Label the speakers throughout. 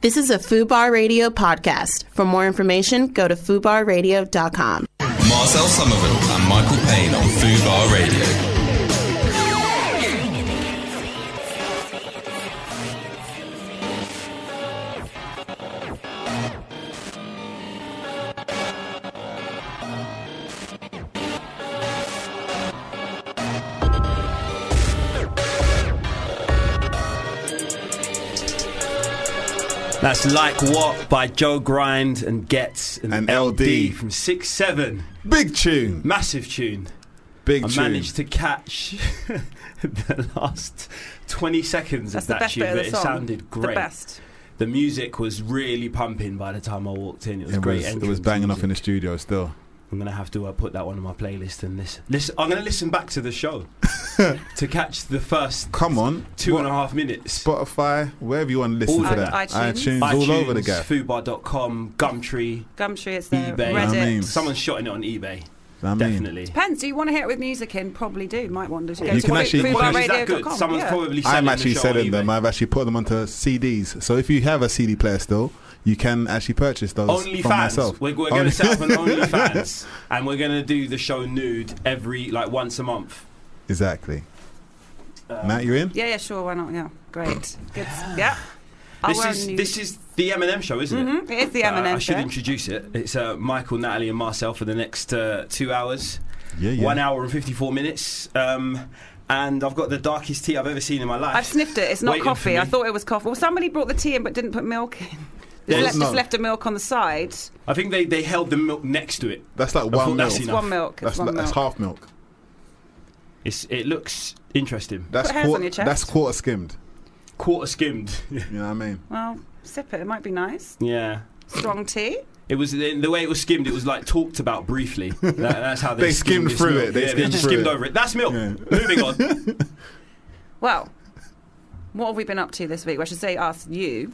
Speaker 1: This is a FUBAR Radio podcast. For more information, go to FUBARradio.com.
Speaker 2: Marcel Somerville and Michael Payne on Fubar Radio.
Speaker 3: That's Like What by Joe Grind and Getz and,
Speaker 4: And
Speaker 3: LD.
Speaker 4: LD.
Speaker 3: from 6 7.
Speaker 4: Big tune.
Speaker 3: Massive tune.
Speaker 4: Big
Speaker 3: I
Speaker 4: tune.
Speaker 3: managed to catch the last 20 seconds
Speaker 5: That's
Speaker 3: of
Speaker 5: the
Speaker 3: that
Speaker 5: best
Speaker 3: tune,
Speaker 5: bit of
Speaker 3: but
Speaker 5: the
Speaker 3: it
Speaker 5: song.
Speaker 3: sounded great.
Speaker 5: The best.
Speaker 3: The music was really pumping by the time I walked in. It was
Speaker 4: it,
Speaker 3: great.
Speaker 4: was, it
Speaker 3: entrance
Speaker 4: was banging
Speaker 3: music.
Speaker 4: off in the studio still.
Speaker 3: I'm gonna have to uh, put that one on my playlist and listen. listen I'm gonna listen back to the show to catch the first
Speaker 4: Come on.
Speaker 3: two
Speaker 4: What-
Speaker 3: and a half minutes.
Speaker 4: Spotify, wherever you want to listen
Speaker 3: All
Speaker 4: to
Speaker 3: the-
Speaker 4: that.
Speaker 5: iTunes.
Speaker 4: all over the gap.
Speaker 3: Foodbar.com, Gumtree,
Speaker 5: Gumtree, it's there.
Speaker 3: eBay.
Speaker 5: Reddit.
Speaker 4: I mean-
Speaker 3: Someone's shotting it on eBay.
Speaker 4: I mean,
Speaker 3: Definitely.
Speaker 5: Depends. Do you want to hear it with music in? Probably do. Might want to. Go
Speaker 4: You
Speaker 5: to
Speaker 4: can
Speaker 5: what-
Speaker 4: actually-
Speaker 3: Well, if it's that
Speaker 5: foodbarradio.com,
Speaker 3: good, someone's
Speaker 5: yeah.
Speaker 3: probably selling
Speaker 4: I'm
Speaker 3: the
Speaker 4: actually
Speaker 3: show on
Speaker 4: selling them. uh,
Speaker 3: eBay.
Speaker 4: I've actually put them onto CDs. So if you have a CD player still, you can actually purchase those from
Speaker 3: OnlyFans.
Speaker 4: myself.
Speaker 3: We're, we're going
Speaker 4: Only-
Speaker 3: to set up an OnlyFans, and we're going to do the show nude every like once a month.
Speaker 4: exactly.
Speaker 3: Uh,
Speaker 4: Matt, you in?
Speaker 5: Yeah, yeah, sure. Why not? Yeah, great. Good. Yeah. I
Speaker 3: This
Speaker 5: won't
Speaker 3: is
Speaker 5: need-
Speaker 3: this is the Eminem show, isn't it?
Speaker 5: Mhm, It is the
Speaker 3: Uh, I
Speaker 5: M&M
Speaker 3: should
Speaker 5: show.
Speaker 3: introduce it. It's uh, Michael, Natalie, and Marcel for the next uh, two hours,
Speaker 4: Yeah, yeah.
Speaker 3: one hour and fifty-four minutes. Um, and I've got the darkest tea I've ever seen in my life.
Speaker 5: I've sniffed it. It's not
Speaker 3: Waiting for me.
Speaker 5: coffee. I thought it was coffee. Well, somebody brought the tea in but didn't put milk in.
Speaker 3: There's
Speaker 5: Just left,
Speaker 4: no-
Speaker 5: just left a milk on the side.
Speaker 3: I think they, they held the milk next to it.
Speaker 4: That's like
Speaker 3: thought
Speaker 4: one milk.
Speaker 3: that's
Speaker 5: It's
Speaker 3: Enough.
Speaker 5: one milk. It's
Speaker 4: That's,
Speaker 5: one
Speaker 4: that's
Speaker 5: milk.
Speaker 4: half milk.
Speaker 3: It's, it looks interesting,
Speaker 4: That's
Speaker 5: Put hairs on
Speaker 4: quarter,
Speaker 5: your chest.
Speaker 4: that's quarter skimmed.
Speaker 3: quarter skimmed.
Speaker 4: You know what I mean?
Speaker 5: Well, sip it. It might be nice.
Speaker 3: yeah.
Speaker 5: Strong tea.
Speaker 3: It was the, the way it was skimmed. It was like talked about briefly. That- that's how they,
Speaker 4: They skimmed
Speaker 3: this
Speaker 4: through
Speaker 3: milk.
Speaker 4: it. They
Speaker 3: yeah, they
Speaker 4: skimmed
Speaker 3: just
Speaker 4: through
Speaker 3: skimmed
Speaker 4: it.
Speaker 3: over it. That's milk.
Speaker 4: Yeah.
Speaker 3: Moving on.
Speaker 5: Well, what have we been up to this week? Well, I should say, ask you.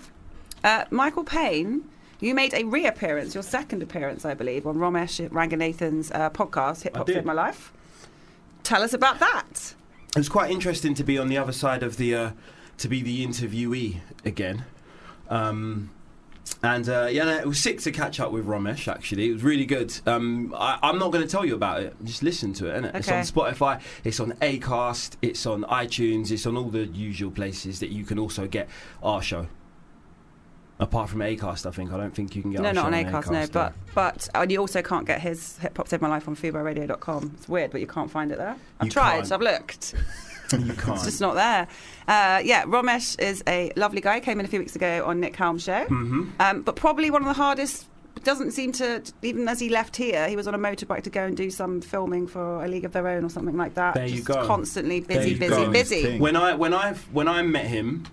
Speaker 5: Uh, Michael Payne, you made a reappearance, your second appearance, I believe, on Ramesh Ranganathan's uh, podcast, Hip
Speaker 3: I
Speaker 5: Hop
Speaker 3: did.
Speaker 5: Fit My Life. Tell us about that.
Speaker 3: It was quite interesting to be on the other side of the, uh, to be the interviewee again, um, and uh, yeah, no, it was sick to catch up with Ramesh. Actually, it was really good. Um, I, I'm not going to tell you about it. Just listen to it. Innit? It's on
Speaker 5: Okay.
Speaker 3: Spotify. It's on Acast. It's on iTunes. It's on all the usual places that you can also get our show. Apart from Acast, I think I don't think you can get.
Speaker 5: no,
Speaker 3: our
Speaker 5: not
Speaker 3: show
Speaker 5: on Acast, no,
Speaker 3: though.
Speaker 5: but but and you also can't get his Hip Hop Fit My Life on FuboRadio.com. It's weird, but you can't find it there. I've
Speaker 3: You
Speaker 5: tried,
Speaker 3: can't.
Speaker 5: I've looked.
Speaker 3: you can't.
Speaker 5: It's just not there. Uh, yeah, Ramesh is a lovely guy. Came in a few weeks ago on Nick Helm's show.
Speaker 3: Mhm.
Speaker 5: Um, but probably one of the hardest. Doesn't seem to. Even as he left here, he was on a motorbike to go and do some filming for A League of Their Own or something like that.
Speaker 3: There you
Speaker 5: Just
Speaker 3: go.
Speaker 5: Constantly
Speaker 3: There
Speaker 5: busy,
Speaker 3: you
Speaker 5: busy,
Speaker 3: go.
Speaker 5: busy.
Speaker 3: When I when I when I met him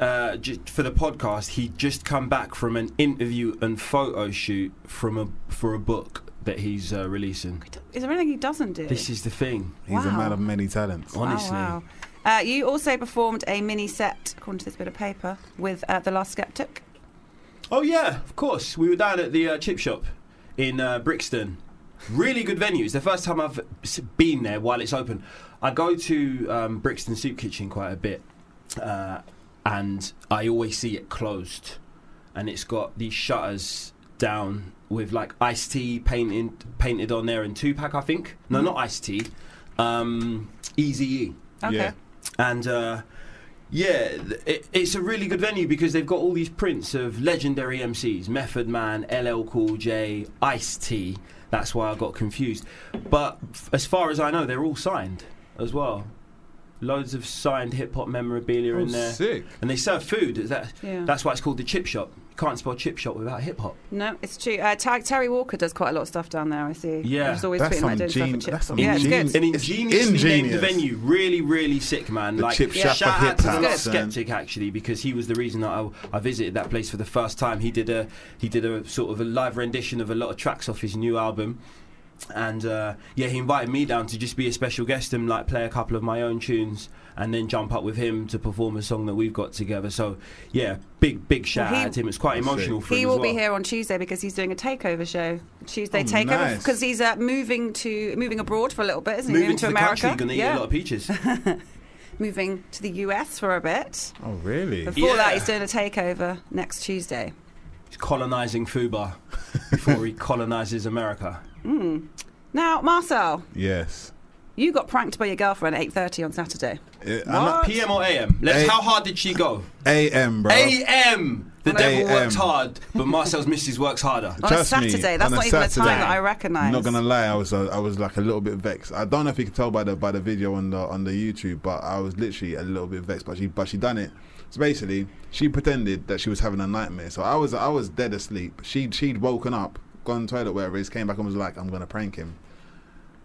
Speaker 3: uh, ju- for the podcast, he'd just come back from an interview and photo shoot from a for a book that he's uh, releasing.
Speaker 5: Is there anything he doesn't do?
Speaker 3: This is the thing,
Speaker 4: He's a
Speaker 5: Wow.
Speaker 4: man of many talents.
Speaker 5: Wow,
Speaker 3: honestly.
Speaker 5: wow. Uh, you also performed a mini set, according to this bit of paper, with uh, The Last Skeptic.
Speaker 3: Oh yeah, of course. We were down at the uh, chip shop in uh, Brixton. Really good venue. It's the first time I've s- been there while it's open. I go to um, Brixton Soup Kitchen quite a bit, uh, and I always see it closed, and it's got these shutters down with like iced tea painted painted on there and two pack I think. No, not iced tea. Um, Easy E
Speaker 5: Okay.
Speaker 4: Yeah.
Speaker 3: and uh, yeah, th- it, it's a really good venue because they've got all these prints of legendary MCs: Method Man, LL Cool J, Ice T. That's why I got confused. But f- as far as I know, they're all signed as well. Loads of signed hip hop memorabilia in there,
Speaker 4: Oh, sick.
Speaker 3: and they serve food. Is That,
Speaker 5: Yeah.
Speaker 3: That's why it's called the Chip Shop. You can't spell Chip Shop without hip hop.
Speaker 5: No, it's true. Uh, Ter- Terry Walker does quite a lot of stuff down there. I see.
Speaker 3: Yeah.
Speaker 5: He's always
Speaker 4: That's
Speaker 5: tweeting about
Speaker 4: some
Speaker 5: doing
Speaker 4: gene-
Speaker 5: stuff at
Speaker 4: that's
Speaker 5: Chips.
Speaker 4: some
Speaker 5: Yeah, it's
Speaker 4: gene-
Speaker 5: good.
Speaker 3: An
Speaker 4: It's
Speaker 3: ingeniously named
Speaker 4: ingenious.
Speaker 3: venue, really, really sick, man.
Speaker 4: The
Speaker 3: like,
Speaker 4: chip shop
Speaker 3: shout
Speaker 4: of
Speaker 3: out to the
Speaker 4: hip-hop,
Speaker 3: Last
Speaker 4: son.
Speaker 3: skeptic actually, because he was the reason that I, I visited that place for the first time. He did a he did a sort of a live rendition of a lot of tracks off his new album, and uh, yeah, he invited me down to just be a special guest and like play a couple of my own tunes, and then jump up with him to perform a song that we've got together. So yeah, big big shout
Speaker 5: Well, he-
Speaker 3: out to him. It's quite
Speaker 4: That's
Speaker 3: emotional for
Speaker 5: He
Speaker 3: him
Speaker 5: will
Speaker 3: as well.
Speaker 5: be here on Tuesday because he's doing a takeover show. Tuesday
Speaker 4: Oh,
Speaker 5: takeover
Speaker 4: nice.
Speaker 5: because he's uh, moving to moving abroad for a little bit, isn't he?
Speaker 3: Moving to the
Speaker 5: America.
Speaker 3: country, gonna eat
Speaker 5: yeah.
Speaker 3: a lot of peaches.
Speaker 5: moving to the US for a bit.
Speaker 6: Oh, really?
Speaker 5: Before
Speaker 3: Yeah.
Speaker 5: that, he's doing a takeover next Tuesday.
Speaker 3: He's colonising Fubar before he colonises America.
Speaker 5: Mm. Now, Marcel,
Speaker 4: Yes.
Speaker 5: you got pranked by your girlfriend at 8.30 on Saturday.
Speaker 4: Eh, I'm
Speaker 3: Am I-
Speaker 4: not-
Speaker 3: PM or AM? Let's,
Speaker 4: A-
Speaker 3: how hard did she go?
Speaker 4: AM, bro.
Speaker 3: AM. The
Speaker 4: On a-
Speaker 3: devil
Speaker 4: AM.
Speaker 3: worked hard, but Marcel's missus works harder.
Speaker 5: On
Speaker 4: Trust
Speaker 5: a
Speaker 4: me,
Speaker 5: Saturday.
Speaker 4: on
Speaker 5: That's
Speaker 4: a
Speaker 5: not even a
Speaker 4: Saturday.
Speaker 5: time that I recognise.
Speaker 4: I'm not gonna lie, I was uh, I was like a little bit vexed. I don't know if you can tell by the by the video on the on the YouTube, but I was literally a little bit vexed. But she but she done it. So basically, she pretended that she was having a nightmare. So I was I was dead asleep. She she'd woken up, gone to the toilet, wherever it is, came back and was like, I'm gonna prank him.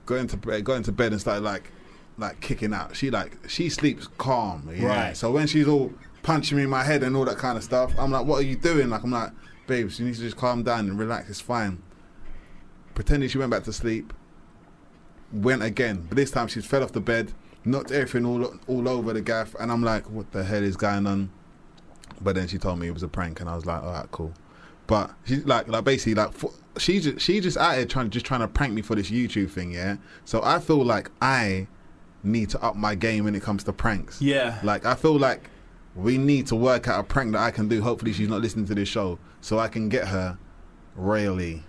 Speaker 4: Got into bed, got into bed and started like like kicking out. She like she sleeps calm, yeah.
Speaker 3: Right.
Speaker 4: So when she's all punching me in my head and all that kind of stuff, I'm like, what are you doing? Like I'm like, babes, you need to just calm down and relax. It's fine pretending she went back to sleep, went again. But this time she's fell off the bed, knocked everything all all over the gaff, and I'm like, what the hell is going on? But then she told me it was a prank, and I was like, all right, cool. But she's like, like basically, like for, she just she just out here trying just trying to prank me for this YouTube thing, yeah. So I feel like I need to up my game when it comes to pranks.
Speaker 3: Yeah.
Speaker 4: Like I feel like we need to work out a prank that I can do. Hopefully she's not listening to this show, so I can get her really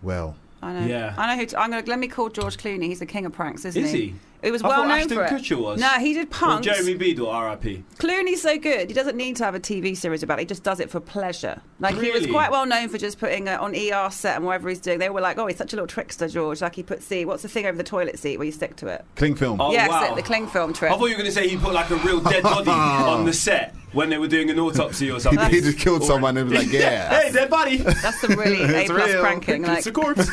Speaker 4: well.
Speaker 5: I know.
Speaker 3: Yeah.
Speaker 5: I know who. To, I'm gonna let me call George Clooney. He's the king of pranks, isn't
Speaker 3: Is
Speaker 5: he?
Speaker 3: he?
Speaker 5: It was
Speaker 3: I
Speaker 5: well
Speaker 3: thought
Speaker 5: known
Speaker 3: Ashton
Speaker 5: for it.
Speaker 3: Kutcher was.
Speaker 5: No, he did
Speaker 3: Or
Speaker 5: punks.
Speaker 3: Jeremy Beadle, RIP.
Speaker 5: Clooney's so good. He doesn't need to have a TV series about it. He just does it for pleasure. Like he was
Speaker 3: Really?
Speaker 5: quite well known for just putting uh, on ER set and whatever he's doing. They were like, oh, he's such a little trickster, George. Like he put see what's the thing over the toilet seat where you stick to it.
Speaker 4: Cling film.
Speaker 3: Oh,
Speaker 5: yeah, 'cause
Speaker 3: wow.
Speaker 5: it- the cling film
Speaker 3: I
Speaker 5: trick.
Speaker 3: thought you were going to say he put like a real dead body on the set when they were doing an autopsy or something.
Speaker 4: he just killed
Speaker 3: Or-
Speaker 4: someone and was like, yeah.
Speaker 3: Hey, dead body.
Speaker 5: That's some really A
Speaker 4: It's
Speaker 5: plus
Speaker 4: real.
Speaker 5: pranking. Like,
Speaker 3: It's a corpse.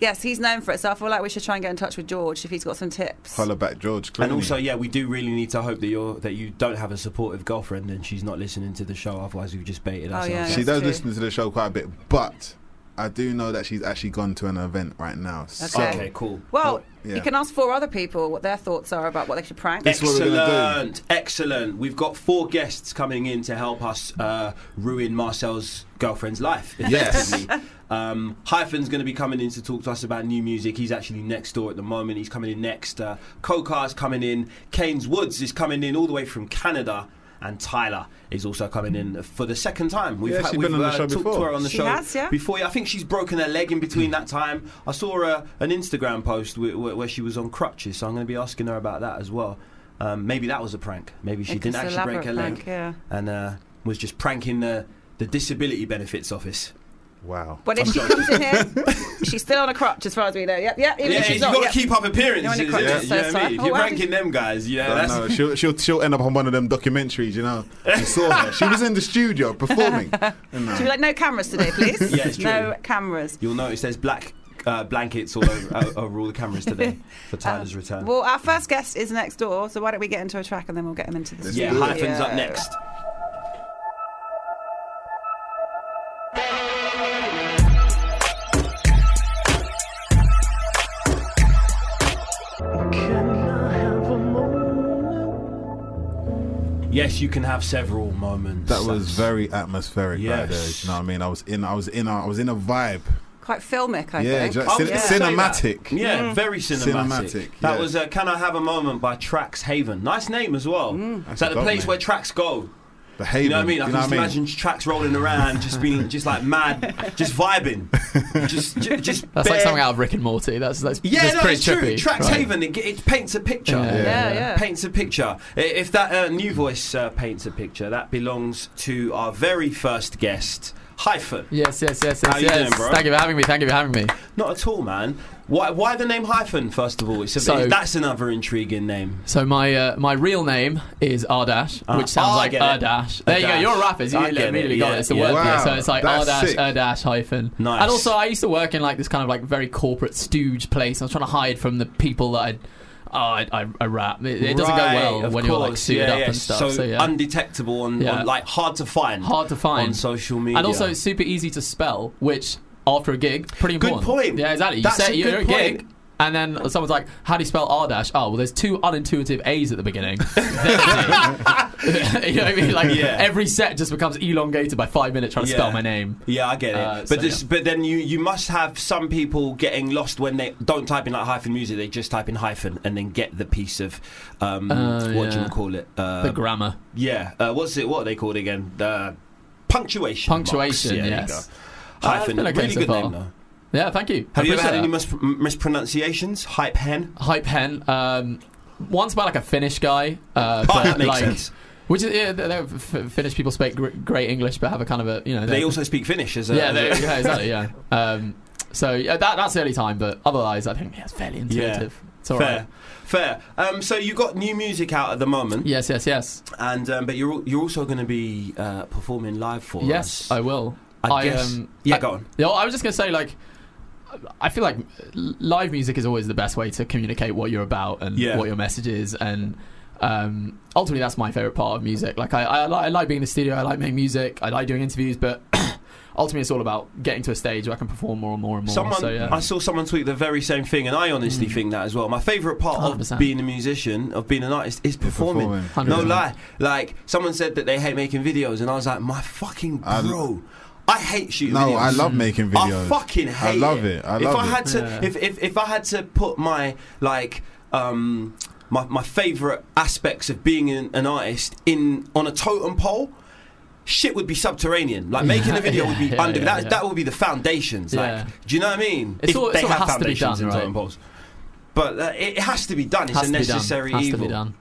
Speaker 5: yes, he's known for it. So I feel like we should try and get in touch with George if he's got some tips.
Speaker 4: Holla back, George. Clooney.
Speaker 3: And also, yeah, we do really need to hope that you're that you don't have a supportive girlfriend and she's not listening to the show. Otherwise, we've just baited
Speaker 5: Oh,
Speaker 3: ourselves.
Speaker 5: yeah,
Speaker 3: out.
Speaker 4: she
Speaker 5: that's
Speaker 4: does
Speaker 5: true.
Speaker 4: listen to the show quite a bit, but I do know that she's actually gone to an event right now. So
Speaker 5: Okay.
Speaker 3: Okay, cool.
Speaker 5: Well,
Speaker 4: Well, yeah.
Speaker 5: you can ask four other people what their thoughts are about what they should prank.
Speaker 4: This- is what we're gonna do.
Speaker 3: excellent, excellent. We've got four guests coming in to help us uh, ruin Marcel's girlfriend's life.
Speaker 4: Yes.
Speaker 3: effectively. um, Hyphen's going to be coming in to talk to us about new music. He's actually next door at the moment. He's coming in next. Uh, Kokar's coming in. Kane's Woods is coming in all the way from Canada. And Tyler is also coming in for the second time. We've,
Speaker 4: Yeah,
Speaker 3: had-
Speaker 4: she's
Speaker 3: we've
Speaker 4: been on the
Speaker 3: uh,
Speaker 4: show
Speaker 3: talked to
Speaker 4: before.
Speaker 3: her on the
Speaker 5: She
Speaker 3: show
Speaker 5: has, yeah.
Speaker 3: before. I think she's broken her leg in between that time. I saw uh, an Instagram post wh- wh- where she was on crutches, so I'm going to be asking her about that as well. Um, maybe that was a prank. Maybe she
Speaker 5: It's
Speaker 3: didn't
Speaker 5: an
Speaker 3: actually break
Speaker 5: elaborate
Speaker 3: her
Speaker 5: prank,
Speaker 3: leg
Speaker 5: Yeah.
Speaker 3: and uh, was just pranking the, the disability benefits office.
Speaker 4: wow.
Speaker 5: But if she comes in here, she's still on a crutch, as far as we know. Yep, yep. Even
Speaker 3: yeah,
Speaker 5: if she's
Speaker 3: you've
Speaker 5: not,
Speaker 3: got to
Speaker 5: yep.
Speaker 3: keep up appearances.
Speaker 5: You're in a
Speaker 3: innit? You
Speaker 5: crisis,
Speaker 3: know what I
Speaker 5: so
Speaker 3: mean? If
Speaker 5: sorn.
Speaker 3: you're
Speaker 5: Oh, how did-
Speaker 3: ranking them guys, yeah,
Speaker 4: Don't
Speaker 3: that's
Speaker 4: know. She'll, she'll she'll end up on one of them documentaries, you know. You saw her. She was in the studio performing. And, uh,
Speaker 5: Should we like no cameras today, please?
Speaker 3: Yeah, it's true.
Speaker 5: No cameras.
Speaker 3: You'll notice there's black uh, blankets all over, o- over all the cameras today for
Speaker 5: Um,
Speaker 3: Tyler's return.
Speaker 5: Well, our first guest is next door, so why don't we get into a track and then we'll get him into the
Speaker 4: Let's
Speaker 3: yeah,
Speaker 4: do it.
Speaker 3: hyphens up
Speaker 5: Yeah.
Speaker 3: next. Yes, you can have several moments.
Speaker 4: that was
Speaker 3: That's-
Speaker 4: very atmospheric right there.
Speaker 3: Yes.
Speaker 4: You know what I mean? I was in I was in a, I was in a vibe.
Speaker 5: Quite filmic, I
Speaker 4: yeah,
Speaker 5: think.
Speaker 4: ju-
Speaker 3: I
Speaker 4: cin-
Speaker 3: was gonna say
Speaker 4: cinematic. Mm.
Speaker 3: that. Oh, Yeah, very cinematic.
Speaker 4: Cinematic,
Speaker 3: That
Speaker 4: yeah.
Speaker 3: was uh, Can I Have a Moment by Trax Haven. Nice name as well. It's
Speaker 4: a
Speaker 3: at the
Speaker 4: Mm. dope
Speaker 3: place
Speaker 4: name.
Speaker 3: where tracks go.
Speaker 4: The Haven.
Speaker 3: You know what I mean? I
Speaker 4: You
Speaker 3: can
Speaker 4: know
Speaker 3: just
Speaker 4: what I mean?
Speaker 3: imagine tracks rolling around, just being just like mad, just vibing, just ju- just.
Speaker 7: That's like
Speaker 3: bare-
Speaker 7: something out of Rick and Morty. That's that's,
Speaker 3: Yeah,
Speaker 7: that's
Speaker 3: no,
Speaker 7: pretty
Speaker 3: it's
Speaker 7: trippy.
Speaker 3: true. Tracks
Speaker 7: right.
Speaker 3: Haven, it, g- it paints a picture.
Speaker 7: Yeah.
Speaker 5: Yeah, yeah.
Speaker 3: Paints a picture. I- If that uh, new voice uh, paints a picture, that belongs to our very first guest, Hyphen.
Speaker 7: Yes, yes, yes, yes,
Speaker 3: How you
Speaker 7: yes.
Speaker 3: doing, bro?
Speaker 7: Thank you for having me. Thank you for having me.
Speaker 3: Not at all, man. Why, why the name Hyphen? First of all, it's a,
Speaker 7: So-
Speaker 3: that's another intriguing name.
Speaker 7: So my uh, my real name is R Dash,
Speaker 3: Ah.
Speaker 7: which sounds
Speaker 3: Oh, I
Speaker 7: like
Speaker 3: get
Speaker 7: R
Speaker 3: it.
Speaker 7: Dash. There you go.
Speaker 3: Ardash.
Speaker 7: You're rappers. You
Speaker 3: I get it,
Speaker 7: immediately got
Speaker 3: yeah,
Speaker 7: it. It's a
Speaker 3: yeah.
Speaker 7: word
Speaker 4: Wow,
Speaker 7: play. So it's like R
Speaker 4: that's
Speaker 7: Dash,
Speaker 4: sick.
Speaker 7: R Dash hyphen.
Speaker 3: Nice.
Speaker 7: And also, I used to work in like this kind of like very corporate stooge place. I was trying to hide from the people that I'd. Oh, I, I, I rap. It, it doesn't
Speaker 3: Right,
Speaker 7: go well
Speaker 3: of
Speaker 7: when you're like
Speaker 3: course.
Speaker 7: suited
Speaker 3: Yeah,
Speaker 7: up
Speaker 3: yeah.
Speaker 7: and stuff.
Speaker 3: So,
Speaker 7: So, yeah.
Speaker 3: undetectable on,
Speaker 7: Yeah.
Speaker 3: on like hard to find.
Speaker 7: Hard to find.
Speaker 3: on social media.
Speaker 7: And also, it's super easy to spell, which after a gig, pretty
Speaker 3: Good
Speaker 7: important.
Speaker 3: point.
Speaker 7: Yeah, exactly. You
Speaker 3: That's
Speaker 7: say
Speaker 3: a
Speaker 7: you're
Speaker 3: good
Speaker 7: at a gig,
Speaker 3: point.
Speaker 7: And then someone's like, "How do you spell R dash?" Oh, well, there's two unintuitive A's at the beginning. Then it's E. you know what I mean? Like
Speaker 3: Yeah.
Speaker 7: every set just becomes elongated by five minutes trying to
Speaker 3: Yeah.
Speaker 7: spell my name.
Speaker 3: Yeah, I get it.
Speaker 7: Uh,
Speaker 3: but
Speaker 7: so,
Speaker 3: this,
Speaker 7: yeah.
Speaker 3: but then you you must have some people getting lost when they don't type in like hyphen music. They just type in hyphen and then get the piece of um,
Speaker 7: Uh,
Speaker 3: what do
Speaker 7: yeah.
Speaker 3: you call it? Uh,
Speaker 7: The grammar.
Speaker 3: yeah, uh, what's it? What are they called again? Uh, punctuation. marks.
Speaker 7: Punctuation,
Speaker 3: Yeah, there you
Speaker 7: yes.
Speaker 3: go.
Speaker 7: I
Speaker 3: Hyphen.
Speaker 7: feel okay
Speaker 3: really
Speaker 7: so
Speaker 3: good
Speaker 7: far.
Speaker 3: name though.
Speaker 7: Yeah, thank you.
Speaker 3: Have
Speaker 7: I
Speaker 3: you ever had
Speaker 7: appreciate
Speaker 3: any
Speaker 7: that.
Speaker 3: mis- m- mispronunciations? Hype hen.
Speaker 7: hype hen? Um, once about like a Finnish guy, uh,
Speaker 3: Oh,
Speaker 7: but,
Speaker 3: that makes
Speaker 7: like,
Speaker 3: sense.
Speaker 7: Which is yeah, they- they- f- Finnish people speak gr- great English, but have a kind of a you know
Speaker 3: They
Speaker 7: they're-
Speaker 3: also speak Finnish as a.
Speaker 7: yeah,
Speaker 3: as
Speaker 7: they,
Speaker 3: a-
Speaker 7: yeah exactly yeah. Um, so yeah, that that's the only time, but otherwise I think yeah, it's fairly intuitive. It's all right.
Speaker 3: Fair, fair. Um, so you got new music out at the moment,
Speaker 7: Yes, yes, yes,
Speaker 3: and um, but you're al- you're also going to be uh, performing live for
Speaker 7: yes.
Speaker 3: us.
Speaker 7: I will.
Speaker 3: I guess. yeah, go on.
Speaker 7: Yeah, well, I was just gonna say like, I feel like live music is always the best way to communicate what you're about and
Speaker 3: Yeah.
Speaker 7: what your message is, and um, ultimately that's my favorite part of music. Like I, I, li- I like being in the studio, I like making music, I like doing interviews, but ultimately it's all about getting to a stage where I can perform more and more and more.
Speaker 3: Someone,
Speaker 7: so yeah,
Speaker 3: I saw someone tweet the very same thing, and I honestly think that as well. My favourite part of
Speaker 7: 100%.
Speaker 3: being a musician, of being an artist, is performing.
Speaker 4: performing.
Speaker 7: 100%.
Speaker 3: No lie, like someone said that they hate making videos, and I was like, my fucking
Speaker 4: I-
Speaker 3: bro, I hate shooting.
Speaker 4: No,
Speaker 3: videos.
Speaker 4: I love making videos.
Speaker 3: I fucking hate
Speaker 4: I love it. I
Speaker 3: if
Speaker 4: love
Speaker 3: I
Speaker 4: it.
Speaker 3: had to,
Speaker 7: Yeah.
Speaker 3: if, if if I had to put my like um my my favorite aspects of being an, an artist in on a totem pole. Shit would be subterranean. Like making a video would be
Speaker 7: Yeah,
Speaker 3: under
Speaker 7: yeah,
Speaker 3: that.
Speaker 7: yeah.
Speaker 3: That would be the foundations.
Speaker 7: Yeah.
Speaker 3: Like, do you know what I mean?
Speaker 7: It's all- it
Speaker 3: they
Speaker 7: sort of
Speaker 3: have
Speaker 7: has to be
Speaker 3: foundations
Speaker 7: done,
Speaker 3: in
Speaker 7: right?
Speaker 3: totem poles, but uh, it it has to be done. It's
Speaker 7: has
Speaker 3: a
Speaker 7: to be done.
Speaker 3: necessary
Speaker 7: Has
Speaker 3: evil.
Speaker 7: to be done.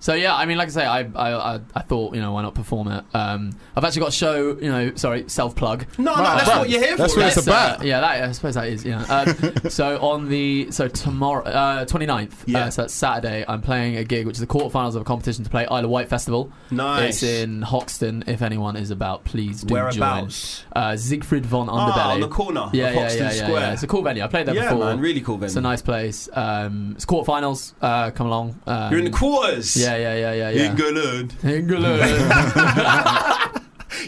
Speaker 7: So yeah, I mean, like I say, I I, I, I thought you know why not perform it. Um, I've actually got a show, you know, sorry, self plug.
Speaker 3: No, no,
Speaker 4: Right.
Speaker 3: that's
Speaker 4: Right.
Speaker 3: what you're here
Speaker 4: That's
Speaker 3: for.
Speaker 4: what it's
Speaker 3: right?
Speaker 4: about.
Speaker 7: Uh, yeah, that, I suppose that is. Yeah. Um, so on the so tomorrow, uh, 29th,
Speaker 3: Yeah.
Speaker 7: uh, so that's Saturday. I'm playing a gig, which is the quarterfinals of a competition to play Isle of Wight Festival.
Speaker 3: Nice.
Speaker 7: It's in Hoxton. If anyone is about, please do
Speaker 3: Whereabouts?
Speaker 7: join. Uh, Siegfried von Underbelly.
Speaker 3: Ah, on the corner of
Speaker 7: Yeah, yeah,
Speaker 3: Hoxton
Speaker 7: yeah, yeah,
Speaker 3: Square.
Speaker 7: yeah. It's a cool venue. I played there
Speaker 3: Yeah,
Speaker 7: before.
Speaker 3: man, really cool venue.
Speaker 7: It's a nice place. Um, it's quarterfinals. Uh, come along. Um,
Speaker 3: You're in the quarters.
Speaker 7: Yeah, yeah, yeah, yeah, yeah.
Speaker 3: England.
Speaker 7: England.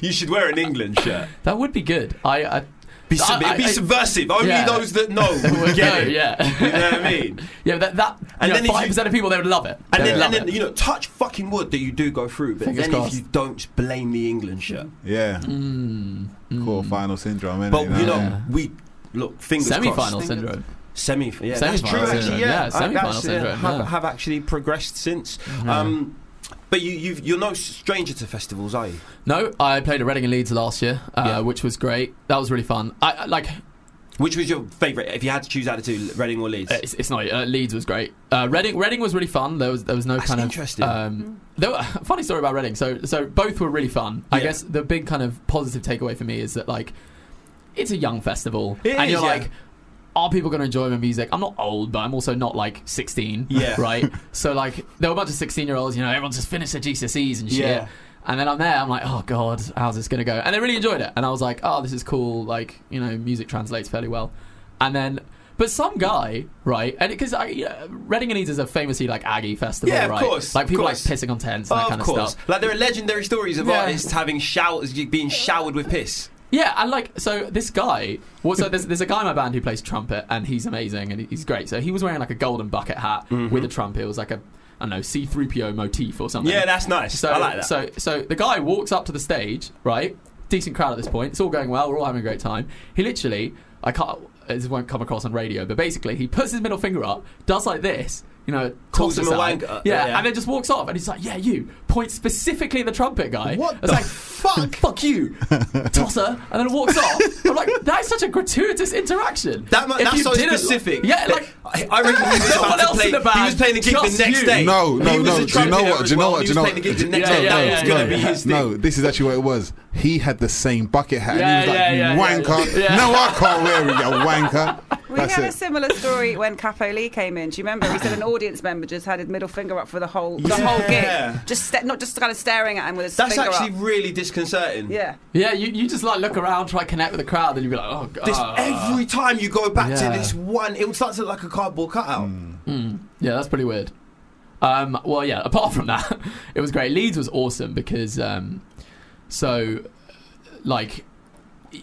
Speaker 3: You should wear an England shirt.
Speaker 7: that would be good. I, I
Speaker 3: Be, sub-
Speaker 7: I-
Speaker 3: be
Speaker 7: I-
Speaker 3: subversive. Only
Speaker 7: Yeah.
Speaker 3: those that know will
Speaker 7: no,
Speaker 3: get it.
Speaker 7: yeah.
Speaker 3: You know what I mean?
Speaker 7: Yeah, but that, that
Speaker 3: And
Speaker 7: you
Speaker 3: then if
Speaker 7: know,
Speaker 3: you-
Speaker 7: five percent of people they would love it.
Speaker 3: And then,
Speaker 7: They would
Speaker 3: and
Speaker 7: love
Speaker 3: then
Speaker 7: it.
Speaker 3: you know, touch fucking wood that you do go through, but
Speaker 7: Fingers
Speaker 3: then
Speaker 7: crossed.
Speaker 3: if you don't, blame the England shirt.
Speaker 4: Yeah,
Speaker 7: Mm.
Speaker 4: Quarterfinal final syndrome. innit?
Speaker 3: But you know,
Speaker 7: Yeah.
Speaker 3: we look fingers
Speaker 7: semi-final
Speaker 3: crossed.
Speaker 7: syndrome.
Speaker 3: Semi, yeah, that's
Speaker 7: Semifinal
Speaker 3: true.
Speaker 7: syndrome,
Speaker 3: Actually, yeah,
Speaker 7: yeah,
Speaker 3: I-
Speaker 7: semi-final
Speaker 3: that's,
Speaker 7: syndrome,
Speaker 3: have,
Speaker 7: yeah.
Speaker 3: have actually progressed since. Um, but you, you've, you're no stranger to festivals, are you?
Speaker 7: No, I played at Reading and Leeds last year, uh,
Speaker 3: Yeah.
Speaker 7: which was great. That was really fun. I, I like
Speaker 3: Which was your favourite? If you had to choose out of two, Reading or Leeds?
Speaker 7: it's, it's not uh, Leeds was great. Uh, Reading Reading was really fun. There was there was no
Speaker 3: That's
Speaker 7: kind
Speaker 3: interesting.
Speaker 7: of
Speaker 5: Mm-hmm.
Speaker 7: um, there were, funny story about Reading. So so both were really fun. I
Speaker 3: Yeah.
Speaker 7: guess the big kind of positive takeaway for me is that like it's a young festival,
Speaker 3: It
Speaker 7: and
Speaker 3: is,
Speaker 7: you're
Speaker 3: yeah.
Speaker 7: like. Are people going to enjoy my music? I'm not old, but I'm also not like 16,
Speaker 3: Yeah.
Speaker 7: right? so like, there were a bunch of 16 year olds. You know, everyone's just finished their GCSEs and shit.
Speaker 3: Yeah.
Speaker 7: And then I'm there, I'm like, oh god, how's this gonna go? And I really enjoyed it. And I was like, oh, this is cool. Like, you know, music translates fairly well. And then, but some guy, right? And because you know, Reading and Leeds is a famously like Aggie festival,
Speaker 3: Yeah, of
Speaker 7: right?
Speaker 3: course,
Speaker 7: Like
Speaker 3: of
Speaker 7: people
Speaker 3: course.
Speaker 7: like pissing on tents and that
Speaker 3: Oh,
Speaker 7: kind of, stuff.
Speaker 3: Like there are legendary stories of
Speaker 7: Yeah.
Speaker 3: artists having showers, being showered with piss.
Speaker 7: Yeah, and like so, this guy. Well, so there's, there's a guy in my band who plays trumpet, and he's amazing and he's great. So he was wearing like a golden bucket hat
Speaker 3: Mm-hmm.
Speaker 7: with a trumpet. It was like a I don't know C3PO motif or something.
Speaker 3: Yeah, that's nice.
Speaker 7: So,
Speaker 3: I like that.
Speaker 7: So, so the guy walks up to the stage, right? Decent crowd at this point. It's all going well. We're all having a great time. He literally, I can't. This won't come across on radio, but basically, he puts his middle finger up, does like this, you know,
Speaker 3: Calls
Speaker 7: tosses
Speaker 3: him a
Speaker 7: out.
Speaker 3: wanker.
Speaker 7: Yeah,
Speaker 3: Yeah.
Speaker 7: and then just walks off. And he's like, "Yeah, you." Points specifically at the trumpet guy.
Speaker 4: What
Speaker 7: It's
Speaker 4: the
Speaker 7: like, "Fuck, fuck you, tosser," and then walks off. I'm like, that is such a gratuitous interaction.
Speaker 3: that mu-
Speaker 7: If
Speaker 3: that's
Speaker 7: you
Speaker 3: so
Speaker 7: didn't-
Speaker 3: specific.
Speaker 7: Yeah, like
Speaker 3: I, I reckon he was
Speaker 7: No
Speaker 3: about
Speaker 7: one
Speaker 3: to
Speaker 7: else in
Speaker 3: play.
Speaker 7: the
Speaker 3: he
Speaker 7: band,
Speaker 3: was playing the gig the
Speaker 7: just
Speaker 3: next
Speaker 7: you.
Speaker 3: day.
Speaker 4: No,
Speaker 3: he
Speaker 4: no,
Speaker 3: was a
Speaker 4: no. Do you know
Speaker 3: trumpeter
Speaker 4: what?
Speaker 3: as
Speaker 4: Do you know
Speaker 3: well,
Speaker 4: what?
Speaker 3: and
Speaker 4: Do you know
Speaker 3: He was playing the gig
Speaker 4: what?
Speaker 3: the
Speaker 4: No,
Speaker 3: next day.
Speaker 7: yeah,
Speaker 3: it
Speaker 4: no,
Speaker 3: was
Speaker 7: yeah,
Speaker 3: gonna
Speaker 4: no.
Speaker 3: be his
Speaker 4: No,
Speaker 3: thing.
Speaker 4: this is actually what it was. He had the same bucket hat.
Speaker 7: Yeah,
Speaker 4: and he was like,
Speaker 7: yeah, yeah,
Speaker 4: "You
Speaker 7: yeah,
Speaker 4: wanker.
Speaker 7: yeah.
Speaker 4: No, I can't wear it, you wanker.
Speaker 5: We
Speaker 4: That's
Speaker 5: had a
Speaker 4: it.
Speaker 5: similar story when Capo Lee came in. Do you remember? He said an audience member just had his middle finger up for the whole the
Speaker 3: Yeah.
Speaker 5: whole gig, just sta- not just kind of staring at him with his
Speaker 3: That's
Speaker 5: finger
Speaker 3: actually
Speaker 5: up.
Speaker 3: really disconcerting.
Speaker 5: Yeah,
Speaker 7: yeah, you, you just like look around, try to connect with the crowd, and you'd be like, "Oh god."
Speaker 3: This, every time you go back
Speaker 7: Yeah. Hmm.
Speaker 3: to this one, it starts to look like a cardboard cutout.
Speaker 7: Yeah, that's pretty weird. Um, well, yeah. Apart from that, it was great. Leeds was awesome because um, so like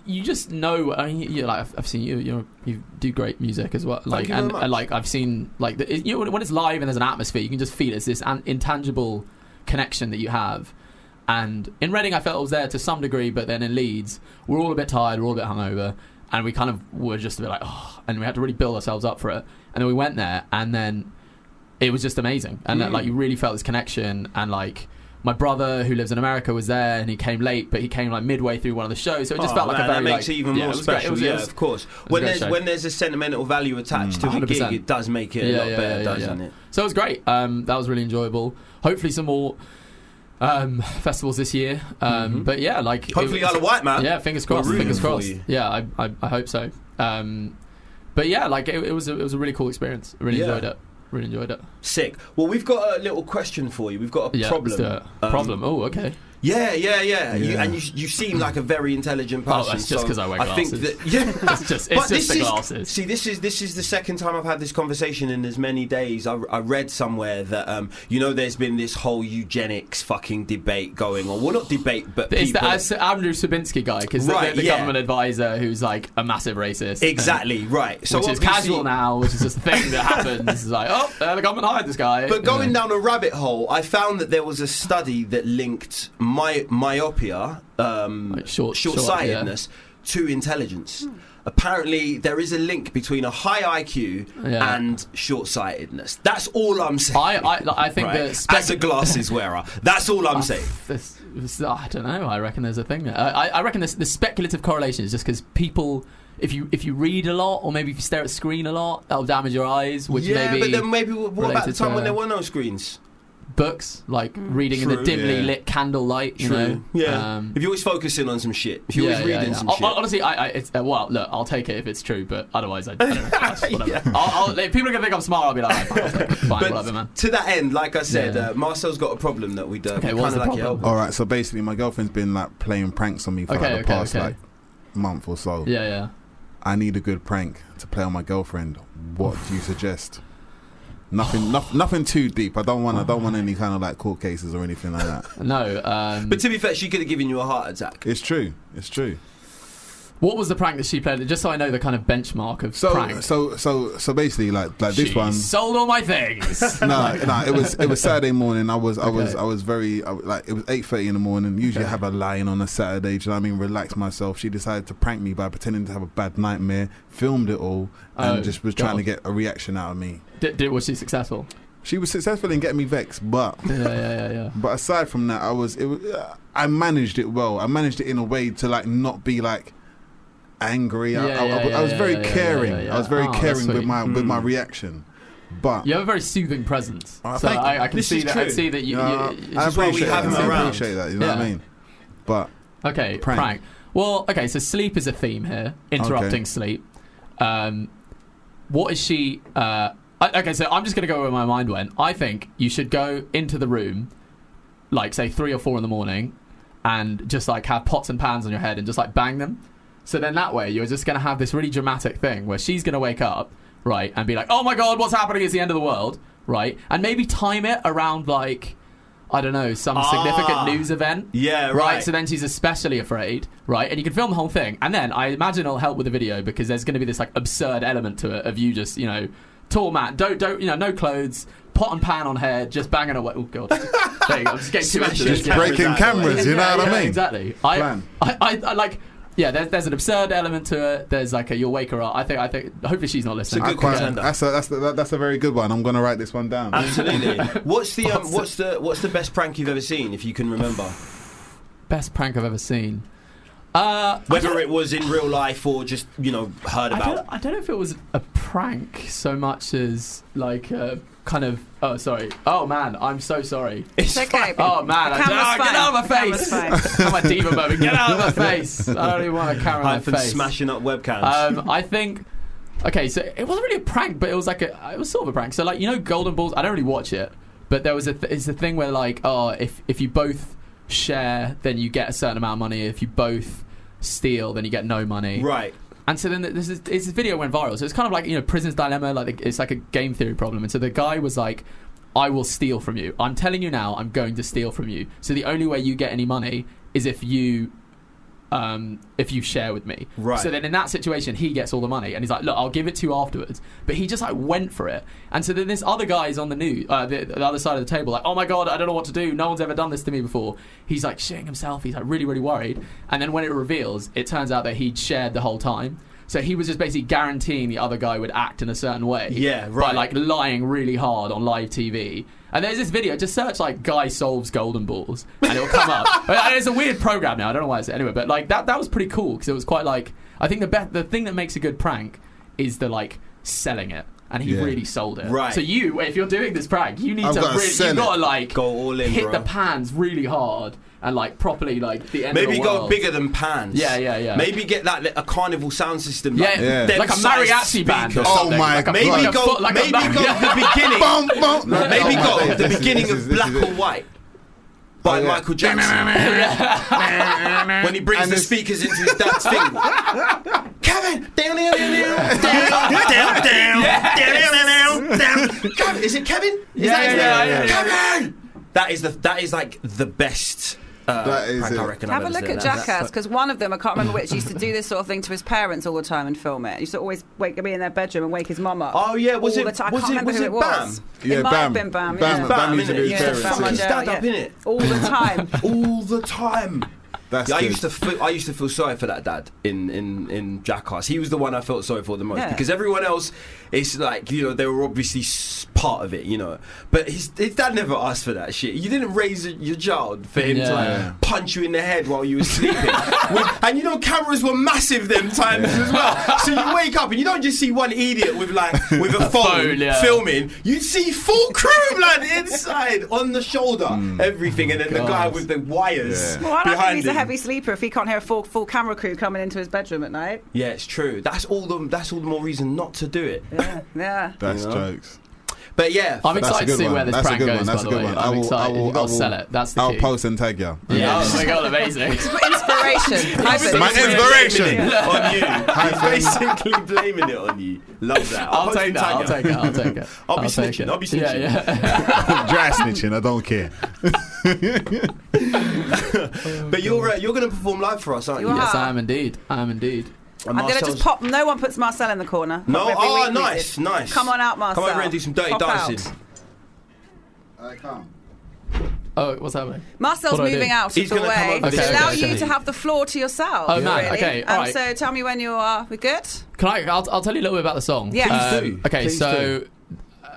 Speaker 7: you just know. I mean, you like I've- I've seen you. You know, you do great music as well.
Speaker 3: you
Speaker 7: Like
Speaker 3: very
Speaker 7: and,
Speaker 3: much.
Speaker 7: and like I've seen like the, it- you know, when it's live and there's an atmosphere, you can just feel it's this an, intangible connection that you have. And in Reading, I felt I was there to some degree, but then in Leeds, we're all a bit tired, we're all a bit hungover, and we kind of were just a bit like, oh, and we had to really build ourselves up for it. And then we went there, and then it was just amazing, and
Speaker 3: Mm.
Speaker 7: like you really felt this connection, and like. My brother, who lives in America, was there, and he came late, but he came like midway through one of the shows, so it just
Speaker 3: Oh,
Speaker 7: felt like
Speaker 3: man,
Speaker 7: a very
Speaker 3: that makes
Speaker 7: like,
Speaker 3: it even
Speaker 7: yeah,
Speaker 3: more
Speaker 7: it was great.
Speaker 3: special.
Speaker 7: It was- it
Speaker 3: yeah,
Speaker 7: was-
Speaker 3: of course. When
Speaker 7: great
Speaker 3: there's
Speaker 7: show. Hmm.
Speaker 3: when there's a sentimental value attached to the gig,
Speaker 7: 100%.
Speaker 3: it does make it a
Speaker 7: Yeah,
Speaker 3: lot
Speaker 7: yeah,
Speaker 3: better,
Speaker 7: yeah,
Speaker 3: doesn't
Speaker 7: yeah.
Speaker 3: it?
Speaker 7: So it was great. Um, that was really enjoyable. Hopefully, some more um, festivals this year. Um,
Speaker 3: Mhm.
Speaker 7: But yeah, like it
Speaker 3: Hopefully,
Speaker 7: was-
Speaker 3: you're a white man.
Speaker 7: yeah, fingers
Speaker 3: We're
Speaker 7: crossed.
Speaker 3: rooting
Speaker 7: Fingers
Speaker 3: for
Speaker 7: crossed.
Speaker 3: you.
Speaker 7: Yeah, I, I, I hope so. Um, but yeah, like it, it was a, it was a really cool experience. Really
Speaker 3: Yeah.
Speaker 7: enjoyed it. Really enjoyed it.
Speaker 3: Sick. Well, we've got a little question for you. We've got a
Speaker 7: Yeah,
Speaker 3: problem.
Speaker 7: let's do it.
Speaker 3: Um,
Speaker 7: problem. Oh, okay.
Speaker 3: Yeah, yeah, yeah. You,
Speaker 4: Yeah.
Speaker 3: and you, you seem like a very intelligent
Speaker 7: Oh,
Speaker 3: person.
Speaker 7: that's just
Speaker 3: so
Speaker 7: 'cause I wear
Speaker 3: think
Speaker 7: glasses.
Speaker 3: that yeah.
Speaker 7: It's just it's just
Speaker 3: this
Speaker 7: the
Speaker 3: is-
Speaker 7: glasses.
Speaker 3: See, this is this is the second time I've had this conversation in as many days. I, I read somewhere that um, you know, there's been this whole eugenics fucking debate going on. Well, not debate, but
Speaker 7: It's
Speaker 3: people.
Speaker 7: the As- Andrew Sabinsky guy because
Speaker 3: Right,
Speaker 7: the, the
Speaker 3: yeah.
Speaker 7: government advisor who's like a massive racist.
Speaker 3: exactly right. So
Speaker 7: So which is
Speaker 3: obviously-
Speaker 7: casual now, which is just a thing that happens. It's like, oh, uh, the government hired this guy.
Speaker 3: But going
Speaker 7: down.
Speaker 3: down a rabbit hole, I found that there was a study that linked my myopia, um,
Speaker 7: Like short-
Speaker 3: sightedness, to intelligence. Apparently, there is a link between a high IQ
Speaker 7: Yeah.
Speaker 3: and short sightedness. That's all I'm saying.
Speaker 7: I, I, like, I think
Speaker 3: right?
Speaker 7: that
Speaker 3: as a glasses wearer, that's all I'm saying.
Speaker 7: This, this- oh, I don't know. I reckon there's a thing. There. I, I- I reckon this, the speculative correlation is just because people, if you if you read a lot or maybe if you stare at a screen a lot, that'll damage your eyes, which
Speaker 3: yeah,
Speaker 7: maybe
Speaker 3: but then maybe what about the
Speaker 7: related
Speaker 3: time when
Speaker 7: to-
Speaker 3: there
Speaker 7: uh,
Speaker 3: were no screens?
Speaker 7: books like reading in
Speaker 4: True,
Speaker 7: the dimly
Speaker 4: yeah.
Speaker 7: lit candlelight. You know,
Speaker 3: yeah.
Speaker 7: Um,
Speaker 3: if you're always focusing on some shit, if you're always reading some
Speaker 7: Ho-
Speaker 3: shit,
Speaker 7: Honestly, I, I it's, uh, well, look, I'll take it if it's true, but otherwise, I, I don't know. oh, Whatever. I'll, I'll, if people are gonna think I'm smart. I'll be like, "Alright, fine, fine,
Speaker 3: But
Speaker 7: whatever, man.
Speaker 3: to that end, like I said,
Speaker 7: Yeah.
Speaker 3: uh, Marcel's got a problem that we do.
Speaker 7: Okay,
Speaker 3: kind of
Speaker 7: what's the
Speaker 3: like
Speaker 7: problem?
Speaker 3: help.
Speaker 4: All right. So basically, my girlfriend's been like playing pranks on me for
Speaker 7: Okay,
Speaker 4: like, the
Speaker 7: okay,
Speaker 4: past
Speaker 7: okay.
Speaker 4: like month or so.
Speaker 7: Yeah, yeah.
Speaker 4: I need a good prank to play on my girlfriend. What do you suggest? Nothing, noth- nothing too deep. I don't want, I don't want any kind of like court cases or anything like that.
Speaker 7: No. Um,
Speaker 3: But to be fair, she could have given you a heart attack.
Speaker 4: It's true. It's true.
Speaker 7: What was the prank that she played? Just so I know the kind of benchmark of
Speaker 4: So,
Speaker 7: prank.
Speaker 4: so, so, so basically, like, like Uh, this
Speaker 7: She
Speaker 4: one.
Speaker 7: sold all my things.
Speaker 4: no, no, it was it was Saturday morning. I was I was
Speaker 7: Okay.
Speaker 4: I was very I, was- like it was eight thirty in the morning. Usually I have a lion on a Saturday. Do you know what I mean? Relax myself. She decided to prank me by pretending to have a bad nightmare, filmed it all, and
Speaker 7: Oh,
Speaker 4: just was trying to
Speaker 7: God.
Speaker 4: get a reaction out of me.
Speaker 7: did, did, was she successful?
Speaker 4: She was successful in getting me vexed, but
Speaker 7: Yeah, yeah, yeah, yeah.
Speaker 4: but aside from that, I was it was, uh, I managed it well. I managed it in a way to like not be like angry. I,
Speaker 7: Yeah,
Speaker 4: I, I
Speaker 7: yeah,
Speaker 4: was- I was
Speaker 7: yeah,
Speaker 4: very
Speaker 7: yeah, yeah,
Speaker 4: caring.
Speaker 7: yeah, yeah.
Speaker 4: I was very
Speaker 7: Oh, that's mm.
Speaker 4: caring with
Speaker 7: sweet.
Speaker 4: my with my reaction. But
Speaker 7: You have a very soothing presence.
Speaker 4: Oh,
Speaker 7: so
Speaker 4: thank you.
Speaker 7: I, I can
Speaker 3: This
Speaker 7: see
Speaker 3: is
Speaker 7: that. I
Speaker 3: true.
Speaker 7: see that you.
Speaker 4: Yeah,
Speaker 7: you- you
Speaker 4: I
Speaker 3: just why we
Speaker 4: appreciate
Speaker 3: have
Speaker 4: that.
Speaker 3: them
Speaker 4: I
Speaker 3: around.
Speaker 4: appreciate that. You know what I
Speaker 7: Yeah.
Speaker 4: mean? But
Speaker 7: okay,
Speaker 4: Prank.
Speaker 7: prank. Well, okay. So sleep is a theme here. Interrupting
Speaker 4: Okay.
Speaker 7: sleep. Um, what is she? Uh, I, okay, so I'm just gonna go where my mind went. I think you should go into the room, like say three or four in the morning, and just like have pots and pans on your head and just like bang them. So then that way you're just going to have this really dramatic thing where she's going to wake up, right, and be like, "Oh my god, what's happening? It's the end of the world," right, and maybe time it around like I don't know some
Speaker 3: Ah.
Speaker 7: significant news event.
Speaker 3: Yeah, right.
Speaker 7: So then she's especially afraid, right? And you can film the whole thing, and then I imagine it'll help with the video because there's going to be this like absurd element to it of you just you know tall man, don't don't you know no clothes, pot and pan on head, just banging away. Oh god, there you go. I'm just getting too
Speaker 3: Smash
Speaker 7: into
Speaker 3: your
Speaker 7: this.
Speaker 4: just
Speaker 3: cameras
Speaker 4: breaking
Speaker 3: out of the way.
Speaker 4: cameras. You know
Speaker 7: Yeah,
Speaker 4: what
Speaker 7: yeah,
Speaker 4: I mean?
Speaker 7: Exactly. I,
Speaker 4: Plan.
Speaker 7: I, I, I like. Yeah, there's, there's an absurd element to it. There's like a you'll wake her up. I think I think hopefully she's not listening.
Speaker 3: It's a
Speaker 4: I
Speaker 3: good
Speaker 4: quite-
Speaker 3: contender.
Speaker 4: that's a that's the, that's a very good one. I'm gonna write this one down.
Speaker 3: Absolutely. what's the um, what's the what's the best prank you've ever seen, if you can remember?
Speaker 7: Best prank I've ever seen. Uh, I
Speaker 3: Whether
Speaker 7: don't-
Speaker 3: it was in real life or just you know heard
Speaker 7: I don't,
Speaker 3: about.
Speaker 7: I don't know if it was a prank so much as like a kind of oh sorry oh man I'm so sorry
Speaker 5: It's okay.
Speaker 7: oh man I,
Speaker 5: The camera's
Speaker 7: oh, get
Speaker 5: fine.
Speaker 7: out of
Speaker 5: The
Speaker 7: my
Speaker 5: camera's
Speaker 7: face
Speaker 5: fine.
Speaker 7: I'm a diva moment get out of my face I don't even want a camera in my
Speaker 3: Hyphen
Speaker 7: face
Speaker 3: smashing up webcams.
Speaker 7: Um, I think. Okay, so it wasn't really a prank, but it was like a it was sort of a prank. So like you know, Golden Balls. I don't really watch it, but there was a th- it's a thing where like oh if if you both share, then you get a certain amount of money. If you both steal, then you get no money.
Speaker 3: right.
Speaker 7: And so then th- this is it's this video went viral. So it's kind of like you know Prison's Dilemma. Like it's like a game theory problem. And so the guy was like, "I will steal from you. I'm telling you now. I'm going to steal from you. So the only way you get any money is if you um, if you share with me.
Speaker 3: Right.
Speaker 7: So then in that situation, he gets all the money, and he's like, "Look, I'll give it to you afterwards." But he just like went for it, and so then this other guy is on the news, uh, the, the other side of the table, like, "Oh my god, I don't know what to do. No one's ever done this to me before." He's like shitting himself. He's like really, really worried. And then when it reveals, it turns out that he'd shared the whole time. So he was just basically guaranteeing the other guy would act in a certain way.
Speaker 3: Yeah,
Speaker 7: By
Speaker 3: right.
Speaker 7: like lying really hard on live TV. And there's this video. Just search like "guy solves golden balls" and it'll come up. And it's a weird program now. I don't know why it's anyway, but like that that was pretty cool because it was quite like I think the best the thing that makes a good prank is the like selling it. And he
Speaker 4: Yeah.
Speaker 7: really sold it.
Speaker 3: Right.
Speaker 7: So you, if you're doing this prank, you need
Speaker 4: I've
Speaker 7: to
Speaker 4: gotta
Speaker 7: really,
Speaker 4: sell
Speaker 7: you
Speaker 4: it.
Speaker 7: gotta like
Speaker 3: Go all in,
Speaker 7: hit
Speaker 3: bro.
Speaker 7: the pans really hard and like properly like the end. of
Speaker 3: Maybe
Speaker 7: the
Speaker 3: go
Speaker 7: world.
Speaker 3: bigger than pans.
Speaker 7: Yeah, yeah, yeah.
Speaker 3: Maybe get that like, a carnival sound system.
Speaker 7: Yeah,
Speaker 4: Yeah.
Speaker 3: them
Speaker 7: like a
Speaker 3: sized
Speaker 7: mariachi band. Or
Speaker 3: speakers.
Speaker 4: Oh
Speaker 7: something.
Speaker 4: my
Speaker 7: like a,
Speaker 4: God.
Speaker 3: Maybe
Speaker 7: like a
Speaker 3: go.
Speaker 7: foot- like a
Speaker 3: maybe
Speaker 7: mar-
Speaker 3: go to the beginning.
Speaker 4: Bum, bum. No,
Speaker 3: Maybe go
Speaker 4: no, my
Speaker 3: to
Speaker 4: days.
Speaker 3: the
Speaker 4: This is-
Speaker 3: beginning
Speaker 4: this is-
Speaker 3: of
Speaker 4: this
Speaker 3: Black
Speaker 4: is
Speaker 3: or
Speaker 4: it.
Speaker 3: White by
Speaker 4: Oh, yeah.
Speaker 3: Michael Jackson. when he brings
Speaker 4: And
Speaker 3: the
Speaker 4: it's-
Speaker 3: speakers into his dad's thing. Kevin, down, down, down, down, down, down, down, down, down, down, down. Kevin, is it Kevin? Is
Speaker 7: Yeah,
Speaker 3: that his
Speaker 7: yeah,
Speaker 3: name?
Speaker 7: yeah, yeah,
Speaker 3: Kevin. That is the that is like the best. Uh,
Speaker 4: That is
Speaker 3: prank I
Speaker 4: it.
Speaker 3: reckon
Speaker 5: Have
Speaker 3: I've
Speaker 5: a
Speaker 3: ever
Speaker 5: look
Speaker 3: seen.
Speaker 5: at
Speaker 3: That's-
Speaker 5: Jackass because one of them, I can't remember which, used to do this sort of thing to his parents all the time and film it. He used to always wake be in their bedroom and wake his mum up.
Speaker 3: Oh, yeah, was
Speaker 5: all
Speaker 3: it-
Speaker 5: the time. I
Speaker 3: was
Speaker 5: can't
Speaker 3: it-
Speaker 5: remember
Speaker 3: was
Speaker 5: who
Speaker 3: it
Speaker 5: it was.
Speaker 4: Bam?
Speaker 5: it
Speaker 4: Yeah,
Speaker 5: might
Speaker 4: Bam.
Speaker 5: have been Bam.
Speaker 4: Bam, Bam.
Speaker 5: yeah.
Speaker 3: Bam,
Speaker 4: used to do
Speaker 3: innit?
Speaker 4: his
Speaker 3: Yeah,
Speaker 4: parents.
Speaker 3: Bam,
Speaker 4: Fuck
Speaker 3: his
Speaker 5: Mandela,
Speaker 3: dad
Speaker 5: yeah.
Speaker 3: up in it
Speaker 5: all the time.
Speaker 3: all the time.
Speaker 4: That's
Speaker 3: Yeah, I
Speaker 4: good.
Speaker 3: used to feel, I used to feel sorry for that dad in, in, in Jackass. He was the one I felt sorry for the most
Speaker 5: Yeah.
Speaker 3: because everyone else, it's like you know they were obviously s- part of it, you know. But his, his dad never asked for that shit. You didn't raise a, your child for him to
Speaker 7: Yeah.
Speaker 3: like punch you in the head while you were sleeping. With- and you know cameras were massive them times as well. So you wake up and you don't just see one idiot with like with a, phone,
Speaker 7: phone, yeah.
Speaker 3: filming. You see full crew lad inside on the shoulder, everything, and then the guy
Speaker 7: God.
Speaker 3: with the wires.
Speaker 4: Yeah.
Speaker 5: Well, I don't think
Speaker 3: behind
Speaker 5: he's a
Speaker 3: him.
Speaker 5: heavy sleeper if he can't hear a full, full camera crew coming into his bedroom at night.
Speaker 3: Yeah, it's true. That's all the that's all the more reason not to do it.
Speaker 5: Yeah, yeah.
Speaker 4: That's
Speaker 3: You know?
Speaker 4: jokes.
Speaker 3: But yeah,
Speaker 7: I'm
Speaker 4: That's a
Speaker 7: excited to
Speaker 4: good
Speaker 7: see
Speaker 4: one.
Speaker 7: where this
Speaker 4: That's a
Speaker 7: prank
Speaker 4: good
Speaker 7: goes.
Speaker 4: one. That's
Speaker 7: by
Speaker 4: a
Speaker 7: the
Speaker 4: good
Speaker 7: way,
Speaker 4: one. I
Speaker 7: I'm
Speaker 4: will-
Speaker 7: excited.
Speaker 4: I will-
Speaker 7: You've got
Speaker 4: I
Speaker 7: to
Speaker 4: will-
Speaker 7: sell it. That's the
Speaker 4: I'll
Speaker 7: key.
Speaker 4: post and tag you.
Speaker 7: Yeah.
Speaker 3: Yes.
Speaker 7: Oh my god, amazing.
Speaker 5: Inspiration. I
Speaker 4: My
Speaker 5: believe.
Speaker 4: inspiration.
Speaker 3: on you. He's basically blaming it on you. Love that.
Speaker 7: I'll
Speaker 3: post
Speaker 7: take
Speaker 3: and
Speaker 7: that. I'll
Speaker 3: tag
Speaker 7: take it. I'll take it.
Speaker 3: I'll be
Speaker 7: take
Speaker 3: snitching,
Speaker 7: it.
Speaker 3: I'll be
Speaker 7: Yeah, yeah.
Speaker 4: Dry snitching. I don't care.
Speaker 3: But you're uh, you're going to perform live for us, aren't you?
Speaker 5: You are.
Speaker 7: Yes, I am indeed. I am indeed.
Speaker 3: And
Speaker 5: I'm going to
Speaker 3: Marcel's-
Speaker 5: just pop. No one puts Marcel in the corner.
Speaker 3: No,
Speaker 5: Pop every
Speaker 3: oh,
Speaker 5: week we
Speaker 3: nice,
Speaker 5: did.
Speaker 3: nice.
Speaker 5: Come on out, Marcel.
Speaker 3: Come over and do some dirty
Speaker 5: Pop out.
Speaker 3: dancing.
Speaker 4: I can't.
Speaker 7: Oh, what's happening?
Speaker 5: Marcel's
Speaker 7: What do I
Speaker 5: moving
Speaker 7: do?
Speaker 5: out
Speaker 3: He's
Speaker 5: of the
Speaker 3: gonna come
Speaker 5: way
Speaker 3: over
Speaker 5: to
Speaker 7: Okay,
Speaker 5: allow
Speaker 7: okay,
Speaker 5: you
Speaker 7: okay.
Speaker 5: to have the floor to yourself.
Speaker 7: Oh, man,
Speaker 5: really.
Speaker 7: okay,
Speaker 5: Um,
Speaker 7: alright.
Speaker 5: So tell me when you are. We good?
Speaker 7: Can I? I'll, I'll tell you a little bit about the song. Um,
Speaker 5: Yeah. Please
Speaker 3: do.
Speaker 7: Okay,
Speaker 3: Please
Speaker 7: so uh,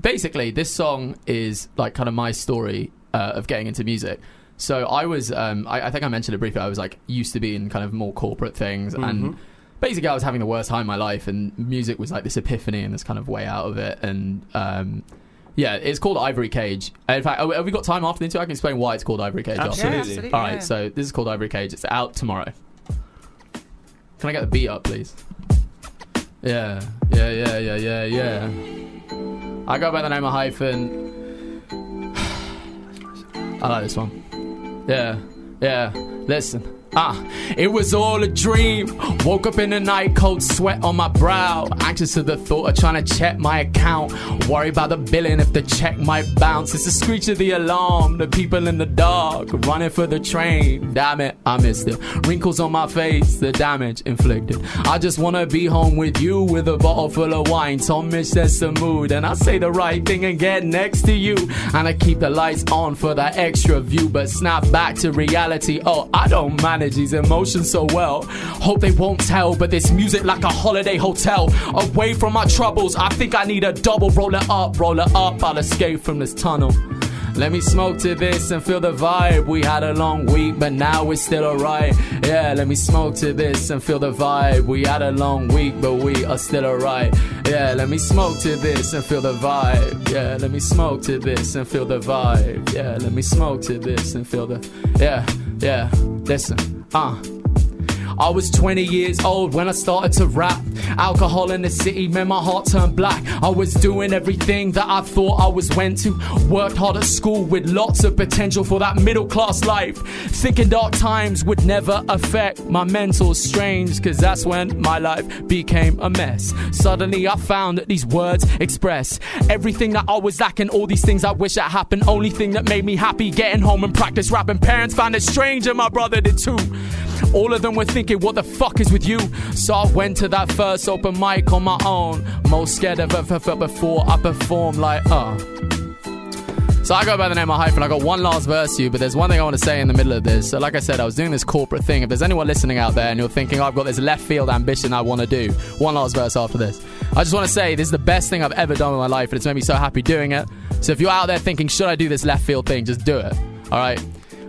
Speaker 7: basically, this song is like kind of my story uh, of getting into music. So I was, um, I, I think I mentioned it briefly. I was like used to be in kind of more corporate things,
Speaker 3: Mm-hmm.
Speaker 7: and basically I was having the worst time of my life, and music was like this epiphany and this kind of way out of it, and. Um, yeah, it's called Ivory Cage. In fact, have we- have we got time after the interview? I can explain why it's called Ivory Cage. after.
Speaker 5: Yeah,
Speaker 3: Absolutely.
Speaker 5: absolutely.
Speaker 7: All right,
Speaker 5: yeah.
Speaker 7: so this is called Ivory Cage. It's out tomorrow. Can I get the beat up, please? Yeah, yeah, yeah, yeah, yeah, yeah. I go by the name of Hyphen. I like this one. Yeah, yeah. Listen. Ah, it was all a dream. Woke up in the night, cold sweat on my brow. Anxious of the thought of trying to check my account. Worry about the billing if the check might bounce. It's the screech of the alarm, the people in the dark running for the train. Damn it, I missed it. Wrinkles on my face, the damage inflicted. I just wanna be home with you with a bottle full of wine. Tom Mitch, that's the mood. And I say the right thing and get next to you. And I keep the lights on for that extra view, but snap back to reality. Oh, I don't manage these emotions so well. Hope they won't tell, but this music like a holiday hotel. Away from my troubles, I think I need a double. Roll it up, roll it up, I'll escape from this tunnel. Let me smoke to this and feel the vibe. We had a long week, but now it's still alright. Yeah, let me smoke to this and feel the vibe. We had a long week, but we are still alright. Yeah, let me smoke to this and feel the vibe. Yeah, let me smoke to this and feel the vibe. Yeah, let me smoke to this and feel the. Yeah, yeah, listen, uh. I was 20 years old when I started to rap. Alcohol in the city made my heart turn black. I was doing everything that I thought I was went to. Worked hard at school with lots of potential for that middle class life. Thinking dark times would never affect my mental strains, cause that's when my life became a mess. Suddenly I found that these words express everything that I was lacking, all these things I wish had happened. Only thing that made me happy, getting home and practice rapping. Parents found it strange, and my brother did too.
Speaker 6: All of them were thinking, what the fuck is with you? So I went to that first open mic on my own. Most scared I've ever felt before I perform like, uh. So I go by the name of Hype, and I got one last verse to you, but there's one thing I want to say in the middle of this. So, like I said, I was doing this corporate thing. If there's anyone listening out there and you're thinking, oh, I've got this left field ambition I want to do, one last verse after this. I just want to say this is the best thing I've ever done in my life, and it's made me so happy doing it. So, if you're out there thinking, should I do this left field thing, just do it. All right?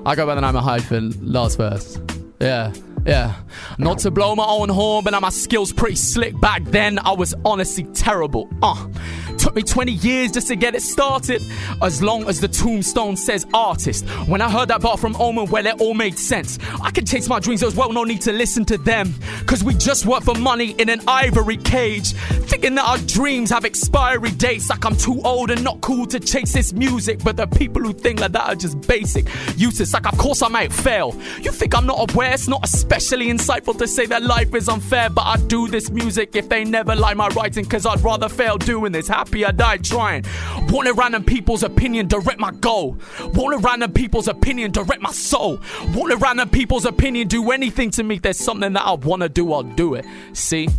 Speaker 6: I go by the name of Hyphen, last verse. Yeah. Yeah. Not to blow my own horn, but now my skills pretty slick. Back then, I was honestly terrible. Uh. Took me 20 years just to get it started. As long as the tombstone says artist. When I heard that bar from Omen, well, it all made sense. I could chase my dreams, there was well no need to listen to them. Cause we just work for money in an ivory cage. Thinking that our dreams have expiry dates. Like I'm too old and not cool to chase this music. But the people who think like that are just basic, useless. Like, of course I might fail. You think I'm not aware? It's not especially insightful to say that life is unfair. But I do this music if they never like my writing. Cause I'd rather fail doing this. Happy I died trying. Won't let random people's opinion direct my goal. Won't let random people's opinion direct my soul. Won't let random people's opinion do anything to me. If there's something that I wanna do, I'll do it. See?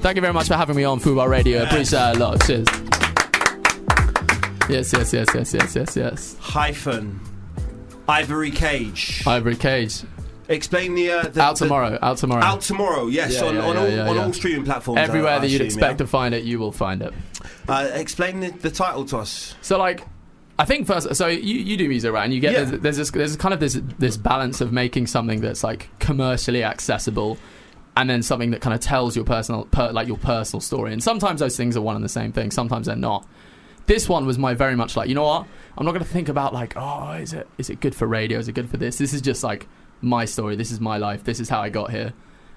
Speaker 6: Thank you very much for having me on Fubar Radio. Appreciate it a lot. Cheers. Yes, yes, yes, yes, yes, yes, yes.
Speaker 3: Hyphen. Ivory Cage.
Speaker 7: Ivory Cage.
Speaker 3: Explain the, uh, the
Speaker 7: Out
Speaker 3: the-
Speaker 7: tomorrow. Out tomorrow.
Speaker 3: Out tomorrow, yes,
Speaker 7: Yeah,
Speaker 3: on,
Speaker 7: yeah,
Speaker 3: on,
Speaker 7: yeah,
Speaker 3: all,
Speaker 7: yeah,
Speaker 3: on
Speaker 7: yeah.
Speaker 3: all streaming platforms. I-
Speaker 7: Everywhere
Speaker 3: I
Speaker 7: that you'd
Speaker 3: assume, yeah.
Speaker 7: expect to find it, you will find it.
Speaker 3: Uh, explain the, the title to us.
Speaker 7: So like, I think first, so you, you do music right, and you get
Speaker 3: Yeah.
Speaker 7: there's, there's this there's kind of this this balance of making something that's like commercially accessible, and then something that kind of tells your personal per, like your personal story. And sometimes those things are one and the same thing. Sometimes they're not. This one was my very much like you know what I'm not going to think about like oh is it is it good for radio is it good for this this is just like my story this is my life this is how I got here,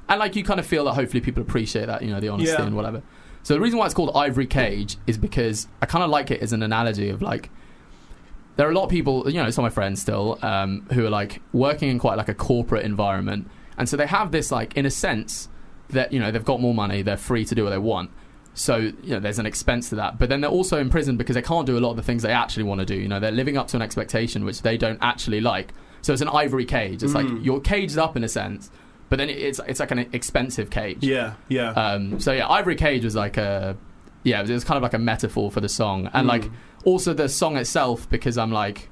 Speaker 7: and like you kind of feel that hopefully people appreciate that you know the honesty
Speaker 3: Yeah.
Speaker 7: and whatever. So the reason why it's called Ivory Cage is because I kind of like it as an analogy of like there are a lot of people, you know, some of my friends still, um, who are like working in quite like a corporate environment, and so they have this like, in a sense, that you know they've got more money, they're free to do what they want. So you know, there's an expense to that, but then they're also in prison because they can't do a lot of the things they actually want to do. You know, they're living up to an expectation which they don't actually like. So it's an ivory cage. It's like you're caged up in a sense, but then it's it's like an expensive cage.
Speaker 3: Yeah, yeah.
Speaker 7: Um, so yeah, Ivory Cage was like a yeah, it was, it was kind of like a metaphor for the song, and like also the song itself because I'm like,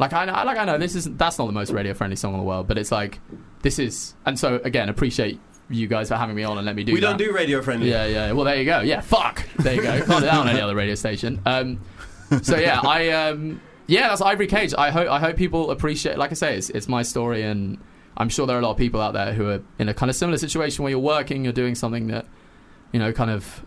Speaker 7: like I know, like I know this isn't that's not the most radio friendly song in the world, but it's like this is, and so again appreciate you guys for having me on and let me do.
Speaker 3: we
Speaker 7: that.
Speaker 3: don't do radio friendly.
Speaker 7: Yeah, yeah. Well, there you go. Yeah, fuck. There you go. Can't do that on any other radio station. Um, so yeah, I um, yeah, that's Ivory Cage. I hope I hope people appreciate. Like I say, it's it's my story, and I'm sure there are a lot of people out there who are in a kind of similar situation where you're working, you're doing something that you know, kind of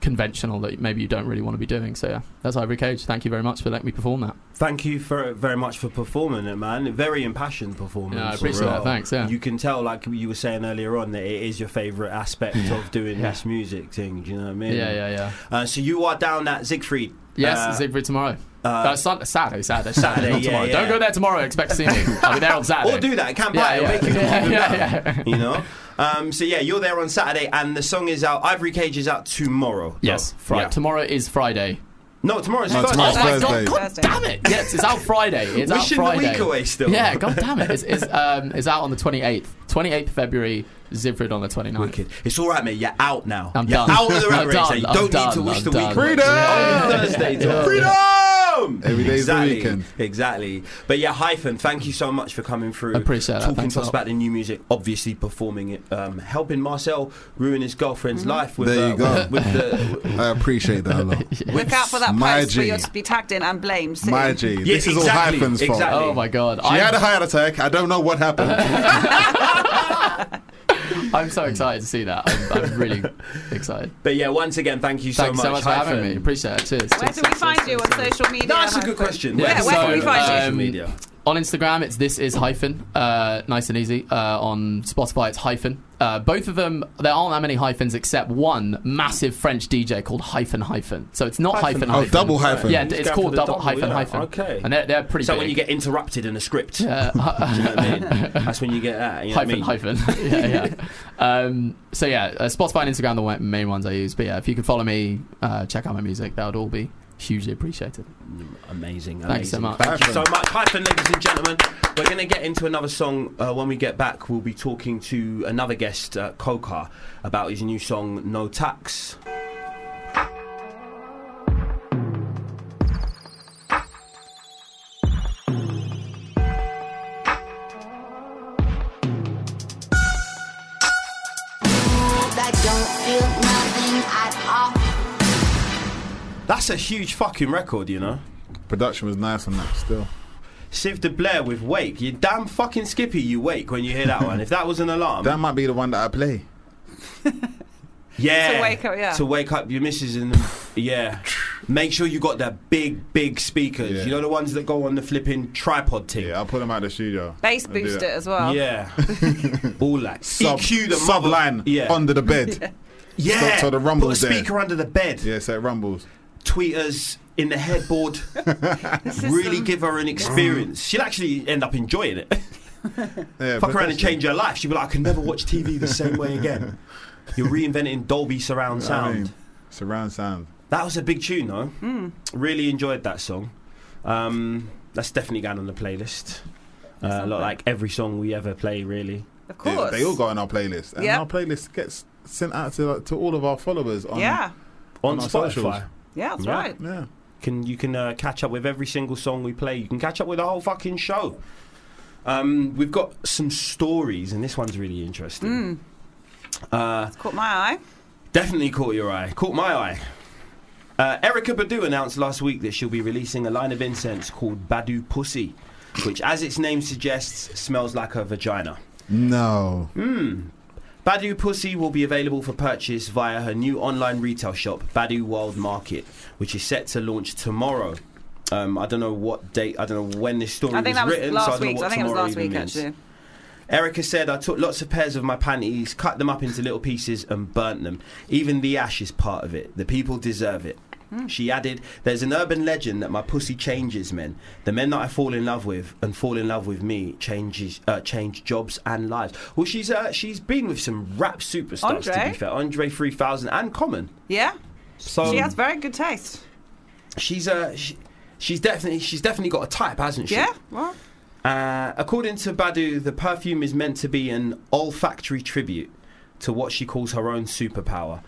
Speaker 7: conventional that maybe you don't really want to be doing. So yeah, that's Ivory Cage. Thank you very much for letting me perform that.
Speaker 3: Thank you for, very much for performing it, man. Very impassioned performance.
Speaker 7: Yeah, I appreciate
Speaker 3: Well,
Speaker 7: that. Thanks, yeah.
Speaker 3: You can tell, like you were saying earlier on, that it is your favourite aspect of doing this music thing. Do you know what I mean?
Speaker 7: Yeah, yeah, yeah.
Speaker 3: Uh, so you are down at Siegfried.
Speaker 7: Yes,
Speaker 3: uh,
Speaker 7: Siegfried tomorrow.
Speaker 3: uh,
Speaker 7: Uh, Sun- Saturday, Saturday, Saturday,
Speaker 3: Saturday,
Speaker 7: not
Speaker 3: yeah,
Speaker 7: tomorrow.
Speaker 3: yeah.
Speaker 7: Don't go there tomorrow. Expect to see me. I'll be there on Saturday.
Speaker 3: or do that. It can
Speaker 7: Yeah,
Speaker 3: buy. It'll
Speaker 7: yeah.
Speaker 3: make you look
Speaker 7: Yeah,
Speaker 3: even
Speaker 7: yeah,
Speaker 3: better,
Speaker 7: yeah.
Speaker 3: You know. Um, so yeah, you're there on Saturday, and the song is out. Ivory Cage is out tomorrow.
Speaker 7: Yes,
Speaker 3: No,
Speaker 7: Friday.
Speaker 3: yeah.
Speaker 7: Tomorrow is Friday.
Speaker 3: No, tomorrow's
Speaker 4: No,
Speaker 3: Thursday.
Speaker 4: tomorrow's
Speaker 7: Oh my
Speaker 4: Thursday.
Speaker 7: god, god
Speaker 5: Thursday.
Speaker 7: damn it! Yes, it's out Friday. It's out
Speaker 3: Wishing the
Speaker 7: Friday.
Speaker 3: week away still.
Speaker 7: Yeah, god damn it! It's, it's, um, it's out on the 28th. 28th February, Zifrid on the 29th.
Speaker 3: Wicked. It's all right, mate. You're out now.
Speaker 7: I'm
Speaker 3: You're
Speaker 7: done.
Speaker 3: out of the rat
Speaker 7: I'm
Speaker 3: race.
Speaker 7: done.
Speaker 3: eh? You
Speaker 7: I'm
Speaker 3: don't need
Speaker 7: done.
Speaker 3: to wish
Speaker 7: I'm
Speaker 3: the
Speaker 7: done.
Speaker 3: week
Speaker 7: Freedom!
Speaker 3: on Thursday. Freedom.
Speaker 4: Every day's the
Speaker 3: exactly.
Speaker 4: weekend.
Speaker 3: Exactly. But yeah, hyphen. Thank you so much for coming through.
Speaker 7: Appreciate that.
Speaker 3: talking
Speaker 7: Thanks
Speaker 3: to
Speaker 7: a
Speaker 3: us
Speaker 7: lot.
Speaker 3: about the new music. Obviously, performing it, um, helping Marcel ruin his girlfriend's life with
Speaker 4: There
Speaker 3: uh,
Speaker 4: you go.
Speaker 3: with, with the.
Speaker 4: I appreciate that a lot.
Speaker 5: Look out for that
Speaker 4: My
Speaker 5: post where
Speaker 4: G.
Speaker 5: you're to be tagged in and blamed. soon.
Speaker 4: My G,
Speaker 3: Yeah,
Speaker 4: this is all
Speaker 3: exactly,
Speaker 4: hyphens fault.
Speaker 3: exactly.
Speaker 7: Oh my god!
Speaker 4: She had a
Speaker 7: I'm,
Speaker 4: heart attack. I don't know what happened.
Speaker 7: I'm so excited to see that. I'm, I'm really excited.
Speaker 3: But yeah, once again, thank you so
Speaker 7: Thanks
Speaker 3: much.
Speaker 7: so much for having
Speaker 3: hyphen.
Speaker 7: me. Appreciate it. Cheers.
Speaker 5: Where
Speaker 7: Cheers,
Speaker 5: do we
Speaker 7: cheers,
Speaker 5: find
Speaker 7: cheers,
Speaker 5: you on
Speaker 7: cheers, cheers.
Speaker 5: social media?
Speaker 3: No, That's a good
Speaker 5: Hyphen?
Speaker 3: question.
Speaker 7: Yeah,
Speaker 5: where can we find you?
Speaker 3: social
Speaker 7: um,
Speaker 3: media?
Speaker 7: On Instagram, it's this is hyphen, uh, nice and easy. Uh, on Spotify, it's hyphen. Uh, both of them, there aren't that many hyphens except one massive French DJ called hyphen hyphen. So it's not
Speaker 3: Hyphen,
Speaker 7: hyphen hyphen.
Speaker 4: oh, double hyphen.
Speaker 7: Yeah,
Speaker 3: He's
Speaker 7: it's
Speaker 3: going for
Speaker 7: called
Speaker 3: the
Speaker 7: double,
Speaker 3: double,
Speaker 7: hyphen
Speaker 3: yeah.
Speaker 7: hyphen.
Speaker 3: Okay.
Speaker 7: And they're, they're pretty
Speaker 3: So
Speaker 7: big.
Speaker 3: when you get interrupted in a script,
Speaker 7: Uh, hy-
Speaker 3: do you know what I mean? That's when you get that. You know
Speaker 7: hyphen
Speaker 3: what I mean?
Speaker 7: hyphen. yeah, yeah. Um, so yeah, uh, Spotify and Instagram are the wa- main ones I use. But yeah, if you could follow me, uh, check out my music. That would all be Hugely appreciated.
Speaker 3: Amazing.
Speaker 7: Thanks so
Speaker 3: amazing.
Speaker 7: much.
Speaker 3: Thank you so
Speaker 4: Hyphen.
Speaker 3: much. Hyphen, ladies and gentlemen. We're going to get into another song uh, when we get back. We'll be talking to another guest, uh, Kokar, about his new song, No Tax.
Speaker 8: I don't feel nothing at all.
Speaker 3: That's a huge fucking record, you know.
Speaker 4: Production was nice on that still.
Speaker 3: Siv de Blair with Wake. You damn fucking skippy, you wake when you hear that one. If that was an alarm.
Speaker 4: That might be the one that I play.
Speaker 3: Yeah.
Speaker 5: To wake up, yeah.
Speaker 3: To wake up your missus in the. Yeah. Make sure you got the big, big speakers.
Speaker 4: Yeah.
Speaker 3: You know the ones that go on the flipping tripod thing?
Speaker 4: Yeah, I'll pull them out of the studio.
Speaker 5: Bass E
Speaker 4: I'll do
Speaker 5: booster
Speaker 4: that.
Speaker 5: as well.
Speaker 3: Yeah. All that.
Speaker 4: Sub,
Speaker 3: EQ the
Speaker 4: sub
Speaker 3: mother-
Speaker 4: line
Speaker 3: Yeah.
Speaker 4: under the bed. yeah.
Speaker 3: yeah.
Speaker 4: so the rumble
Speaker 3: Put a
Speaker 4: there.
Speaker 3: speaker under the bed.
Speaker 4: so it rumbles.
Speaker 3: Tweeters in the headboard.
Speaker 5: This is um,
Speaker 3: really
Speaker 5: some-
Speaker 3: give her an
Speaker 4: Mm.
Speaker 3: experience. She'll actually end up enjoying it.
Speaker 4: Yeah,
Speaker 3: Fuck around and
Speaker 4: potentially.
Speaker 3: change her life. She'll be like, I can never watch TV the same way again. You're reinventing Dolby surround
Speaker 4: You know what I
Speaker 3: sound.
Speaker 4: mean? surround sound.
Speaker 3: That was a big tune, though.
Speaker 5: hmm,
Speaker 3: Really enjoyed that song. Um, that's definitely going on the playlist. Uh, a lot like every song we ever play, really.
Speaker 5: Of
Speaker 4: Yeah,
Speaker 5: course.
Speaker 4: they all go on our playlist, and
Speaker 5: Yep.
Speaker 4: our playlist gets sent out to to all of our followers on
Speaker 5: Yeah.
Speaker 3: On,
Speaker 4: On our
Speaker 3: Spotify,
Speaker 4: socials.
Speaker 5: Yeah, that's
Speaker 3: Yeah.
Speaker 5: right.
Speaker 4: yeah.
Speaker 3: can you can uh, catch up with every single song we play. You can catch up with the whole fucking show. Um, we've got some stories, and this one's really interesting. Uh,
Speaker 5: It's caught my eye.
Speaker 3: Definitely caught your eye. Caught my eye. Uh, Erica Badu announced last week that she'll be releasing a line of incense called Badu Pussy, which, as its name suggests, smells like a vagina.
Speaker 4: No,
Speaker 5: Hmm?
Speaker 3: Badu Pussy will be available for purchase via her new online retail shop, Badu World Market, which is set to launch tomorrow. Um, I don't know what date, I don't know when this story
Speaker 5: I think
Speaker 3: was
Speaker 5: that was
Speaker 3: written. so I
Speaker 5: last
Speaker 3: don't know
Speaker 5: week.
Speaker 3: what
Speaker 5: I think it was
Speaker 3: tomorrow
Speaker 5: last
Speaker 3: even
Speaker 5: week,
Speaker 3: means.
Speaker 5: actually.
Speaker 3: Erica said, I took lots of pairs of my panties, cut them up into little pieces, and burnt them. Even the ash is part of it. The people deserve it.
Speaker 5: Hmm.
Speaker 3: She added, There's an urban legend that my pussy changes men. The men that I fall in love with and fall in love with me changes uh, change jobs and lives. Well, she's uh, she's been with some rap superstars to
Speaker 5: Andre?
Speaker 3: be fair, Andre 3000 and Common.
Speaker 5: Yeah.
Speaker 3: So
Speaker 5: she has very good taste.
Speaker 3: she's uh, she, she's definitely she's definitely got a type, hasn't she?
Speaker 5: Yeah. Well,
Speaker 3: Uh, according to Badu, the perfume is meant to be an olfactory tribute to what she calls her own superpower.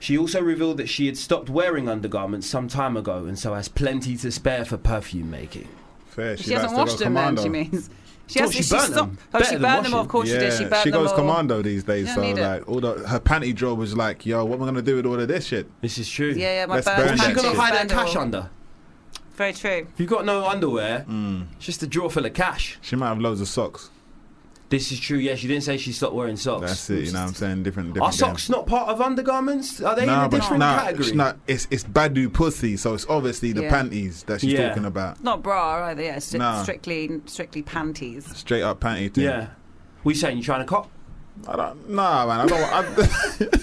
Speaker 3: She also revealed that she had stopped wearing undergarments some time ago and so has plenty to spare for perfume making.
Speaker 4: fair. She,
Speaker 5: she hasn't
Speaker 4: likes
Speaker 5: washed
Speaker 4: to go
Speaker 5: them then,
Speaker 4: commando.
Speaker 5: she means. She
Speaker 3: Oh,
Speaker 5: has
Speaker 3: she
Speaker 5: she
Speaker 3: burnt
Speaker 5: stopped-
Speaker 3: them.
Speaker 5: Oh,
Speaker 3: Better
Speaker 5: she
Speaker 3: than
Speaker 5: burned them.
Speaker 3: washing.
Speaker 5: Of course she did. She
Speaker 4: Yeah,
Speaker 5: burned
Speaker 4: she
Speaker 5: them
Speaker 4: goes
Speaker 5: all.
Speaker 4: commando these days.
Speaker 5: Yeah,
Speaker 4: So
Speaker 5: need it.
Speaker 4: like, all the, her panty drawer was like, "Yo, what am I gonna do with all of this shit?"
Speaker 3: This is true.
Speaker 5: Yeah, yeah. My
Speaker 4: Let's
Speaker 5: burnt
Speaker 4: burn
Speaker 3: What's she
Speaker 4: Thank
Speaker 3: going to
Speaker 5: panties,
Speaker 4: you.
Speaker 3: hide her
Speaker 5: burned
Speaker 3: cash
Speaker 5: all.
Speaker 3: under?
Speaker 5: Very true.
Speaker 3: If you've got no underwear,
Speaker 4: Mm.
Speaker 3: it's just a drawer full of cash.
Speaker 4: She might have loads of socks.
Speaker 3: This is true, yeah. She didn't say she stopped wearing socks.
Speaker 4: That's it. You know what I'm saying? Different, different.
Speaker 3: Are socks not part of undergarments? Are they
Speaker 4: Game. Nah,
Speaker 3: in a
Speaker 4: but
Speaker 3: different
Speaker 4: nah,
Speaker 3: category?
Speaker 4: it's not- it's it's badu pussy, so it's obviously the
Speaker 5: Yeah.
Speaker 4: panties that she's
Speaker 3: Yeah.
Speaker 4: talking about.
Speaker 5: Not bra either. Yeah. It's just
Speaker 4: No.
Speaker 5: strictly, strictly panties.
Speaker 4: Straight up panty thing.
Speaker 3: yeah. What are you saying? You trying to cop?
Speaker 4: I don't, nah, man. I don't. I,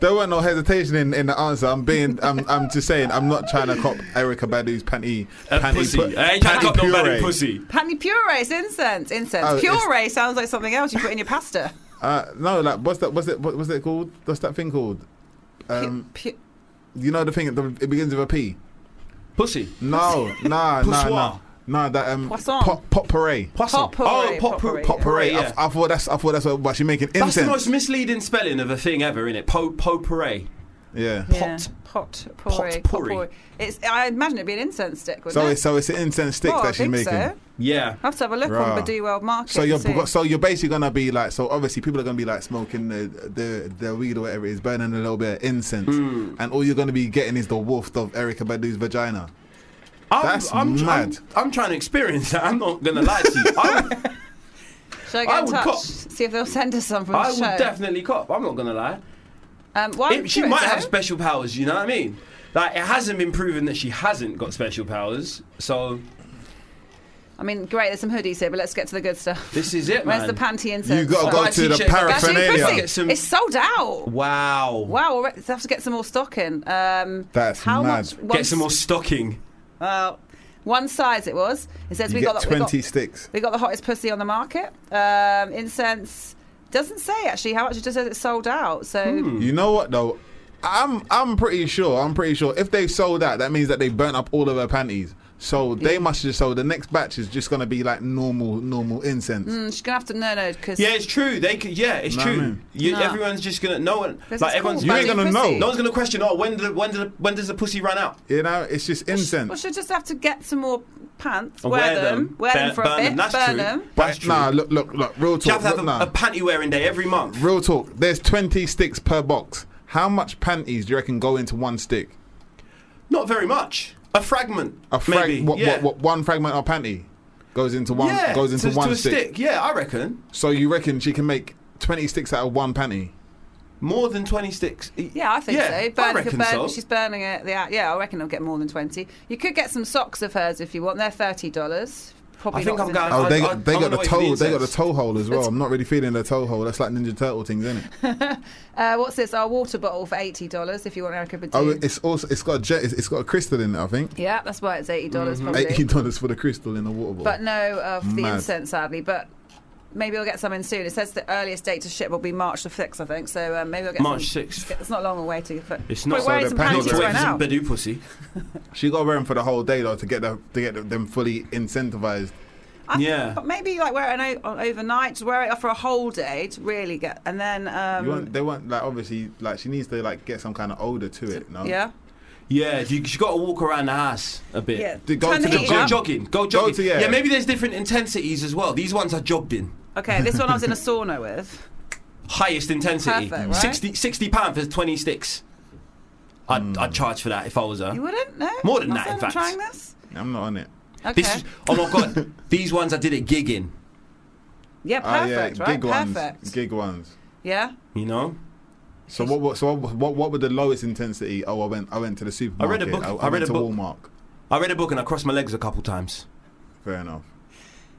Speaker 4: there weren't no hesitation in, in the answer. I'm being. I'm. I'm just saying. I'm not trying to cop Erica Badu's panty.
Speaker 3: A
Speaker 4: panty
Speaker 3: pussy.
Speaker 4: pu-
Speaker 3: I ain't trying to
Speaker 4: panty
Speaker 3: cop no bad
Speaker 4: puree.
Speaker 3: pussy.
Speaker 5: Panty puree is incense. Incense.
Speaker 4: Oh, it's-
Speaker 5: puree sounds like something else you put in your pasta.
Speaker 4: Uh, no, like what's that? What's it? What, what's it called? What's that thing called? Um,
Speaker 5: Pu- pu-
Speaker 4: you know the thing. The, it begins with a P.
Speaker 3: Pussy.
Speaker 4: No, nah, Uh, nah, nah,
Speaker 3: Poussoir.
Speaker 4: nah. That um,
Speaker 5: Poisson.
Speaker 4: pop, pop parade.
Speaker 3: Poisson.
Speaker 5: Potpourri,
Speaker 3: Oh, pot
Speaker 5: potpourri,
Speaker 3: pot
Speaker 5: yeah.
Speaker 3: parade.
Speaker 4: Parade.
Speaker 3: Yeah.
Speaker 4: I, I thought that's. I thought that's what. But she's making
Speaker 3: That's
Speaker 4: incense.
Speaker 3: the most misleading spelling of a thing ever, isn't it? Po potpourri.
Speaker 4: yeah.
Speaker 5: yeah. Pot.
Speaker 3: potpourri.
Speaker 5: Puree. potpourri. It's. I imagine it'd be an incense stick, wouldn't
Speaker 4: So
Speaker 5: it?
Speaker 4: it's so it's an incense stick
Speaker 5: Oh, I
Speaker 4: that she's
Speaker 5: think
Speaker 4: making.
Speaker 5: so.
Speaker 3: Yeah.
Speaker 5: I have to have a look
Speaker 4: Right.
Speaker 5: on Badoo World Market.
Speaker 4: So
Speaker 5: to
Speaker 4: you're
Speaker 5: see.
Speaker 4: so you're basically gonna be like so obviously people are gonna be like smoking the the, the weed or whatever it is, burning a little bit of incense,
Speaker 3: Hmm.
Speaker 4: and all you're gonna be getting is the waft of Erica Badu's vagina.
Speaker 3: I'm,
Speaker 4: That's
Speaker 3: I'm, I'm-
Speaker 4: mad.
Speaker 3: I'm, trying to experience that. I'm not going to lie to you. I,
Speaker 5: Should I
Speaker 3: I
Speaker 5: get in
Speaker 3: would
Speaker 5: touch?
Speaker 3: cop-
Speaker 5: See if they'll send us some from
Speaker 3: I
Speaker 5: the
Speaker 3: would
Speaker 5: show.
Speaker 3: definitely cop. I'm not going to lie.
Speaker 5: um, why
Speaker 3: It-
Speaker 5: would
Speaker 3: she
Speaker 5: you
Speaker 3: might
Speaker 5: though?
Speaker 3: have special powers, you know what I mean? Like, it hasn't been proven that she hasn't got special powers. So,
Speaker 5: I mean, great. There's some hoodies here, but let's get to the good stuff.
Speaker 3: this is it,
Speaker 5: Where's
Speaker 3: man.
Speaker 5: the panty incense?
Speaker 4: You gotta
Speaker 3: Buy
Speaker 4: go
Speaker 3: a
Speaker 4: to the
Speaker 3: t-shirt, buy a
Speaker 5: That's really
Speaker 3: Paraphernalia.
Speaker 5: pretty.
Speaker 4: paraphernalia.
Speaker 3: Get some-
Speaker 5: It's sold out.
Speaker 3: Wow.
Speaker 5: Wow, already I have to get some more stock in. Um,
Speaker 4: That's
Speaker 5: how
Speaker 4: mad.
Speaker 5: much?
Speaker 4: Get
Speaker 5: one
Speaker 3: Get some more stocking.
Speaker 5: Well, one size it was. It says
Speaker 4: You
Speaker 5: we
Speaker 4: get
Speaker 5: got the- we got-
Speaker 4: twenty sticks.
Speaker 5: We got the hottest pussy on the market. Um, incense doesn't say actually how much. It just says it's sold out. So
Speaker 3: Hmm.
Speaker 4: You know what though? I'm I'm pretty sure. I'm pretty sure. If they sold out, that means that they burnt up all of her panties. So they must just so the next batch is just gonna be like normal, normal incense.
Speaker 5: Mm, she's gonna have to no no because
Speaker 3: Yeah, it's true. They could, yeah, it's
Speaker 4: Nah,
Speaker 3: true.
Speaker 4: man.
Speaker 3: You,
Speaker 5: Nah.
Speaker 3: Everyone's just gonna no one
Speaker 5: Because
Speaker 3: like
Speaker 5: it's
Speaker 3: everyone's
Speaker 5: called
Speaker 4: You ain't
Speaker 5: Bunny
Speaker 4: gonna know.
Speaker 5: Pussy.
Speaker 3: no one's gonna question. Oh, when the when the when does the pussy run out?
Speaker 4: You know, it's just incense.
Speaker 5: Well, she'll just have to get some more pants,
Speaker 3: And
Speaker 5: wear,
Speaker 3: wear
Speaker 5: them,
Speaker 3: them,
Speaker 5: wear them
Speaker 3: burn-
Speaker 5: for
Speaker 3: burn
Speaker 5: a bit,
Speaker 3: them, that's
Speaker 5: burn
Speaker 3: true.
Speaker 5: them.
Speaker 3: That's
Speaker 4: but
Speaker 3: true.
Speaker 4: nah, look, look, look. Real
Speaker 3: She have
Speaker 4: talk.
Speaker 3: to have
Speaker 4: look,
Speaker 3: a,
Speaker 4: nah.
Speaker 3: a panty wearing day every month.
Speaker 4: real talk. There's 20 sticks per box. How much panties do you reckon go into one stick?
Speaker 3: Not very much. A fragment.
Speaker 4: A frag-
Speaker 3: Maybe.
Speaker 4: what,
Speaker 3: yeah.
Speaker 4: what, what, one fragment of panty goes into one
Speaker 3: yeah.
Speaker 4: goes into
Speaker 3: to,
Speaker 4: one
Speaker 3: to a
Speaker 4: stick.
Speaker 3: Yeah, I reckon
Speaker 4: So you reckon she can make 20 sticks out of one panty?
Speaker 3: more than twenty sticks. E-
Speaker 5: Yeah, I think so.
Speaker 3: I
Speaker 5: Burn,
Speaker 3: reckon
Speaker 5: burn,
Speaker 3: so.
Speaker 5: She's burning it. Yeah, yeah, I reckon I'll get more than twenty. You could get some socks of hers if you want. They're thirty dollars. Probably
Speaker 3: I think I'm
Speaker 5: not as
Speaker 3: going-
Speaker 4: Oh, they got,
Speaker 3: I'd-
Speaker 4: they
Speaker 3: I'm
Speaker 4: got
Speaker 3: gonna
Speaker 4: the
Speaker 3: wait for the
Speaker 4: toe. They got the
Speaker 3: incense.
Speaker 4: toe hole as well. I'm not really feeling the toe hole. That's like Ninja Turtle things, isn't it?
Speaker 5: Uh, what's this? Our water bottle for eighty dollars if you want Erica Badu.
Speaker 4: Oh, it's also it's got a jet. It's, it's got a crystal in it. I think
Speaker 5: yeah, that's why it's eighty dollars
Speaker 3: Mm-hmm.
Speaker 5: probably.
Speaker 4: eighty dollars for the crystal in the water bottle.
Speaker 5: But no of the
Speaker 4: Mad.
Speaker 5: incense, sadly. But maybe we'll get some in soon. It says the earliest date to ship will be March the sixth, I think. So um, maybe we'll get
Speaker 3: March
Speaker 5: some.
Speaker 3: sixth.
Speaker 5: It's not long a way to. But
Speaker 3: It's not
Speaker 5: We're wearing
Speaker 4: so
Speaker 5: some
Speaker 4: they're
Speaker 5: panties
Speaker 4: panties
Speaker 5: right now.
Speaker 3: Not Badoo pussy.
Speaker 4: she got to wear them for the whole day though to get the, to get them fully incentivized.
Speaker 5: I think-
Speaker 3: Yeah.
Speaker 5: But maybe like wear it an o- overnight, just wear it for a whole day to really get, and then um,
Speaker 4: you want, they want like obviously like she needs to like get some kind of odor to it. No,
Speaker 5: yeah,
Speaker 3: Yeah, you, you got to walk around the house a bit.
Speaker 5: yeah.
Speaker 4: Dude, go
Speaker 5: Turn
Speaker 4: to
Speaker 5: the
Speaker 4: the
Speaker 5: heat
Speaker 3: Go
Speaker 4: Yeah.
Speaker 5: up.
Speaker 3: jogging. Go jogging.
Speaker 4: to- yeah.
Speaker 3: yeah. maybe there's different intensities as well. These ones are jogged in.
Speaker 5: Okay, this one I was in a sauna with.
Speaker 3: Highest intensity.
Speaker 5: Perfect, right?
Speaker 3: 60, 60 pound for 20 sticks. I'd,
Speaker 4: Hmm.
Speaker 3: I'd charge for that if I was her.
Speaker 5: You wouldn't? No.
Speaker 3: More than that, in
Speaker 5: Not saying I'm
Speaker 3: fact.
Speaker 5: Trying this.
Speaker 4: I'm not on it.
Speaker 5: Okay.
Speaker 3: This is, oh my god, these ones I did at gigging.
Speaker 5: yeah,
Speaker 4: Ah,
Speaker 5: perfect,
Speaker 4: yeah,
Speaker 5: right?
Speaker 4: gig
Speaker 5: perfect.
Speaker 4: ones, gig ones.
Speaker 5: yeah.
Speaker 3: You know,
Speaker 4: So what? what so what, what? What were the lowest intensity? Oh, I went. I went to the supermarket.
Speaker 3: book-
Speaker 4: I,
Speaker 3: I
Speaker 4: went
Speaker 3: read a
Speaker 4: to
Speaker 3: book.
Speaker 4: Walmart.
Speaker 3: I read a book and I crossed my legs a couple times.
Speaker 4: Fair enough.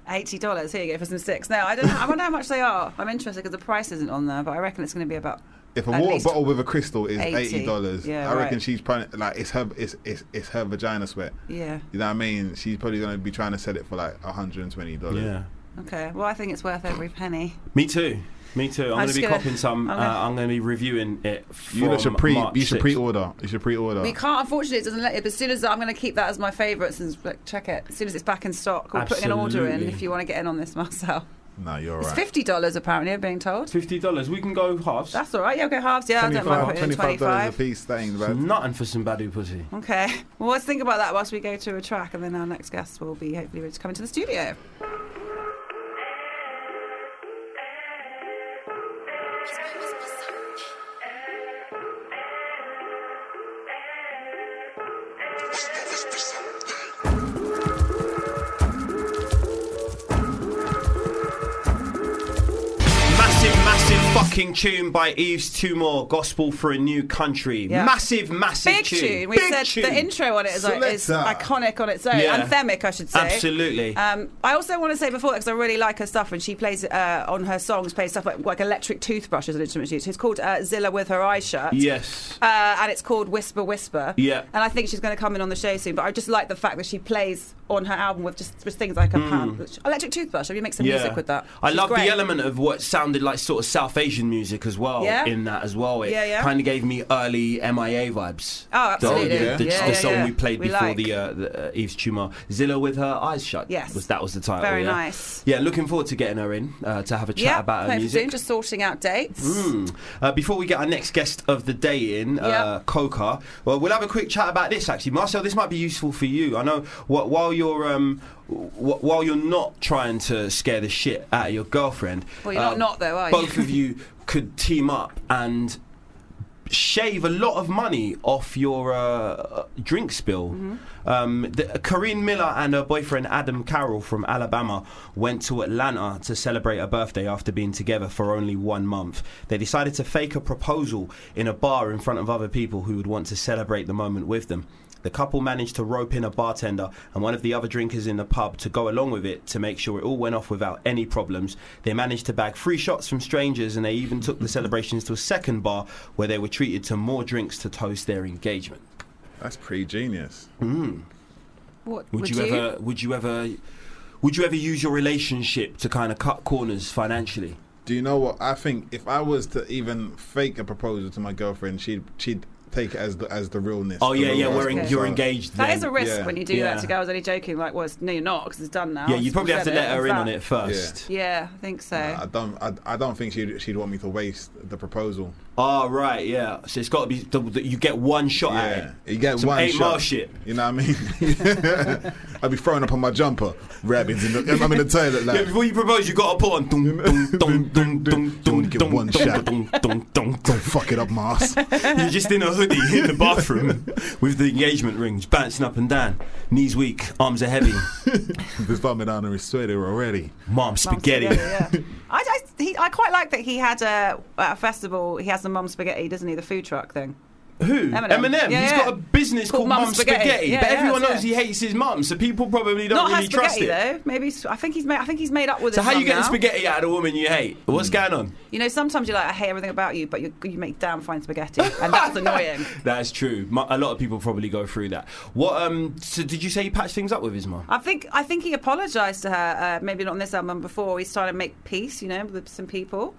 Speaker 5: Eighty dollars. Here you go for some sticks. No, I don't. Know, I wonder how much they are. I'm interested because the price isn't on there, but I reckon it's going to be about.
Speaker 4: If a
Speaker 5: At
Speaker 4: water
Speaker 5: least
Speaker 4: bottle with a crystal is
Speaker 5: 80,
Speaker 4: eighty dollars,
Speaker 5: yeah,
Speaker 4: I reckon
Speaker 5: right.
Speaker 4: she's probably like it's her. It's, it's it's her vagina sweat.
Speaker 5: Yeah.
Speaker 4: You know what I mean? She's probably gonna be trying to sell it for like hundred and twenty dollars.
Speaker 5: Okay. Well, I think it's worth every penny.
Speaker 3: Me too. Me too. I'm,
Speaker 5: I'm
Speaker 3: going to
Speaker 5: just
Speaker 3: be
Speaker 5: gonna-
Speaker 3: copping some.
Speaker 5: I'm
Speaker 3: I'm,
Speaker 5: gonna-
Speaker 3: uh, I'm going to be reviewing it. From
Speaker 4: You lot should pre.
Speaker 3: March
Speaker 4: you should
Speaker 3: 6th.
Speaker 4: pre-order. You should pre-order.
Speaker 5: We can't. Unfortunately, it doesn't let you. But as soon as I'm going to keep that as my favourite, since like, check it. As soon as it's back in stock, we're putting an order in
Speaker 3: Absolutely.
Speaker 5: if you want to get in on this, Marcel.
Speaker 4: No, you're
Speaker 5: It's
Speaker 4: right.
Speaker 5: fifty dollars apparently. I'm being told.
Speaker 3: Fifty dollars. We can go halves.
Speaker 5: That's all right. Yeah, okay, halves. Yeah, I don't mind putting in
Speaker 4: dollars a
Speaker 5: twenty-five.
Speaker 4: piece. That ain't bad.
Speaker 3: Nothing for some badu pussy.
Speaker 5: Okay. Well, let's think about that whilst we go to a track, and then our next guest will be hopefully ready to come into the studio.
Speaker 3: Massive, massive fucking tune by Eve's Two More. Gospel for a New Country.
Speaker 5: Yeah.
Speaker 3: Massive, massive
Speaker 5: Big tune. We
Speaker 3: Big
Speaker 5: said
Speaker 3: tune.
Speaker 5: the intro on it is, like, is
Speaker 4: Selector.
Speaker 5: iconic on its own.
Speaker 3: Yeah.
Speaker 5: Anthemic, I should say.
Speaker 3: Absolutely.
Speaker 5: Um, I also want to say before because I really like her stuff and she plays uh, on her songs plays stuff like, like electric toothbrushes and instruments. It's called uh, Zilla with her eyes shut.
Speaker 3: yes.
Speaker 5: Uh, and it's called Whisper Whisper.
Speaker 3: Yeah.
Speaker 5: And I think she's going to come in on the show soon. But I just like the fact that she plays on her album with just, just things like a pound, electric toothbrush. Have you make some music with that?
Speaker 3: Hmm. I
Speaker 5: She's
Speaker 3: love
Speaker 5: great.
Speaker 3: the element of what sounded like sort of South Asian music as well
Speaker 5: Yeah?
Speaker 3: in that as well. It
Speaker 5: Yeah, yeah.
Speaker 3: kind of gave me early MIA vibes.
Speaker 5: Oh, absolutely.
Speaker 3: The,
Speaker 4: Yeah.
Speaker 3: the,
Speaker 5: Yeah,
Speaker 3: the
Speaker 5: yeah,
Speaker 3: song
Speaker 5: yeah.
Speaker 3: we played
Speaker 5: We
Speaker 3: before
Speaker 5: like.
Speaker 3: the, uh, the uh, Eve's Tumor, Zilla with her eyes shut.
Speaker 5: Yes.
Speaker 3: was that was the title?
Speaker 5: Very
Speaker 3: yeah.
Speaker 5: nice.
Speaker 3: Yeah, looking forward to getting her in uh, to have a chat
Speaker 5: Yeah,
Speaker 3: about her
Speaker 5: hopefully
Speaker 3: music.
Speaker 5: soon, just sorting out dates.
Speaker 3: Mm. Uh, before we get our next guest of the day in, uh,
Speaker 5: Yep.
Speaker 3: Coca, well, we'll have a quick chat about this. Actually, Marcel, this might be useful for you. I know wh- while you're um, wh- while you're not trying to scare the shit out of your girlfriend, um,
Speaker 5: Well, you're not not though, are you?
Speaker 3: Uh, both of you could team up and shave a lot of money off your uh, drink spill. Um, the, Corinne Miller and her boyfriend Adam Carroll from Alabama went to Atlanta to celebrate a birthday after being together for only one month. They decided to fake a proposal in a bar in front of other people who would want to celebrate the moment with them. The couple managed to rope in a bartender and one of the other drinkers in the pub to go along with it to make sure it all went off without any problems. They managed to bag free shots from strangers and they even took the celebrations to a second bar where they were treated to more drinks to toast their engagement.
Speaker 4: That's pretty genius.
Speaker 5: What
Speaker 3: Would, you, ever would you ever would you ever use your relationship to kind of cut corners financially?
Speaker 4: Do Do you know what I think? If I was to even fake a proposal to my girlfriend, she'd she'd take it as the as the realness.
Speaker 3: Oh
Speaker 4: the
Speaker 3: yeah,
Speaker 4: real
Speaker 3: yeah, we're
Speaker 4: aspect.
Speaker 3: en-
Speaker 5: Okay.
Speaker 3: you're
Speaker 4: So-
Speaker 3: engaged.
Speaker 5: That
Speaker 3: then.
Speaker 5: is a risk
Speaker 4: yeah.
Speaker 5: when you do
Speaker 3: Yeah.
Speaker 5: that to go, I was only joking, like, well, it's, no, you're not, because it's done now.
Speaker 3: Yeah, you probably have to
Speaker 5: Said it,
Speaker 3: let her
Speaker 5: it's
Speaker 3: in on
Speaker 5: that.
Speaker 3: it first.
Speaker 5: Yeah, I think so.
Speaker 4: I don't I, I don't think she'd she'd want me to waste the proposal.
Speaker 3: Oh right, yeah. So it's got to be double. You get one shot at
Speaker 4: Yeah,
Speaker 3: it.
Speaker 4: you get
Speaker 3: Some
Speaker 4: one
Speaker 3: eight
Speaker 4: shot.
Speaker 3: mile shit.
Speaker 4: You know what I mean? I'd be throwing up on my jumper, rabbits. In the, I'm in the toilet.
Speaker 3: Yeah,
Speaker 4: Like,
Speaker 3: before you propose, you got to put on. Dun, dun, dun, dun, dun, dun,
Speaker 4: Don't get
Speaker 3: dun,
Speaker 4: one
Speaker 3: dun,
Speaker 4: shot.
Speaker 3: dun, dun, dun, dun.
Speaker 4: don't fuck it up, Mars.
Speaker 3: You're just in a hoodie in the bathroom with the engagement rings bouncing up and down. Knees weak, arms are heavy.
Speaker 4: This vomit on her is sweaty already.
Speaker 3: Mom
Speaker 5: Mum
Speaker 3: spaghetti.
Speaker 5: yeah. I, just- he, I quite like that he had a, at a festival, he has the mum spaghetti, doesn't he? The food truck thing.
Speaker 3: Who?
Speaker 5: Eminem.
Speaker 3: Eminem.
Speaker 5: Yeah,
Speaker 3: He's
Speaker 5: yeah.
Speaker 3: got a business called, Mum Spaghetti,
Speaker 5: Yeah,
Speaker 3: but
Speaker 5: yeah,
Speaker 3: everyone
Speaker 5: that's
Speaker 3: knows
Speaker 5: it.
Speaker 3: he hates his mum, so people probably don't
Speaker 5: Not
Speaker 3: really
Speaker 5: her
Speaker 3: trust
Speaker 5: spaghetti,
Speaker 3: it.
Speaker 5: though. Maybe, s- I think he's made, I think he's made up with
Speaker 3: So
Speaker 5: his
Speaker 3: how
Speaker 5: mum
Speaker 3: you getting
Speaker 5: now. Mm.
Speaker 3: spaghetti out of a woman you hate? What's going on?
Speaker 5: You know, sometimes you're like, I hate everything about you, but you, you make damn fine spaghetti, and that's annoying.
Speaker 3: That's true. Mu- A lot of people probably go through that. What? Um. So did you say he patched things up with his mum?
Speaker 5: I think I think he apologised to her. Uh, maybe not on this album before. He's trying to make peace, you know, with some people.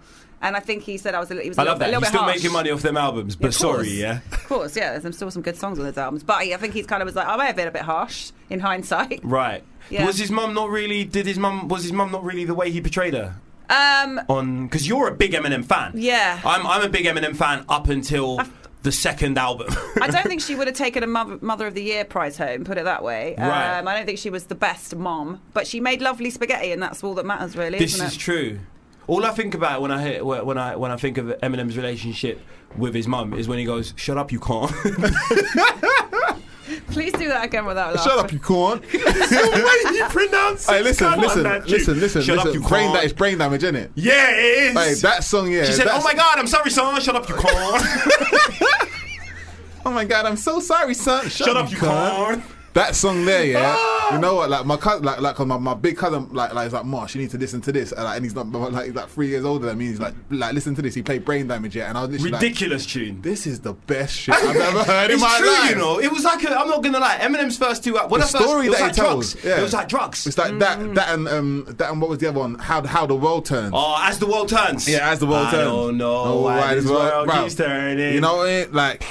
Speaker 5: And I think he said I was. A, li- he was a
Speaker 3: I love
Speaker 5: little
Speaker 3: that.
Speaker 5: bit- A
Speaker 3: He's
Speaker 5: little bit
Speaker 3: still
Speaker 5: harsh.
Speaker 3: making money off them albums,
Speaker 5: Yeah,
Speaker 3: but
Speaker 5: of
Speaker 3: sorry,
Speaker 5: course.
Speaker 3: yeah.
Speaker 5: Of course, yeah. There's still some good songs on his albums, but I think he's kind of was like, I may have been a bit harsh in hindsight.
Speaker 3: Right.
Speaker 5: Yeah.
Speaker 3: Was his mum not really? Did his mum? Was his mum not really the way he portrayed her?
Speaker 5: Um,
Speaker 3: On because you're a big Eminem fan.
Speaker 5: Yeah.
Speaker 3: I'm. I'm a big Eminem fan up until the second album.
Speaker 5: I don't think she would have taken a mother, mother of the year prize home. Put it that way.
Speaker 3: Right.
Speaker 5: Um, I don't think she was the best mom, but she made lovely spaghetti, and that's all that matters, really.
Speaker 3: This
Speaker 5: isn't
Speaker 3: is
Speaker 5: it?
Speaker 3: true. All I think about when I hear, when I when I think of Eminem's relationship with his mum is when he goes, "Shut up, you can't."
Speaker 5: Please do that again without laughing.
Speaker 4: Shut up, you corn.
Speaker 3: you pronounce.
Speaker 4: Hey, listen, listen, listen, listen,
Speaker 3: Shut up,
Speaker 4: listen.
Speaker 3: you
Speaker 4: brain
Speaker 3: can't.
Speaker 4: that is brain damage, isn't it?
Speaker 3: yeah, it is.
Speaker 4: Hey, that song, yeah.
Speaker 3: she said,
Speaker 4: that's-
Speaker 3: "Oh my god, I'm sorry, son. Shut up, you can't.
Speaker 4: oh my god, I'm so sorry, son. Shut,
Speaker 3: Shut up, you
Speaker 4: cunt."
Speaker 3: can't." Ah!
Speaker 4: That song there, yeah. you know what? Like my cousin, like like 'cause my, my big cousin, like like is like Marsh. You need to listen to this, and, like, and he's not like he's like three years older than me. He's like like listen to this. He played brain damage, yeah, and I was literally like,
Speaker 3: Ridiculous tune.
Speaker 4: this is the best shit I've ever heard in
Speaker 3: it's
Speaker 4: my
Speaker 3: true,
Speaker 4: life.
Speaker 3: you know. It was like a, I'm not gonna lie. Eminem's first two. al- When
Speaker 4: the
Speaker 3: I first,
Speaker 4: story
Speaker 3: it was
Speaker 4: that
Speaker 3: like
Speaker 4: he tells.
Speaker 3: drugs.
Speaker 4: yeah.
Speaker 3: It was like drugs.
Speaker 4: It's like that, that, and um, that, and what was the other one? How how the world turns.
Speaker 3: oh, as the world turns.
Speaker 4: Yeah, as the world
Speaker 3: I
Speaker 4: turns.
Speaker 3: don't know
Speaker 4: Oh,
Speaker 3: why,
Speaker 4: why
Speaker 3: this world,
Speaker 4: bro,
Speaker 3: keeps turning.
Speaker 4: You know what I mean? Like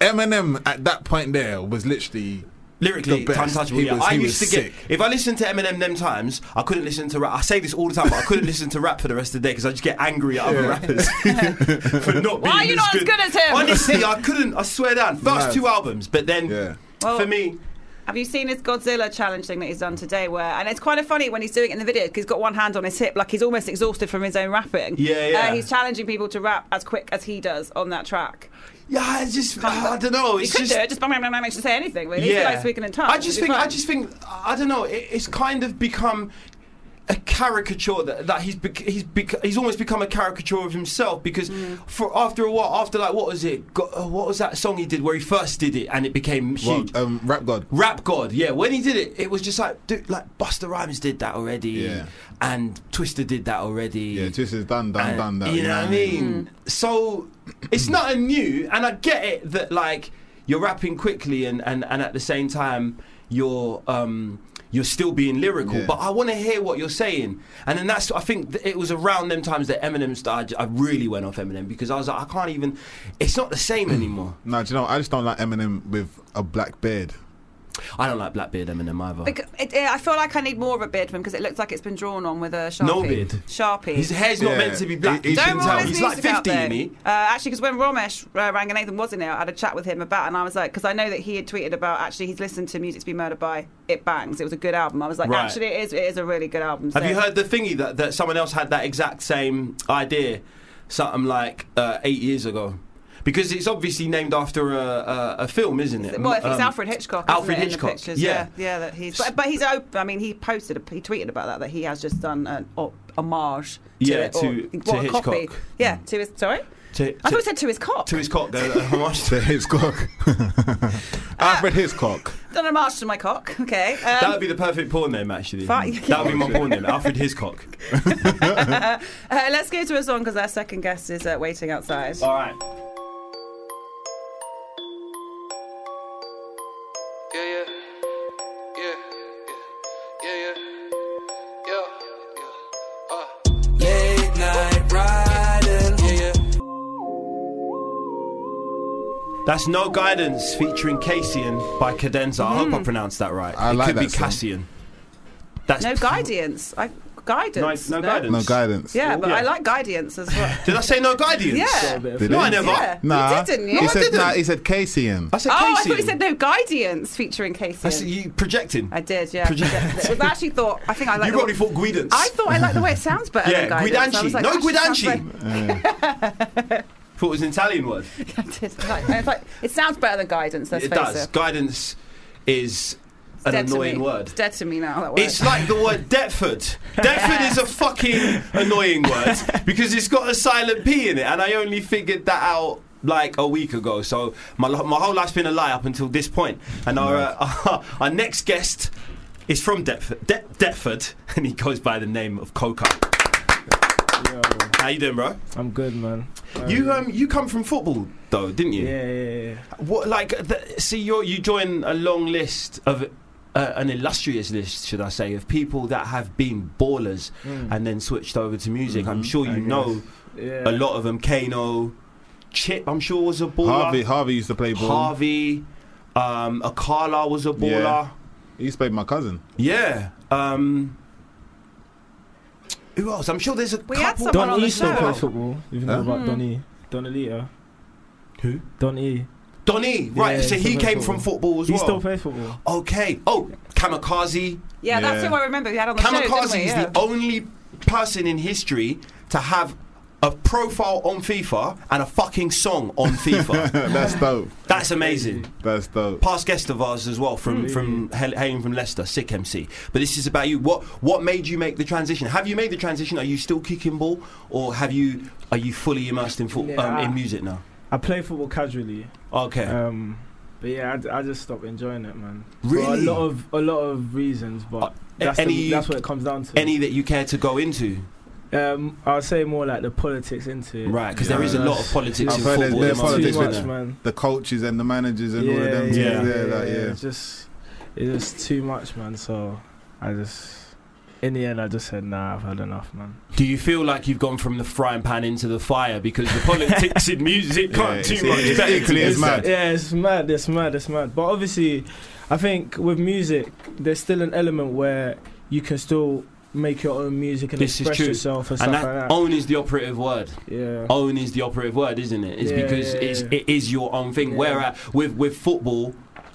Speaker 4: Eminem at that point there was literally
Speaker 3: Lyrically,
Speaker 4: the best.
Speaker 3: untouchable.
Speaker 4: He
Speaker 3: yeah.
Speaker 4: was-
Speaker 3: I
Speaker 4: he
Speaker 3: used to
Speaker 4: was
Speaker 3: get
Speaker 4: sick.
Speaker 3: if I listened to Eminem them times, I couldn't listen to rap. I say this all the time, but I couldn't listen to rap for the rest of the day because I just get angry at other rappers for not being.
Speaker 5: Why are you not as good as him?
Speaker 3: Honestly, I couldn't. I swear down. First
Speaker 4: Mad.
Speaker 3: two albums, but then
Speaker 4: Yeah.
Speaker 5: Well-
Speaker 3: for me,
Speaker 5: Have you seen his Godzilla challenge thing that he's done today? Where and it's kind of funny when he's doing it in the video because he's got one hand on his hip, like he's almost exhausted from his own rapping.
Speaker 3: Yeah, yeah.
Speaker 5: Uh, he's challenging people to rap as quick as he does on that track.
Speaker 3: yeah, I just Oh, I don't know.
Speaker 5: He
Speaker 3: It's
Speaker 5: could
Speaker 3: just
Speaker 5: do it, just bang, bang, bang, bang, just say anything. Really, yeah. like speaking in tongues.
Speaker 3: I just
Speaker 5: it'd be
Speaker 3: think, I
Speaker 5: fine.
Speaker 3: just think, I don't know. It, it's kind of become a caricature that, that he's bec- he's bec- he's almost become a caricature of himself because
Speaker 5: Mm.
Speaker 3: for after a while, after like what was it? Go, uh, what was that song he did where he first did it and it became huge?
Speaker 4: What, um, Rap God.
Speaker 3: Rap God, yeah. When he did it, it was just like, dude, like Buster Rhymes did that already,
Speaker 4: Yeah.
Speaker 3: and Twister did that already.
Speaker 4: Yeah, Twist is done, done,
Speaker 3: And
Speaker 4: done. That
Speaker 3: You know what I mean?
Speaker 5: Mm.
Speaker 3: So it's nothing new, and I get it that like you're rapping quickly and and, and at the same time you're um you're still being lyrical.
Speaker 4: Yeah.
Speaker 3: But I want to hear what you're saying, and then that's I think that it was around them times that Eminem started. I really went off Eminem because I was like I can't even. It's not the same anymore.
Speaker 4: No, do you know? what? I just don't like Eminem with a black beard.
Speaker 3: I don't like Blackbeard Eminem either.
Speaker 5: Because it, yeah, I feel like I need more of a beard from because it looks like it's been drawn on with a sharpie.
Speaker 3: No beard.
Speaker 5: Sharpie.
Speaker 3: his hair's not
Speaker 4: Yeah.
Speaker 3: meant to be black.
Speaker 4: He- he
Speaker 3: you can
Speaker 4: shouldn't
Speaker 5: Don't rule
Speaker 4: tell.
Speaker 3: tell.
Speaker 5: his
Speaker 3: He's like
Speaker 5: music out
Speaker 3: 50,
Speaker 5: there.
Speaker 3: you mean?
Speaker 5: Uh, actually, because when Ramesh uh, Ranganathan wasn't here, I had a chat with him about, and I was like, because I know that he had tweeted about actually he's listened to Music to Be Murdered by. It bangs. It was a good album. I was like,
Speaker 3: Right.
Speaker 5: actually, it is. It is a really good album.
Speaker 3: Have
Speaker 5: so-
Speaker 3: you heard the thingy that, that someone else had that exact same idea, something like uh, eight years ago? Because it's obviously named after a, a, a film, isn't it?
Speaker 5: Well, if it's
Speaker 3: Um,
Speaker 5: Alfred Hitchcock, isn't
Speaker 3: Alfred
Speaker 5: it, in the
Speaker 3: Hitchcock,
Speaker 5: pictures?
Speaker 3: yeah.
Speaker 5: yeah, that he's. But, but he's open. I mean, he posted, a, he tweeted about that that he has just done an o- homage. To
Speaker 3: Yeah,
Speaker 5: it, or,
Speaker 3: to-
Speaker 5: what,
Speaker 3: to
Speaker 5: a copy.
Speaker 3: Hitchcock.
Speaker 5: Yeah, to his. Sorry,
Speaker 3: To,
Speaker 5: I thought
Speaker 3: to,
Speaker 5: it said to his cock.
Speaker 3: to his cock. uh, uh, how much-
Speaker 4: To Hitchcock. Alfred Hitchcock.
Speaker 5: done an homage to my cock. Okay. Um,
Speaker 3: that would be the perfect porn name, actually.
Speaker 5: Fine.
Speaker 3: That would be my porn name, Alfred Hitchcock.
Speaker 5: Uh, let's go to a song because our second guest is uh, waiting outside.
Speaker 3: All right.
Speaker 9: Yeah, yeah, yeah, yeah, yeah, yeah, yeah, yeah, yeah. Uh. Late night
Speaker 3: That's No Guidance featuring Cassian by Cadenza. I
Speaker 5: Mm-hmm.
Speaker 3: hope I pronounced that right.
Speaker 4: I
Speaker 3: it
Speaker 4: like
Speaker 3: could be
Speaker 4: that song.
Speaker 3: Cassian. That's
Speaker 5: No guidance. I guidance.
Speaker 3: No- no guidance. Oh,
Speaker 4: No guidance.
Speaker 5: Yeah, but
Speaker 3: Yeah.
Speaker 5: I like guidance as well.
Speaker 3: Did I say no guidance?
Speaker 5: Yeah.
Speaker 4: Did
Speaker 3: No,
Speaker 4: he?
Speaker 3: I never.
Speaker 5: Yeah.
Speaker 4: Nah.
Speaker 5: You did, didn't you?
Speaker 4: He
Speaker 5: No, I
Speaker 4: said
Speaker 3: didn't.
Speaker 4: nah. He said Cassian.
Speaker 3: I said
Speaker 5: Oh, I
Speaker 3: Casey.
Speaker 5: thought you said no guidance featuring Casey.
Speaker 3: I said you projecting.
Speaker 5: I did, yeah.
Speaker 3: Project-
Speaker 5: Project- I actually thought. I think I like.
Speaker 3: you probably thought guidance.
Speaker 5: I thought I liked the way it sounds better
Speaker 3: yeah,
Speaker 5: than guidance. I
Speaker 3: guidanci.
Speaker 5: was like, "Oh,
Speaker 3: no
Speaker 5: actually, sounds
Speaker 3: guidanci. thought it was an Italian word.
Speaker 5: like- I did. I like- I was like, it sounds better than guidance. Let's
Speaker 3: it
Speaker 5: face
Speaker 3: does.
Speaker 5: it.
Speaker 3: Guidance is
Speaker 5: It's
Speaker 3: an
Speaker 5: dead to
Speaker 3: annoying
Speaker 5: me.
Speaker 3: word.
Speaker 5: It's dead to me now. That word.
Speaker 3: It's like the word Deptford. Deptford is a fucking annoying word because it's got a silent P in it, and I only figured that out like a week ago. So my, lo- my whole life's been a lie up until this point. And our, uh, our next guest is from Deptford, De- Deptford, and he goes by the name of Coco. How you doing, bro?
Speaker 10: I'm good, man.
Speaker 3: You um you come from football though, didn't you?
Speaker 10: Yeah, yeah, yeah.
Speaker 3: What like th- see you you join a long list of uh, an illustrious list, should I say, of people that have been ballers
Speaker 10: Mm.
Speaker 3: and then switched over to music. I'm sure you
Speaker 10: Hmm, I
Speaker 3: know
Speaker 10: yeah.
Speaker 3: a lot of them. Kano, Chip, I'm sure was a baller.
Speaker 4: Harvey. Harvey used to play ball.
Speaker 3: Harvey, um, Akala was a baller.
Speaker 4: He used to play with my cousin.
Speaker 3: Yeah. Um, who else? I'm sure there's a
Speaker 5: We had
Speaker 3: couple.
Speaker 5: someone
Speaker 10: Don
Speaker 5: on the
Speaker 10: E still
Speaker 5: show.
Speaker 10: plays football. Even
Speaker 4: Huh?
Speaker 10: know about
Speaker 5: Mm.
Speaker 10: Don E. Don Alita.
Speaker 3: Who?
Speaker 10: Don E.
Speaker 3: Donny, right?
Speaker 10: Yeah,
Speaker 3: so
Speaker 10: he
Speaker 3: he
Speaker 10: still
Speaker 3: came
Speaker 10: plays
Speaker 3: from
Speaker 10: football.
Speaker 3: football as
Speaker 10: He
Speaker 3: well.
Speaker 10: still plays football.
Speaker 3: okay. Oh, Kamikaze.
Speaker 5: yeah, that's
Speaker 4: Yeah.
Speaker 5: who I remember. We had on the show.
Speaker 3: Kamikaze
Speaker 5: didn't we?
Speaker 3: is
Speaker 5: Yeah.
Speaker 3: the only person in history to have a profile on FIFA and a fucking song on FIFA.
Speaker 4: That's dope.
Speaker 3: That's amazing.
Speaker 4: That's dope.
Speaker 3: Past guest of ours as well from from hail- hailing from Leicester, sick MC. But this is about you. What what made you make the transition? Have you made the transition? Are you still kicking ball, or have you are you fully immersed in football um,
Speaker 10: Yeah.
Speaker 3: in music now?
Speaker 10: I play football casually.
Speaker 3: Okay,
Speaker 10: Um, but yeah, I d- I, just stopped enjoying it, man.
Speaker 3: Really?
Speaker 10: For a lot of a lot of reasons, but
Speaker 3: Uh,
Speaker 10: that's,
Speaker 3: any-
Speaker 10: the, that's what it comes down to.
Speaker 3: any that you care to go into,
Speaker 10: um, I'll say more like the politics into it.
Speaker 3: right? Because
Speaker 4: Yeah.
Speaker 3: there is a lot of politics in
Speaker 4: I've heard
Speaker 3: football.
Speaker 4: there's-
Speaker 3: at
Speaker 4: there's
Speaker 3: the moment,
Speaker 10: It's too
Speaker 4: politics,
Speaker 3: isn't
Speaker 10: much,
Speaker 3: there?
Speaker 10: man.
Speaker 4: The coaches and the managers and all of them.
Speaker 3: yeah,
Speaker 4: Yeah, yeah, like, yeah.
Speaker 10: It's just it's just too much, man. So I just in the end, I just said, nah, I've had enough, man.
Speaker 3: Do you feel like you've gone from the frying pan into the fire because the politics in music
Speaker 4: Yeah,
Speaker 3: can't
Speaker 4: it's-
Speaker 3: do much
Speaker 4: it's
Speaker 3: better?
Speaker 4: equally as
Speaker 3: than
Speaker 4: mad.
Speaker 3: that?
Speaker 10: Yeah, it's mad. It's mad. It's mad. But obviously, I think with music, there's still an element where you can still make your own music and
Speaker 3: This is
Speaker 10: express
Speaker 3: true.
Speaker 10: yourself and,
Speaker 3: And
Speaker 10: stuff
Speaker 3: that
Speaker 10: like
Speaker 3: own is the operative word.
Speaker 10: that. Yeah.
Speaker 3: Own is the operative word, isn't it? It's
Speaker 10: Yeah,
Speaker 3: because
Speaker 10: yeah,
Speaker 3: it's
Speaker 10: yeah.
Speaker 3: it is your own thing.
Speaker 10: Yeah.
Speaker 3: Whereas with with football,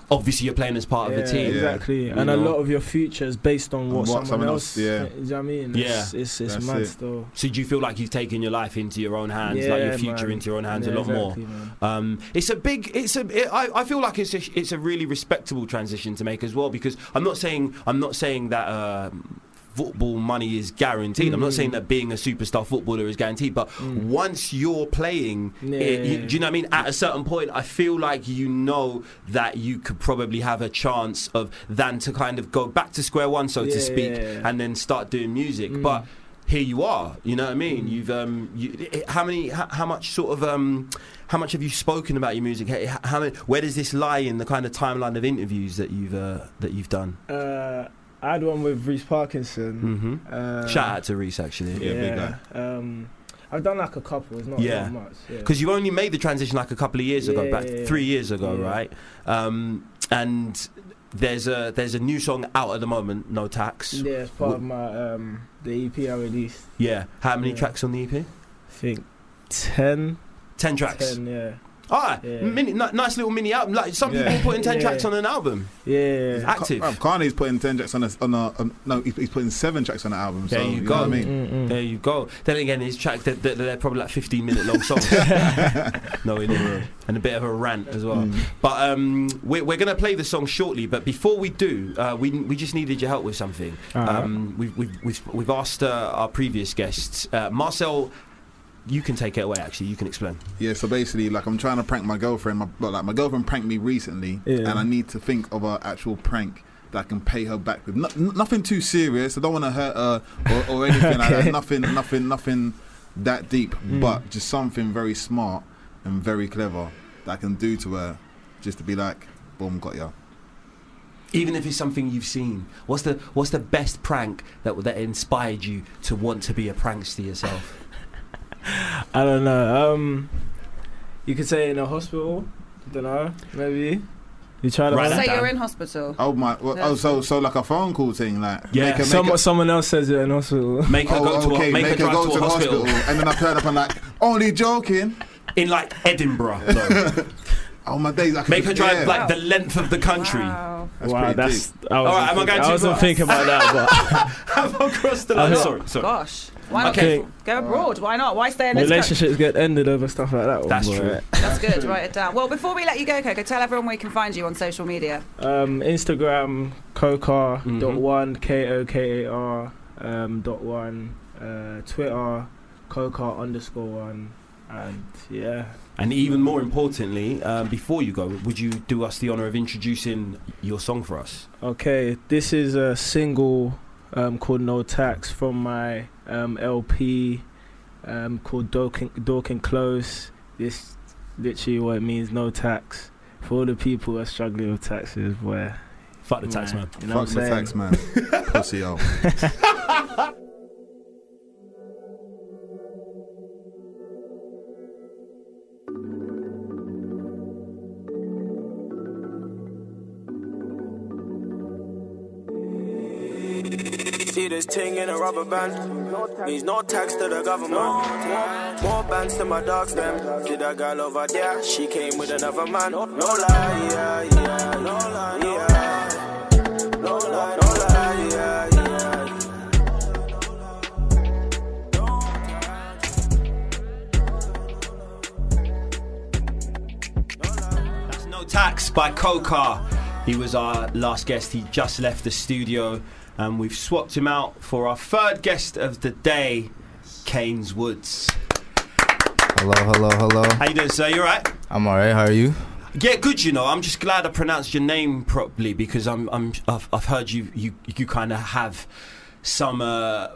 Speaker 3: obviously you're playing as part
Speaker 10: Yeah,
Speaker 3: of the team.
Speaker 4: Yeah.
Speaker 10: Exactly,
Speaker 3: You
Speaker 10: and
Speaker 3: know.
Speaker 10: a lot of your future is based on what, someone, else.
Speaker 4: yeah.
Speaker 10: you know what I mean,
Speaker 3: Yeah.
Speaker 10: it's it's, it's
Speaker 4: That's
Speaker 10: mad
Speaker 4: it.
Speaker 10: still.
Speaker 3: So do you feel like you've taken your life into your own hands, like your
Speaker 10: Yeah,
Speaker 3: future
Speaker 10: man.
Speaker 3: into your own hands
Speaker 10: yeah,
Speaker 3: a lot more?
Speaker 10: exactly, Man.
Speaker 3: Um, it's a big. It's a. It, I, I feel like it's a, it's a really respectable transition to make as well because I'm not saying I'm not saying that um, football money is guaranteed. I'm not
Speaker 10: Mm.
Speaker 3: saying that being a superstar footballer is guaranteed. But
Speaker 10: Mm.
Speaker 3: once you're playing,
Speaker 10: Yeah,
Speaker 3: it,
Speaker 10: yeah,
Speaker 3: you,
Speaker 10: yeah.
Speaker 3: do you know what I mean? At a certain point, I feel like you know that you could probably have a chance of than to kind of go back to square one, so
Speaker 10: Yeah,
Speaker 3: to speak,
Speaker 10: yeah, yeah.
Speaker 3: and then start doing music.
Speaker 10: Mm.
Speaker 3: But here you are. You know what I mean?
Speaker 10: Mm.
Speaker 3: You've um, you, it- how many? How, how much sort of um, how much have you spoken about your music? How, how many, where does this lie in the kind of timeline of interviews that you've uh, that you've done?
Speaker 10: Uh, I had one with Reese Parkinson.
Speaker 3: Mm-hmm.
Speaker 10: Uh,
Speaker 3: Shout out to Reese actually,
Speaker 4: Yeah, big guy.
Speaker 10: Um, I've done like a couple. It's not
Speaker 3: Yeah.
Speaker 10: not much. Yeah.
Speaker 3: because you only made the transition like a couple of years ago,
Speaker 10: Yeah,
Speaker 3: about
Speaker 10: yeah, yeah.
Speaker 3: three years ago,
Speaker 10: Yeah.
Speaker 3: right? Um, and there's a there's a new song out at the moment, No Tax. Yeah.
Speaker 10: Yeah, it's part of my um the EP I released.
Speaker 3: How many
Speaker 10: Yeah.
Speaker 3: tracks on the EP?
Speaker 10: I think ten.
Speaker 3: Ten tracks.
Speaker 10: Ten, yeah.
Speaker 3: Ah,
Speaker 10: Yeah.
Speaker 3: mini, ni- nice little mini album. Like some
Speaker 4: Yeah.
Speaker 3: people putting ten
Speaker 10: Yeah.
Speaker 3: tracks on an album.
Speaker 10: Yeah.
Speaker 3: Active.
Speaker 4: Bruv, Kanye's putting ten tracks on a, on a um, no, he- he's putting seven tracks on an album.
Speaker 3: There
Speaker 4: so,
Speaker 3: you
Speaker 4: know
Speaker 3: go. Mm.
Speaker 4: what I mean,
Speaker 11: Mm,
Speaker 10: Mm-mm.
Speaker 3: There you go. Then again, his tracks they're, they're, they're probably like 15 minute long songs. no, in it. and a bit of a rant as well.
Speaker 4: Mm.
Speaker 3: But um, we're, we're going to play the song shortly. But before we do, uh, we, we just needed your help with something.
Speaker 10: Alright.
Speaker 3: Um, we've, we've, we've, we've asked uh, our previous guests, uh, Marcel. You can take it away. Actually, you can explain.
Speaker 4: Yeah, so basically, like I'm trying to prank my girlfriend. My, well, like my girlfriend pranked me recently,
Speaker 10: Yeah.
Speaker 4: and I need to think of an actual prank that I can pay her back with. No, n- nothing too serious. I don't want to hurt her or, or anything like that.
Speaker 10: Okay. Mm.
Speaker 4: Nothing, nothing, nothing that deep. But just something very smart and very clever that I can do to her, just to be like, boom, got ya.
Speaker 3: Even if it's something you've seen, what's the what's the best prank that that inspired you to want to be a prankster yourself?
Speaker 10: I don't know. Um, you could say in a hospital.
Speaker 11: Don't know. Maybe. You try to.
Speaker 3: Right,
Speaker 5: So
Speaker 3: that down.
Speaker 5: you're in hospital.
Speaker 4: Oh my! Well, oh, so so like a phone call thing, like
Speaker 3: Yeah.
Speaker 4: Make a, make
Speaker 11: Some,
Speaker 4: a,
Speaker 11: someone else says it in hospital.
Speaker 3: Make her go
Speaker 4: oh,
Speaker 3: to
Speaker 4: okay,
Speaker 3: a, make, her drive
Speaker 4: go
Speaker 3: to a hospital.
Speaker 4: and then I turn up and like only joking.
Speaker 3: in like Edinburgh. though.
Speaker 4: Oh my days! I could
Speaker 3: make her drive
Speaker 4: yeah,
Speaker 3: like the length of the country.
Speaker 5: Wow.
Speaker 4: That's
Speaker 11: wow,
Speaker 4: pretty
Speaker 11: that's.
Speaker 4: deep.
Speaker 11: I wasn't,
Speaker 3: Alright, am I
Speaker 11: thinking,
Speaker 3: going too
Speaker 11: wasn't
Speaker 3: far?
Speaker 11: thinking about that, but
Speaker 3: Have across the
Speaker 11: I
Speaker 3: line.
Speaker 11: think-
Speaker 3: Sorry, sorry.
Speaker 5: Gosh. Why not
Speaker 11: Okay.
Speaker 5: go, go abroad? Why not? Why stay in this country?
Speaker 11: relationships get ended over stuff like that.
Speaker 3: That's
Speaker 11: boy.
Speaker 3: true.
Speaker 5: That's good. Write it down. Well, before we let you go, Coco, tell everyone where you can find you on social media.
Speaker 11: Um, Instagram Kokar dot
Speaker 3: Mm-hmm.
Speaker 11: one K O K A R um, dot one. Uh, Twitter Kokar underscore one. And yeah,
Speaker 3: And even more importantly, um, before you go, would you do us the honour of introducing your song for us?
Speaker 11: okay. This is a single um, called No Tax from my um, LP um, called Dorking, Dorking Close. This literally what it means. No tax for all the people who are struggling with taxes. Where
Speaker 3: Fuck the tax man.
Speaker 11: You know what
Speaker 4: Fuck the
Speaker 11: I'm saying?
Speaker 4: tax man, pussy out.
Speaker 12: See this ting in a rubber band. Means no tax to the government. More, more bands to my dogs, them. See that girl over there? She came with another man. No lie, yeah, yeah. No lie, yeah. No lie, no lie, yeah, yeah.
Speaker 3: That's No Tax by Kokar. He was our last guest. He just left the studio and we've swapped him out for our third guest of the day, Keynes Woods.
Speaker 13: Hello, hello, hello.
Speaker 3: How you doing, sir? You alright?
Speaker 13: I'm alright. How are you?
Speaker 3: Yeah, good. You know, I'm just glad I pronounced your name properly because I'm, I'm I've, I've heard you, you, you kind of have some uh,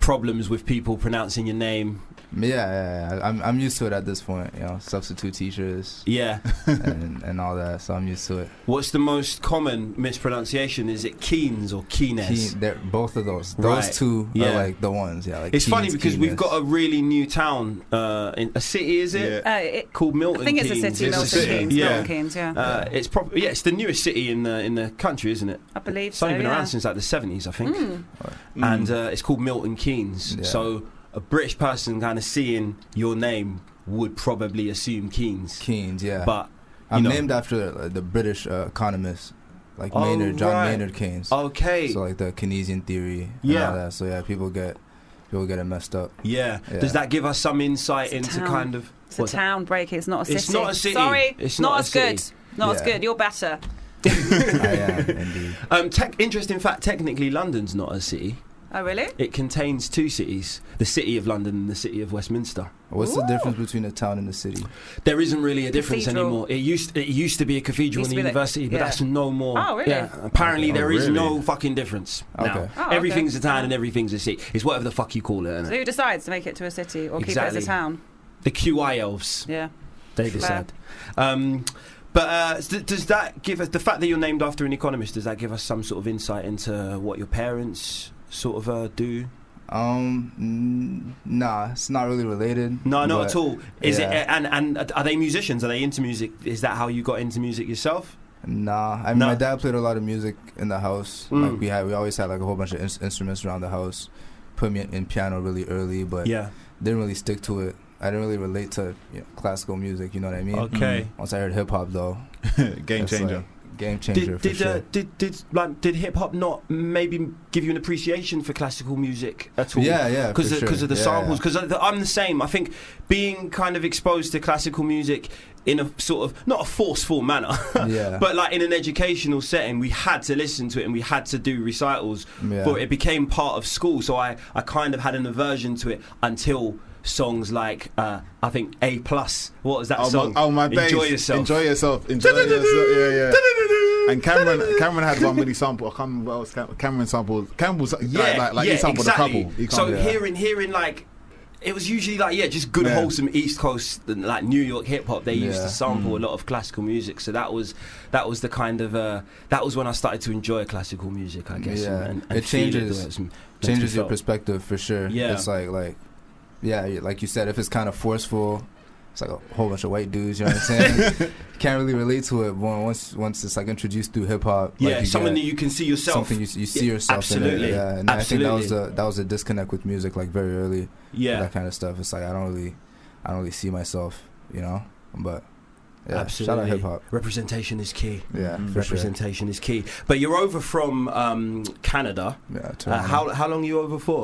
Speaker 3: problems with people pronouncing your name.
Speaker 13: Yeah, yeah, yeah. I'm I'm used to it at this point. You know, substitute teachers
Speaker 3: Yeah.
Speaker 13: and and all that. So I'm used to it.
Speaker 3: What's the most common mispronunciation? Is it Keens or Keenes?
Speaker 13: Keen, they're, both of those.
Speaker 3: Right.
Speaker 13: Those two
Speaker 3: Yeah.
Speaker 13: are like the ones. Yeah, like
Speaker 3: It's
Speaker 13: Keens,
Speaker 3: funny because we've
Speaker 13: Keeners.
Speaker 3: got a really new town uh, in a city, is it?
Speaker 4: Yeah.
Speaker 5: Uh, it,
Speaker 3: Called Milton.
Speaker 5: I think it's a
Speaker 3: Keynes.
Speaker 5: city,
Speaker 4: It's a
Speaker 5: Milton
Speaker 4: city,
Speaker 5: Keynes.
Speaker 3: yeah.
Speaker 5: Milton Keynes, yeah.
Speaker 3: Uh, it's probably yeah, it's the newest city in the in the country, isn't it?
Speaker 5: I believe
Speaker 3: It's
Speaker 5: so.
Speaker 3: only been
Speaker 5: yeah. Hmm.
Speaker 3: around since like the seventies, I think.
Speaker 4: Mm.
Speaker 3: And uh, it's called Milton Keynes.
Speaker 13: Yeah.
Speaker 3: So a British person kind of seeing your name would probably assume Keynes,
Speaker 13: Keynes. Yeah,
Speaker 3: but
Speaker 13: I'm
Speaker 3: know.
Speaker 13: named after uh, the British uh, economist, like
Speaker 3: Oh,
Speaker 13: Maynard John
Speaker 3: right.
Speaker 13: Maynard Keynes.
Speaker 3: okay,
Speaker 13: So like the Keynesian theory. And
Speaker 3: Yeah.
Speaker 13: All that. So yeah, people get people get it messed up.
Speaker 3: yeah.
Speaker 13: Yeah.
Speaker 3: Does that give us some insight
Speaker 5: It's a
Speaker 3: into
Speaker 5: town.
Speaker 3: kind of
Speaker 5: It's a
Speaker 3: what's that?
Speaker 5: town break. It's not a city.
Speaker 3: It's not a city.
Speaker 5: Sorry.
Speaker 3: It's
Speaker 5: not,
Speaker 3: not a
Speaker 5: as
Speaker 3: city.
Speaker 5: good. Not as
Speaker 13: Yeah.
Speaker 5: good. You're better.
Speaker 13: I am Oh, indeed.
Speaker 3: Um, tech interesting fact: technically, London's not a city.
Speaker 5: Oh, really?
Speaker 3: It contains two cities: the city of London and the city of Westminster.
Speaker 13: What's
Speaker 5: Ooh.
Speaker 13: the difference between a town and a city?
Speaker 3: There isn't really a difference
Speaker 5: Cathedral.
Speaker 3: anymore. It used it used to be a cathedral in
Speaker 5: Used to
Speaker 3: the
Speaker 5: be like-
Speaker 3: university, but
Speaker 5: yeah.
Speaker 3: that's no more.
Speaker 5: Oh, really?
Speaker 3: Yeah. Apparently,
Speaker 4: Oh,
Speaker 3: there is
Speaker 4: really?
Speaker 3: no fucking difference now.
Speaker 13: Okay.
Speaker 5: Oh, okay.
Speaker 3: Everything's a town and everything's a city. It's whatever the fuck you call it.
Speaker 5: So
Speaker 3: Innit?
Speaker 5: who decides to make it to a city or keep it
Speaker 3: Exactly.
Speaker 5: as a town?
Speaker 3: The QI elves,
Speaker 5: Yeah.
Speaker 3: they
Speaker 5: Fair.
Speaker 3: decide. Um, but uh, s- does that give us the fact that you're named after an economist? Does that give us some sort of insight into what your parents sort of uh, do?
Speaker 13: Um, n- nah, it's not really related.
Speaker 3: No, not
Speaker 13: but-
Speaker 3: at all. Is it?
Speaker 13: yeah.
Speaker 3: And and are they musicians? Are they into music? Is that how you got into music yourself?
Speaker 13: Nah, I mean,
Speaker 3: No.
Speaker 13: my dad played a lot of music in the house.
Speaker 3: Mm.
Speaker 13: Like we had, we always had like a whole bunch of ins- instruments around the house. Put me in piano really early, but
Speaker 3: Yeah.
Speaker 13: didn't really stick to it. I didn't really relate to you know, classical music. You know what I mean? Mm.
Speaker 3: Okay.
Speaker 13: Once I heard hip hop, though,
Speaker 4: Game
Speaker 13: it's like
Speaker 4: changer.
Speaker 13: game changer
Speaker 3: Did
Speaker 13: for
Speaker 3: did,
Speaker 13: sure.
Speaker 3: uh, did did like did hip hop not maybe give you an appreciation for classical music at all?
Speaker 13: yeah, yeah,
Speaker 3: because
Speaker 13: Uh, for
Speaker 3: of,
Speaker 13: sure.
Speaker 3: 'cause of the
Speaker 13: Yeah,
Speaker 3: samples.
Speaker 13: yeah.
Speaker 3: Because I'm the same. I think being kind of exposed to classical music in a sort of not a forceful manner,
Speaker 13: Yeah.
Speaker 3: but like in an educational setting, we had to listen to it and we had to do recitals.
Speaker 13: Yeah.
Speaker 3: But it became part of school, so I I kind of had an aversion to it until songs like uh, I think A plus. What was that
Speaker 4: Oh
Speaker 3: song?
Speaker 4: my, oh my days!
Speaker 3: Enjoy yourself.
Speaker 4: Enjoy yourself. Enjoy yourself. Yeah, yeah. And Cameron, Cameron had one really sample. I can't remember what else. Cam- Cameron sampled. Cameron's like, like, like, like he sampled a couple. He
Speaker 3: So
Speaker 4: can't-
Speaker 3: hearing, hearing like. It was usually like yeah, just good
Speaker 4: Yeah.
Speaker 3: wholesome East Coast and, like New York hip hop. They used
Speaker 13: Yeah. Mm.
Speaker 3: to sample a lot of classical music, so that was that was the kind of uh, that was when I started to enjoy classical music, I guess.
Speaker 13: Yeah.
Speaker 3: and, and,
Speaker 13: It
Speaker 3: feel the
Speaker 13: changes-
Speaker 3: way it's m- meant to be
Speaker 13: changes your
Speaker 3: felt.
Speaker 13: perspective for sure.
Speaker 3: Yeah.
Speaker 13: It's like like yeah, you- like you said, if it's kind of forceful, It's like a whole bunch of white dudes. You know what I'm saying? Can't really relate to it. When, once once it's like introduced through hip hop.
Speaker 3: Yeah,
Speaker 13: like
Speaker 3: something
Speaker 13: get
Speaker 3: that you can see yourself.
Speaker 13: Something you, s- you see
Speaker 3: Yeah,
Speaker 13: yourself. In
Speaker 3: absolutely,
Speaker 13: it. Yeah, and I think that was
Speaker 3: absolutely.
Speaker 13: the that was a disconnect with music like very early.
Speaker 3: Yeah.
Speaker 13: that kind of stuff. It's like I don't really, I don't really see myself. You know, but yeah, shout out
Speaker 3: Absolutely.
Speaker 13: hip hop.
Speaker 3: Representation is key.
Speaker 13: Yeah,
Speaker 4: Mm-hmm.
Speaker 13: Mhm. for sure.
Speaker 3: representation is key. But you're over from um, Canada.
Speaker 13: Yeah,
Speaker 3: uh,
Speaker 13: Toronto.
Speaker 3: how how long are you over for?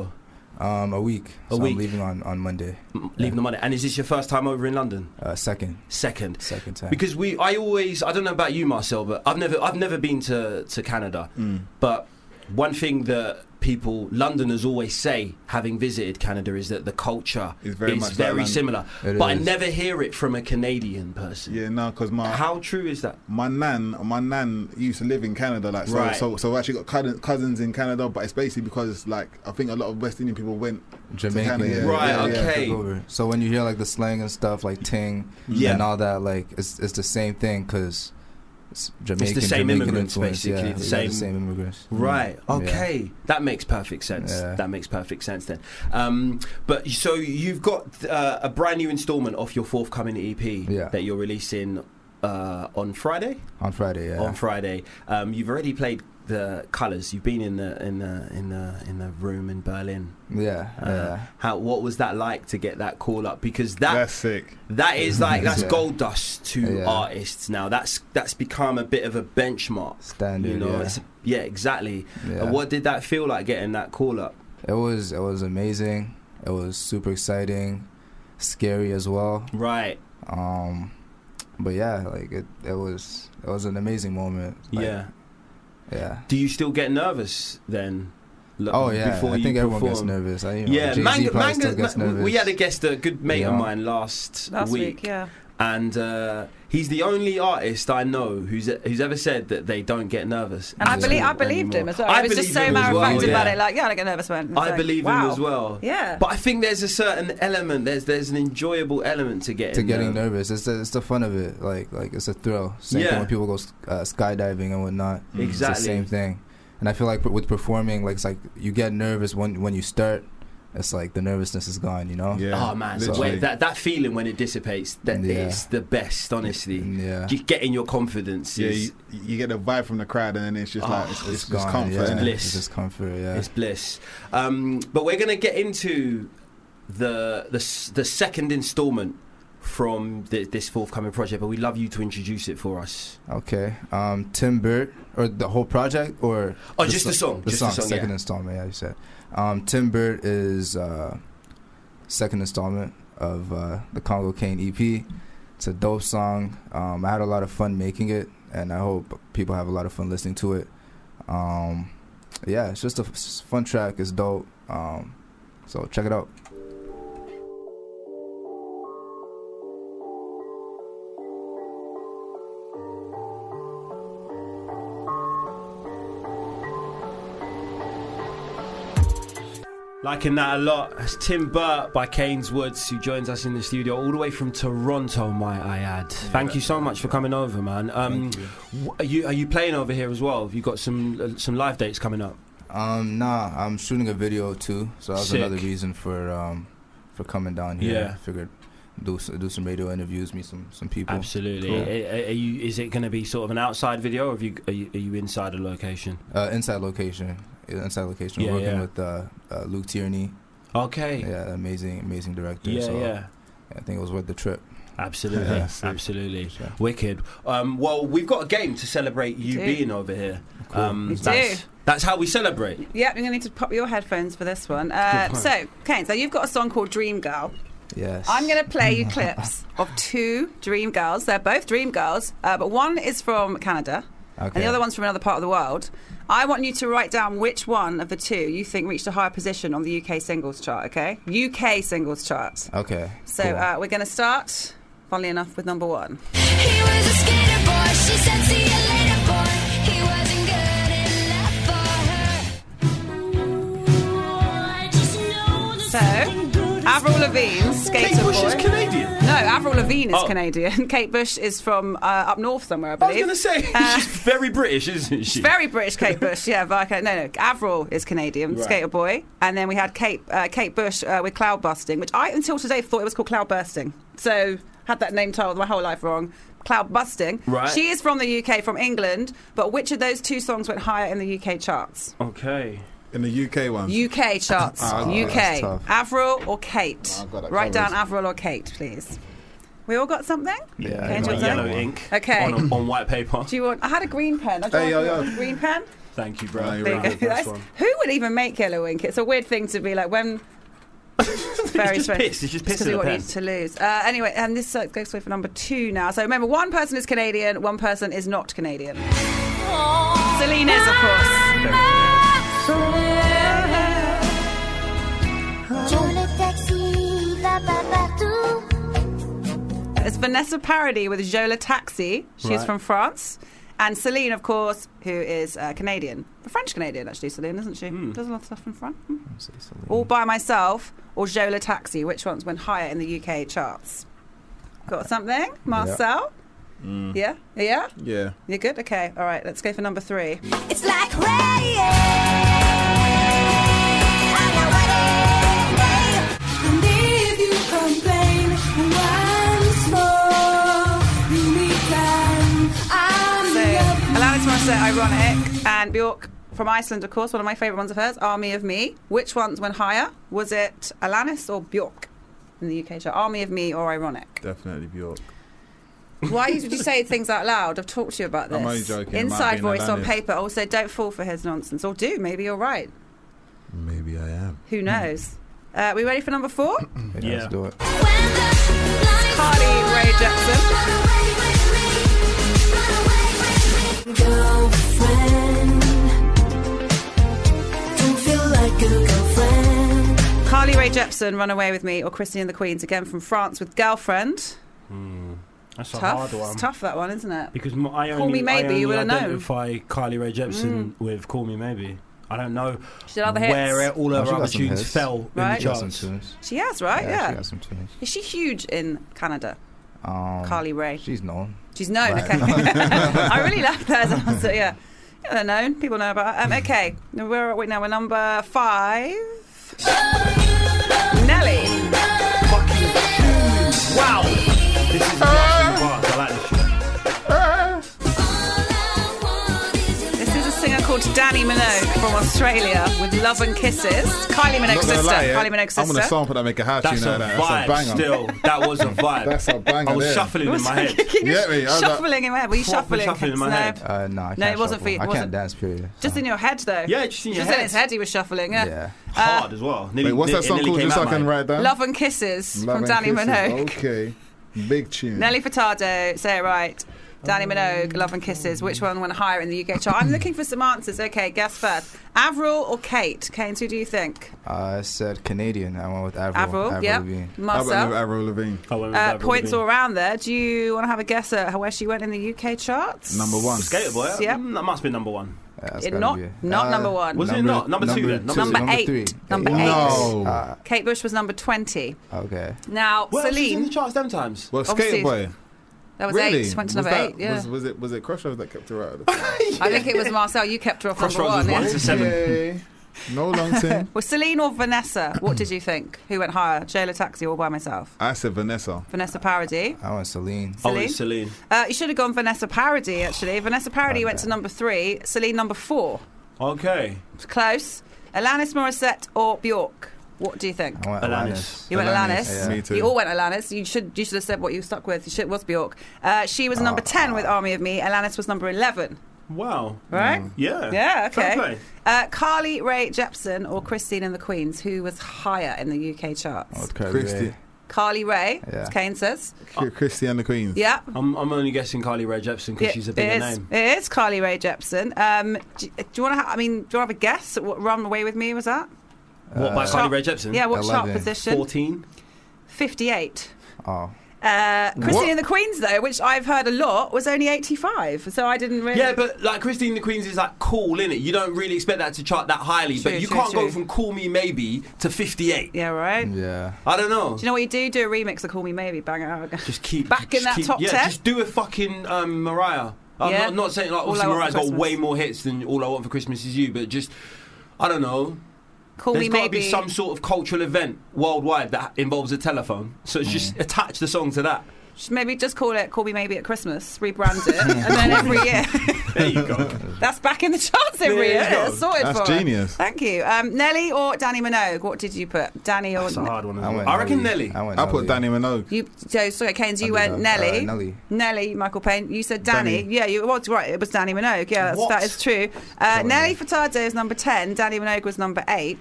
Speaker 13: Um, a week.
Speaker 3: A
Speaker 13: so
Speaker 3: week.
Speaker 13: I'm leaving on on Monday.
Speaker 3: Leaving the money. And is this your first time over in London?
Speaker 13: Uh, second.
Speaker 3: Second.
Speaker 13: Second time.
Speaker 3: Because we, I always, I don't know about you, Marcel, but I've never, I've never been to to Canada.
Speaker 13: Mm.
Speaker 3: But one thing that people, Londoners, always say, having visited Canada, is that the culture
Speaker 4: It's very
Speaker 3: is
Speaker 4: much like
Speaker 3: very
Speaker 4: London.
Speaker 3: similar.
Speaker 4: It
Speaker 3: but I
Speaker 4: is.
Speaker 3: never hear it from a Canadian person.
Speaker 4: Yeah, no, because my
Speaker 3: how true is that?
Speaker 4: My nan, my nan used to live in Canada, like so.
Speaker 3: Right.
Speaker 4: So, so I actually got cousins, cousins in Canada, but it's basically because like I think a lot of West Indian people went to
Speaker 13: Jamaican,
Speaker 4: Canada.
Speaker 13: yeah, yeah,
Speaker 4: yeah, yeah,
Speaker 13: yeah,
Speaker 4: yeah.
Speaker 13: took over. So when you hear like the slang and stuff, like ting,
Speaker 4: Yeah.
Speaker 13: and all that, like it's it's the same thing because it's Jamaican.
Speaker 3: it's the same
Speaker 13: Jamaican
Speaker 3: immigrants,
Speaker 13: influence,
Speaker 3: basically.
Speaker 13: Yeah,
Speaker 3: the,
Speaker 13: we got
Speaker 3: same,
Speaker 13: the same immigrants. Mm.
Speaker 3: Right.
Speaker 13: Yeah.
Speaker 3: Okay. That makes perfect sense.
Speaker 13: Yeah.
Speaker 3: That makes perfect sense then. Um, but so you've got uh, a brand new installment of your forthcoming EP
Speaker 13: Yeah.
Speaker 3: that you're releasing uh, on Friday.
Speaker 13: On Friday, yeah.
Speaker 3: On Friday, um, you've already played the colours. You've been in the in the in the in the room in Berlin.
Speaker 13: Yeah,
Speaker 3: Uh,
Speaker 13: yeah.
Speaker 3: How what was that like to get that call up? Because that
Speaker 4: That's sick.
Speaker 3: that is like that's
Speaker 4: Yeah.
Speaker 3: gold dust to
Speaker 4: Yeah.
Speaker 3: artists now. That's that's become a bit of a benchmark
Speaker 13: Standard,
Speaker 3: You know,
Speaker 13: yeah.
Speaker 3: it's- yeah, exactly.
Speaker 13: Yeah.
Speaker 3: And what did that feel like getting that call up?
Speaker 13: It was it was amazing. It was super exciting, scary as well.
Speaker 3: Right.
Speaker 13: Um, but yeah, like it it was it was an amazing moment. Like,
Speaker 3: yeah.
Speaker 13: Yeah.
Speaker 3: Do you still get nervous then? Look,
Speaker 13: Oh yeah,
Speaker 3: before
Speaker 13: I
Speaker 3: you
Speaker 13: think everyone gets
Speaker 3: perform?
Speaker 13: nervous. I, you know,
Speaker 3: Yeah,
Speaker 13: Jay-Z
Speaker 3: Manga,
Speaker 13: probably still
Speaker 3: Manga,
Speaker 13: gets
Speaker 3: Ma-
Speaker 13: nervous.
Speaker 3: we had a guest, a good mate of
Speaker 13: Yeah.
Speaker 3: mine, last
Speaker 5: Last
Speaker 3: week,
Speaker 5: week, yeah.
Speaker 3: and uh, he's the only artist I know who's who's ever said that they don't get nervous.
Speaker 5: And I
Speaker 3: at
Speaker 5: believe I
Speaker 3: all
Speaker 5: believed him
Speaker 3: anymore.
Speaker 5: as well.
Speaker 3: I
Speaker 5: I was just
Speaker 3: believe
Speaker 5: so
Speaker 3: him as
Speaker 5: matter of
Speaker 3: well,
Speaker 5: fact about
Speaker 3: yeah.
Speaker 5: it. Like, yeah, I don't get nervous when it's
Speaker 3: I
Speaker 5: like,
Speaker 3: believe
Speaker 5: wow.
Speaker 3: him as well.
Speaker 5: Yeah.
Speaker 3: But I think there's a certain element. There's there's an enjoyable element to getting
Speaker 13: to getting nervous. It's the, it's the fun of it. Like like it's a thrill. Same
Speaker 3: Yeah.
Speaker 13: thing when people go uh, skydiving and whatnot.
Speaker 4: Mm.
Speaker 13: It's
Speaker 3: Exactly.
Speaker 13: the same thing. And I feel like with performing, like it's like you get nervous when when you start. It's like the nervousness is gone. You know.
Speaker 3: Oh man, so when- that that feeling when it dissipates, that is
Speaker 13: Yeah.
Speaker 3: the best, honestly.
Speaker 13: Yeah.
Speaker 3: Just getting your confidence
Speaker 4: Yeah,
Speaker 3: is Oh,
Speaker 4: you, you get a vibe from the crowd, and then it's just like it's, it's,
Speaker 13: gone,
Speaker 4: just comfort.
Speaker 13: yeah.
Speaker 4: innit?
Speaker 3: bliss.
Speaker 13: It's just comfort. Yeah.
Speaker 3: It's bliss. Um, but we're going to get into the the s- the second installment from thi- this forthcoming project. But we'd love you to introduce it for us.
Speaker 13: Okay. Um, Tim Burt, or the whole project, or
Speaker 3: Oh, just the song,
Speaker 13: The
Speaker 3: just the
Speaker 13: song,
Speaker 3: song,
Speaker 13: second
Speaker 3: yeah.
Speaker 13: installment. Yeah, you said. Um, Tim Burt is uh, second installment of uh, the Congo Kane EP. It's a dope song. Um, I had a lot of fun making it, and I hope people have a lot of fun listening to it. Um, yeah, it's just a f- s- fun track. It's dope. Um, so check it out.
Speaker 3: Liking that a lot. That's Tim Burt by Keynes Woods, who joins us in the studio all the way from Toronto, might I add. Thank you so much for coming over, man. Um, wh- are you are you playing over here as well? Have you got some uh, some live dates coming up?
Speaker 13: Um, nah, I'm shooting a video too, so that was
Speaker 3: Sick.
Speaker 13: another reason for um for coming down here.
Speaker 3: Yeah.
Speaker 13: figured do s- do some radio interviews, meet some some people.
Speaker 3: Absolutely.
Speaker 13: Cool.
Speaker 3: Are, are you, is it going to be sort of an outside video, or have you, are, you, are you inside a location?
Speaker 13: Uh, inside location, Yeah, inside location.
Speaker 3: Yeah,
Speaker 13: We're working
Speaker 3: yeah.
Speaker 13: with uh, uh, Luke Tierney.
Speaker 3: Okay.
Speaker 13: Yeah, amazing, amazing director.
Speaker 3: Yeah,
Speaker 13: so
Speaker 3: yeah.
Speaker 13: I think it was worth the trip.
Speaker 3: Absolutely,
Speaker 13: Yeah, sick.
Speaker 3: absolutely, wicked. Um, well, we've got a game to celebrate you
Speaker 5: do.
Speaker 3: being over here. Um,
Speaker 5: We
Speaker 3: that's,
Speaker 5: do.
Speaker 3: that's how we celebrate.
Speaker 5: Yep, you're going to need to pop your headphones for this one. Uh,
Speaker 3: Good
Speaker 5: so, Kane, so you've got a song called Dream Girl.
Speaker 13: Yes.
Speaker 5: I'm going to play you clips of two dream girls. They're both dream girls, uh, but one is from Canada and
Speaker 13: Okay.
Speaker 5: the other one's from another part of the world. I want you to write down which one of the two you think reached a higher position on the UK singles chart, okay? UK singles chart.
Speaker 13: Okay.
Speaker 5: So
Speaker 13: Oh, cool.
Speaker 5: uh, we're going to start, funnily enough, with number one. So, Avril Lavigne, Skater
Speaker 3: Kate Bush
Speaker 5: Boy.
Speaker 3: is Canadian.
Speaker 5: No, Avril Lavigne is
Speaker 3: Oh.
Speaker 5: Canadian. Kate Bush is from uh, up north somewhere, I
Speaker 3: I was
Speaker 5: believe.
Speaker 3: going to say she's very British, isn't she?
Speaker 5: Very British, Kate Bush. Yeah, Viking. No, no. Avril is Canadian,
Speaker 3: Right.
Speaker 5: Skater Boy. And then we had Kate uh, Kate Bush uh, with Cloud Busting, which I until today thought it was called Cloud Bursting. So had that name title my whole life wrong. Cloud busting.
Speaker 3: Right.
Speaker 5: She is from the UK, from England. But which of those two songs went higher in the UK charts?
Speaker 3: Okay.
Speaker 4: In the UK one.
Speaker 5: UK charts.
Speaker 3: Oh,
Speaker 4: Ah, okay, that's
Speaker 5: UK.
Speaker 4: tough.
Speaker 5: Avril or Kate?
Speaker 4: I've got that
Speaker 5: Write down
Speaker 4: covered.
Speaker 5: Avril or Kate, please. We all got something.
Speaker 3: Yeah,
Speaker 5: Angel Zone?
Speaker 3: yellow ink
Speaker 5: Okay.
Speaker 3: on, a- on white paper.
Speaker 5: Do you want? I had a green pen. I
Speaker 3: Hey,
Speaker 5: hey,
Speaker 3: yo, yo.
Speaker 5: a green pen.
Speaker 3: Thank you, bro.
Speaker 5: There you go. That's- Who would even make yellow ink? It's a weird thing to be like when. Very
Speaker 3: just
Speaker 5: strange.
Speaker 3: piss. It's just piss in
Speaker 5: 'cause we
Speaker 3: a
Speaker 5: want
Speaker 3: pen.
Speaker 5: you to lose. Uh, anyway, and this uh, goes away for number two now. So remember, one person is Canadian, one person is not Canadian. Celine is, of course. It's Vanessa Paradis with Jola Taxi. She's
Speaker 14: Right.
Speaker 5: from France. And Celine, of course, who is uh, Canadian. French Canadian, actually, Celine, isn't she? Does a lot of stuff in France. Hmm. All by myself or Jola Taxi. Which ones went higher in the UK charts? Got something? Marcel?
Speaker 4: Mm.
Speaker 5: Yeah? Yeah?
Speaker 4: Yeah.
Speaker 5: You're good? Okay. All right, let's go for number three.
Speaker 8: It's like
Speaker 5: So, Alanis Morissette, ironic, and Bjork from Iceland, of course, one of my favourite ones of hers, Army of Me. Which ones went higher? Was it Alanis or Bjork in the UK show? Army of Me or ironic?
Speaker 4: Definitely Bjork.
Speaker 5: Why would you say things out loud? I've talked to you about this.
Speaker 4: I'm only joking, it might
Speaker 5: Inside
Speaker 4: be
Speaker 5: voice on
Speaker 4: Alanis.
Speaker 5: paper. Also, don't fall for his nonsense. Or do. Maybe you're right.
Speaker 4: Maybe I am.
Speaker 5: Who knows? Uh, we ready for number four?
Speaker 4: Yeah. Let's do it.
Speaker 5: Carly Ray Jepsen. Carly Ray Jepsen, Run Away With Me, or Christine and the Queens, again from France with Girlfriend.
Speaker 15: That's a
Speaker 5: tough.
Speaker 15: hard one.
Speaker 5: It's tough, that one, isn't it?
Speaker 15: Because m- I only,
Speaker 5: Call Me Maybe,
Speaker 15: I only
Speaker 5: you would've known.
Speaker 15: identify Kylie Rae Jepsen with "Call Me Maybe." I don't know
Speaker 5: She had other hits.
Speaker 15: where it- all
Speaker 13: Oh,
Speaker 15: her
Speaker 13: she got
Speaker 15: other
Speaker 13: some
Speaker 15: tunes
Speaker 13: hits.
Speaker 15: fell
Speaker 5: Right.
Speaker 15: in
Speaker 13: She
Speaker 15: the
Speaker 13: got some
Speaker 15: charts.
Speaker 13: tunes.
Speaker 5: She has, right? Yeah.
Speaker 13: She got some tunes.
Speaker 5: Is she huge in Canada?
Speaker 13: Um,
Speaker 4: Oh.
Speaker 5: Carly Rae.
Speaker 13: She's known.
Speaker 5: She's known,
Speaker 13: Right.
Speaker 5: okay. I really like that as an answer, yeah. Yeah, they're known. People know about her. Um, okay, now we're, wait, now we're number five. Nelly.
Speaker 15: Wow. This is
Speaker 5: Uh.
Speaker 15: I like this shit.
Speaker 5: This is a singer called Danny Minogue from Australia with Love and Kisses. Kylie
Speaker 4: Not
Speaker 5: Minogue's
Speaker 4: gonna
Speaker 5: sister.
Speaker 4: lie, eh? yeah,
Speaker 5: Kylie Minogue's sister.
Speaker 4: I'm gonna sample that, make a house.
Speaker 3: That's
Speaker 4: you know
Speaker 3: a
Speaker 4: that.
Speaker 3: vibe
Speaker 4: That's a banger.
Speaker 3: still. That was a vibe.
Speaker 4: That's a banger.
Speaker 3: I was
Speaker 4: there.
Speaker 3: shuffling in my head.
Speaker 4: Yeah, me. I was like,
Speaker 5: shuffling in my head. Were you shuffling? No.
Speaker 13: Uh, no, I can't
Speaker 5: No, it wasn't
Speaker 13: shuffle.
Speaker 5: for you.
Speaker 13: I
Speaker 5: It
Speaker 13: can't
Speaker 5: wasn't.
Speaker 13: dance, period.
Speaker 5: Just in your head, though.
Speaker 13: Yeah, just in your
Speaker 5: in
Speaker 13: head.
Speaker 5: his head, he was shuffling. Yeah.
Speaker 13: Yeah.
Speaker 3: Hard as well. Nearly-
Speaker 4: Wait, what's that
Speaker 3: it
Speaker 4: song
Speaker 3: nearly
Speaker 4: called?
Speaker 3: came
Speaker 4: Just so
Speaker 3: out
Speaker 4: I can
Speaker 3: mine.
Speaker 4: write down.
Speaker 5: Love and Kisses
Speaker 4: Love
Speaker 5: from
Speaker 4: and
Speaker 5: Danny
Speaker 4: Kisses.
Speaker 5: Minogue.
Speaker 4: Okay, big tune.
Speaker 5: Nelly Furtado, say it right. Danny Minogue, Love and Kisses. Which one went higher in the UK chart? I'm looking for some answers. Okay, guess first. Avril or Kate? Kate, who do you think?
Speaker 13: I said Canadian. I went with Avril.
Speaker 5: Avril, yeah. Marcel? I went with
Speaker 13: Avril Levine.
Speaker 5: Uh, points all around there. Do you want to have a guess at how- where she went in the UK charts?
Speaker 13: Number one.
Speaker 3: Skater boy.
Speaker 5: Yeah.
Speaker 3: Mm, That must be number one.
Speaker 5: It gotta not- be. not Uh, number one.
Speaker 3: Was it
Speaker 13: number-
Speaker 3: not number, two
Speaker 13: number
Speaker 3: then?
Speaker 13: two.
Speaker 5: Number,
Speaker 13: Number
Speaker 5: eight.
Speaker 13: three.
Speaker 5: Number eight.
Speaker 13: No. Ah.
Speaker 5: Kate Bush was number 20.
Speaker 13: Okay.
Speaker 5: Now,
Speaker 3: Where else was
Speaker 5: Celine.
Speaker 3: in the charts them times?
Speaker 4: Well,
Speaker 5: Obviously-
Speaker 4: Skateboy.
Speaker 5: That was
Speaker 4: really?
Speaker 5: eight. She went to
Speaker 4: was
Speaker 5: number
Speaker 4: that,
Speaker 5: eight. Yeah.
Speaker 4: Was, was it was it Crossroads that kept her out? Of the
Speaker 5: I think it was Marcel. You kept her off number one. yeah?
Speaker 4: Okay. No long team.
Speaker 5: Was Celine or Vanessa? What did you think? Who went higher? Jayla Taxi all by myself?
Speaker 4: I said Vanessa.
Speaker 5: Vanessa Paradis.
Speaker 13: I went Celine.
Speaker 5: Celine? it's
Speaker 3: Oh, Celine.
Speaker 5: Uh, you should have gone Vanessa Paradis, actually. Vanessa Paradis went to number three, Celine number four.
Speaker 3: Okay.
Speaker 5: It's close. Alanis Morissette or Bjork? What do you think?
Speaker 13: I went
Speaker 3: Alanis.
Speaker 13: Alanis.
Speaker 5: You went Alanis.
Speaker 13: Yeah.
Speaker 5: You all went Alanis. You should you should have said what you stuck with. You should, it was Bjork. Uh, she was number ten with Army of Me. Alanis was number eleven.
Speaker 3: Wow. Mm.
Speaker 5: Right?
Speaker 3: Yeah.
Speaker 5: Yeah.
Speaker 3: Fair
Speaker 5: Okay.
Speaker 3: play.
Speaker 5: Uh, Carly Rae Jepsen or Christine and the Queens? Who was higher in the UK charts?
Speaker 4: Christy,
Speaker 5: Carly Rae.
Speaker 4: Yeah.
Speaker 5: as Kane says.
Speaker 4: Christy and the Queens.
Speaker 5: Oh. Yeah.
Speaker 3: I'm, I'm only guessing Kylie Rae Jepsen because
Speaker 5: Yeah,
Speaker 3: she's a bigger
Speaker 5: it is,
Speaker 3: name.
Speaker 5: It is Carly Rae Jepsen. Um, do, do you want to? Ha- I mean, do you want to have a guess? At what Run Away with Me was that?
Speaker 3: What by
Speaker 13: Uh,
Speaker 3: Kylie Rae Jepsen?
Speaker 5: Yeah. What sharp position?
Speaker 3: 14.
Speaker 5: Fifty-eight.
Speaker 13: Oh.
Speaker 5: Uh, Christine
Speaker 3: What?
Speaker 5: and the Queens, though, which I've heard a lot, was only 85, so I didn't really.
Speaker 3: Yeah, but like Christine the Queens is like cool, innit? You don't really expect that to chart that highly,
Speaker 5: True,
Speaker 3: but you
Speaker 5: true,
Speaker 3: can't
Speaker 5: true.
Speaker 3: go from Call Me Maybe to 58.
Speaker 5: Yeah, right?
Speaker 13: Yeah.
Speaker 3: I don't know.
Speaker 5: Do you know what you do? Do a remix of Call Me Maybe, bang it out again.
Speaker 3: Just keep
Speaker 5: Back in
Speaker 3: just
Speaker 5: that
Speaker 3: keep-
Speaker 5: top
Speaker 3: yeah,
Speaker 5: 10.
Speaker 3: Just do a fucking um, Mariah. I'm
Speaker 5: Yeah.
Speaker 3: not, not saying like
Speaker 5: All
Speaker 3: obviously
Speaker 5: I Want
Speaker 3: Mariah's
Speaker 5: for
Speaker 3: got
Speaker 5: Christmas.
Speaker 3: way more hits than All I Want for Christmas Is You, but just I don't know.
Speaker 5: Call
Speaker 3: There's
Speaker 5: Me
Speaker 3: gotta
Speaker 5: Maybe.
Speaker 3: be
Speaker 4: Mm.
Speaker 3: some sort of cultural event worldwide that involves a telephone. So it's just attach the song to that.
Speaker 5: Should Maybe just call it "Call Me Maybe" at Christmas, rebrand it, and then every year
Speaker 3: There you go.
Speaker 5: that's back in the charts every
Speaker 3: There you
Speaker 5: year.
Speaker 3: go.
Speaker 5: It's sorted
Speaker 4: That's
Speaker 5: for her.
Speaker 4: genius.
Speaker 5: Thank you, um, Nelly or Danny Minogue. What did you put, Danny or?
Speaker 4: That's a hard one.
Speaker 13: I went
Speaker 4: I reckon
Speaker 13: Nelly.
Speaker 4: Nelly.
Speaker 13: I went
Speaker 4: put Danny
Speaker 13: Nelly.
Speaker 4: Minogue.
Speaker 5: You so sorry, Keynes. You
Speaker 13: did
Speaker 5: went
Speaker 13: that.
Speaker 5: Nelly,
Speaker 13: Uh, Nelly.
Speaker 5: Nelly, Michael Payne. You said Danny.
Speaker 13: Danny.
Speaker 5: Yeah, you was right. It was Danny Minogue. Yeah, that's,
Speaker 13: What?
Speaker 5: that is true. Uh, Nelly Furtado is number ten. Danny Minogue was number eight,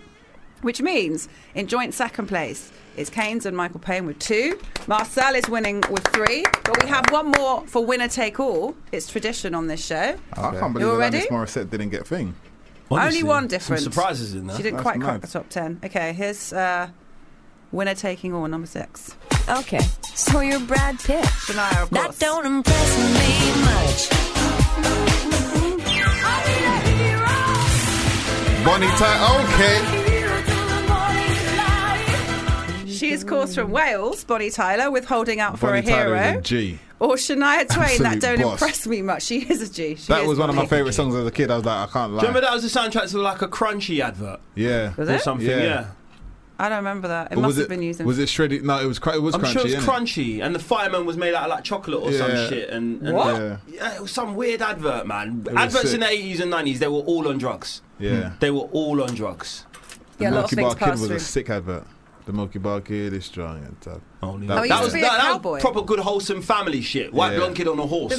Speaker 5: which means in joint second place is Keynes and Michael Payne with two. Marcel is winning with three, but we have one more for winner take all. It's tradition on this show.
Speaker 4: I can't believe
Speaker 5: You're
Speaker 4: that
Speaker 5: ready?
Speaker 4: Alanis Morissette didn't get thing.
Speaker 5: Only one difference. She didn't
Speaker 4: That's
Speaker 5: quite crack
Speaker 4: mad.
Speaker 5: the top ten. Okay, here's uh, winner taking all number six.
Speaker 14: Okay, so you're Brad Pitt.
Speaker 5: Shania, of
Speaker 14: that don't impress me much.
Speaker 4: Bonnie Tyler. Okay.
Speaker 5: She is, of course, from Wales, Bonnie Tyler, with Holding Out for
Speaker 4: Bonnie
Speaker 5: a Hero.
Speaker 4: Tyler is a G.
Speaker 5: Or Shania Twain, that
Speaker 4: Absolute
Speaker 5: don't
Speaker 4: boss.
Speaker 5: impress me much. She is a G. She
Speaker 4: That
Speaker 5: is
Speaker 4: was one of my
Speaker 5: Bonnie.
Speaker 4: favorite songs as a kid. I was like, I can't
Speaker 3: Do you remember
Speaker 4: lie.
Speaker 3: that was the soundtrack to like a crunchy advert?
Speaker 4: Yeah.
Speaker 5: Was
Speaker 3: Or
Speaker 5: it?
Speaker 3: something, yeah.
Speaker 4: Yeah.
Speaker 5: I don't remember that. It
Speaker 4: But
Speaker 5: must
Speaker 4: was
Speaker 5: have been used in.
Speaker 4: Was it shredded? No, it was. cr- It was
Speaker 3: I'm
Speaker 4: crunchy.
Speaker 3: sure it was
Speaker 4: innit?
Speaker 3: crunchy, and the fireman was made out of like chocolate or
Speaker 4: Yeah.
Speaker 3: some shit. And, and
Speaker 4: What?
Speaker 3: Yeah.
Speaker 4: Yeah.
Speaker 3: it was some weird advert, man.
Speaker 4: It was
Speaker 3: Adverts in the
Speaker 4: sick.
Speaker 3: 80s and 90s, they were all on drugs.
Speaker 4: Yeah.
Speaker 3: They were all on drugs.
Speaker 5: Yeah, a lot of
Speaker 4: Milky
Speaker 5: things
Speaker 4: Bar Kid
Speaker 5: pass
Speaker 4: was
Speaker 5: through.
Speaker 4: a sick advert. The Milky Bar Kid is strong and tough.
Speaker 3: Only
Speaker 5: Oh, he used
Speaker 3: that
Speaker 5: to
Speaker 3: was,
Speaker 5: be a
Speaker 3: that, that
Speaker 5: cowboy.
Speaker 3: was proper good wholesome family shit. White
Speaker 4: Yeah.
Speaker 3: blonde kid on a horse.
Speaker 5: The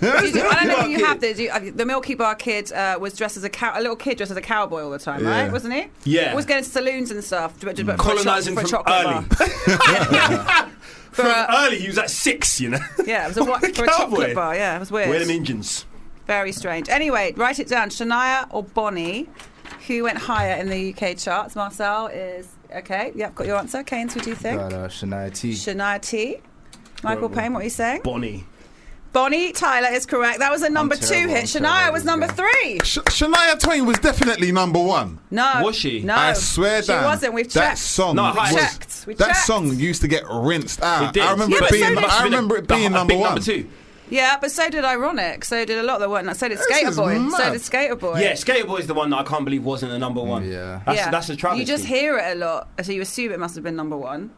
Speaker 5: Milky, do you- I don't know if you have this. Do you- uh, the Milky Bar kid uh, was dressed as a cow, a little kid dressed as a cowboy all the time,
Speaker 3: Yeah.
Speaker 5: right? Wasn't he?
Speaker 3: Yeah.
Speaker 5: Always going to saloons and stuff, but- but for a cho-
Speaker 3: Colonising
Speaker 5: for a
Speaker 3: from
Speaker 5: chocolate
Speaker 3: early.
Speaker 5: bar.
Speaker 3: From early, he was at six, you know.
Speaker 5: Yeah, it was a, wa- for a chocolate bar. Yeah, it was weird.
Speaker 3: We're them engines.
Speaker 5: Very strange. Anyway, write it down. Shania or Bonnie, who went higher in the UK charts? Marcel is okay. Yep, got your answer. Keynes, what do you think?
Speaker 13: Got uh, Shania T.
Speaker 5: Shania T.
Speaker 13: Terrible.
Speaker 5: Michael Payne, what are you saying?
Speaker 3: Bonnie.
Speaker 5: Bonnie Tyler is correct. That was a number two
Speaker 13: terrible,
Speaker 5: hit.
Speaker 13: I'm
Speaker 5: Shania was number three.
Speaker 4: Sh- Shania Twain was definitely number one.
Speaker 5: No.
Speaker 3: Was she?
Speaker 5: No.
Speaker 4: I swear
Speaker 5: she
Speaker 4: Dan,
Speaker 5: wasn't. We've
Speaker 4: that
Speaker 5: checked.
Speaker 4: song.
Speaker 3: No,
Speaker 4: was,
Speaker 3: I
Speaker 5: checked. We
Speaker 4: that
Speaker 5: checked.
Speaker 4: song used to get rinsed out.
Speaker 3: It did.
Speaker 4: I remember
Speaker 3: Yeah,
Speaker 4: it
Speaker 3: but so
Speaker 4: being.
Speaker 3: did-
Speaker 4: I remember it
Speaker 3: the-
Speaker 4: being
Speaker 3: a
Speaker 4: number
Speaker 3: big
Speaker 4: one.
Speaker 3: number two.
Speaker 5: Yeah, but so did Ironic. So did a lot that weren't. So did Skater
Speaker 4: is
Speaker 5: Boy. So
Speaker 4: mad.
Speaker 5: did Skater Boy.
Speaker 3: Yeah, Skater Boy's the one that I can't believe wasn't a number one. Yeah. That's,
Speaker 5: yeah.
Speaker 3: that's a travesty.
Speaker 5: You just hear it a lot, so you assume it must have been number one,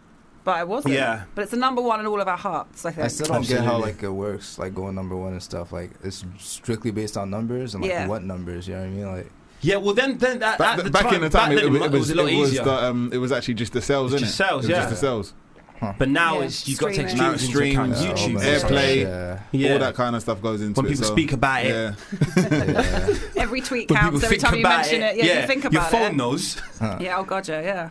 Speaker 5: but it wasn't.
Speaker 3: Yeah.
Speaker 5: But it's the number one in all of our hearts, I think.
Speaker 13: I still don't get how
Speaker 3: Absolutely.
Speaker 13: like it works, like going number one and stuff. Like it's strictly based on numbers and like
Speaker 5: Yeah.
Speaker 13: what numbers. You know what I mean? Like
Speaker 3: Yeah, well, then, then at,
Speaker 4: Back,
Speaker 3: at the
Speaker 4: back
Speaker 3: time,
Speaker 4: in the time,
Speaker 3: back
Speaker 4: it,
Speaker 3: then
Speaker 4: it, was,
Speaker 3: a
Speaker 4: it
Speaker 3: lot
Speaker 4: was
Speaker 3: easier.
Speaker 4: the, um, it was actually just the sales,
Speaker 3: It's
Speaker 4: innit?
Speaker 3: just sales,
Speaker 4: it was
Speaker 3: yeah.
Speaker 4: just the sales.
Speaker 3: But now
Speaker 5: Yeah,
Speaker 3: it's you've got to take
Speaker 5: streaming.
Speaker 4: Now
Speaker 3: streams, into account,
Speaker 4: streams,
Speaker 3: YouTube,
Speaker 4: airplay,
Speaker 3: Yeah.
Speaker 4: all that kind of stuff goes into
Speaker 3: When
Speaker 4: it.
Speaker 3: people
Speaker 4: so-
Speaker 3: speak about it.
Speaker 4: yeah.
Speaker 5: Every tweet
Speaker 3: When
Speaker 5: counts. Every time you mention it, yeah, you think
Speaker 3: your
Speaker 5: about
Speaker 3: phone
Speaker 5: it.
Speaker 3: knows.
Speaker 5: Yeah, oh god, yeah, yeah.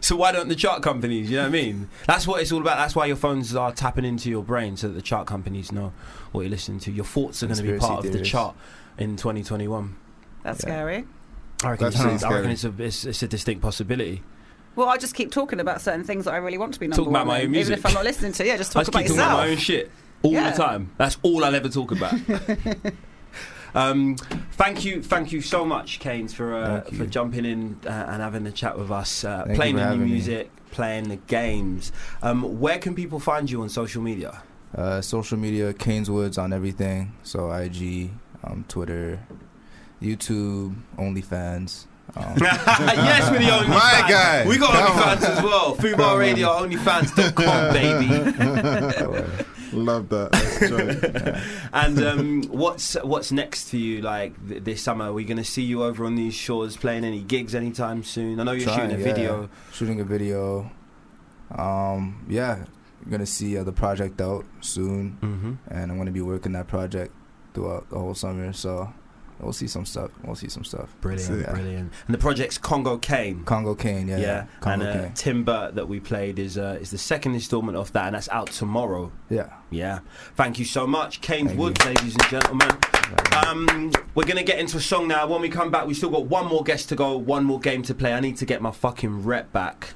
Speaker 3: So why don't the chart companies? You know what I mean? That's what it's all about. That's why your phones are tapping into your brain, so that the chart companies know what you're listening to. Your thoughts are going to be
Speaker 13: Conspiracy
Speaker 3: part of the
Speaker 13: theories.
Speaker 3: chart in 2021.
Speaker 5: That's
Speaker 13: Yeah.
Speaker 5: scary.
Speaker 3: I reckon,
Speaker 4: That's
Speaker 3: it's,
Speaker 4: really
Speaker 3: I reckon
Speaker 4: scary.
Speaker 3: it's, a, it's, it's a distinct possibility.
Speaker 5: Well, I just keep talking about certain things that I really want to be number
Speaker 3: Talk
Speaker 5: one.
Speaker 3: about my
Speaker 5: in,
Speaker 3: own music.
Speaker 5: Even if I'm not listening to, yeah, just
Speaker 3: I
Speaker 5: talk
Speaker 3: just
Speaker 5: about
Speaker 3: keep talking about
Speaker 5: yourself.
Speaker 3: my own shit all
Speaker 5: Yeah.
Speaker 3: the time. That's all I'll ever talk about. um, thank you, thank you so much, Keynes, for uh,
Speaker 13: Thank
Speaker 3: for
Speaker 13: you.
Speaker 3: jumping in uh, and having a chat with us, uh,
Speaker 13: Thank you
Speaker 3: playing
Speaker 13: for
Speaker 3: the new
Speaker 13: having me.
Speaker 3: music, playing the games. Um, where can people find you on social media?
Speaker 13: uh, social media, Caneswoods on everything. So IG, um, Twitter, YouTube, OnlyFans. Um,
Speaker 3: yes, with the OnlyFans.
Speaker 4: My guy.
Speaker 3: We got
Speaker 4: Come
Speaker 3: OnlyFans as well. Football
Speaker 4: on.
Speaker 3: Radio, OnlyFans.com, baby.
Speaker 4: Love that. That's joy.
Speaker 3: And um, what's what's next for you? Like th- this summer, are we going to see you over on these shores playing any gigs anytime soon? I know Oh, you're
Speaker 13: Trying,
Speaker 3: shooting a
Speaker 13: yeah.
Speaker 3: video.
Speaker 13: shooting a video. Um, yeah, you're gonna see uh, the project out soon,
Speaker 3: Mm-hmm.
Speaker 13: and I'm gonna be working that project throughout the whole summer. So we'll see some stuff. We'll see some stuff.
Speaker 3: Brilliant,
Speaker 13: Yeah.
Speaker 3: brilliant. And the project's Congo Kane.
Speaker 13: Congo Kane, yeah,
Speaker 3: Yeah, and
Speaker 13: Congo
Speaker 3: uh,
Speaker 13: Kane,
Speaker 3: Timber that we played is uh, is the second installment of that, and that's out tomorrow.
Speaker 13: yeah.
Speaker 3: Yeah, thank you so much, Kane's
Speaker 13: Thank you.
Speaker 3: Woods, ladies and gentlemen. Um, we're gonna get into a song now. When we come back, we still got one more guest to go, one more game to play. I need to get my fucking rep back.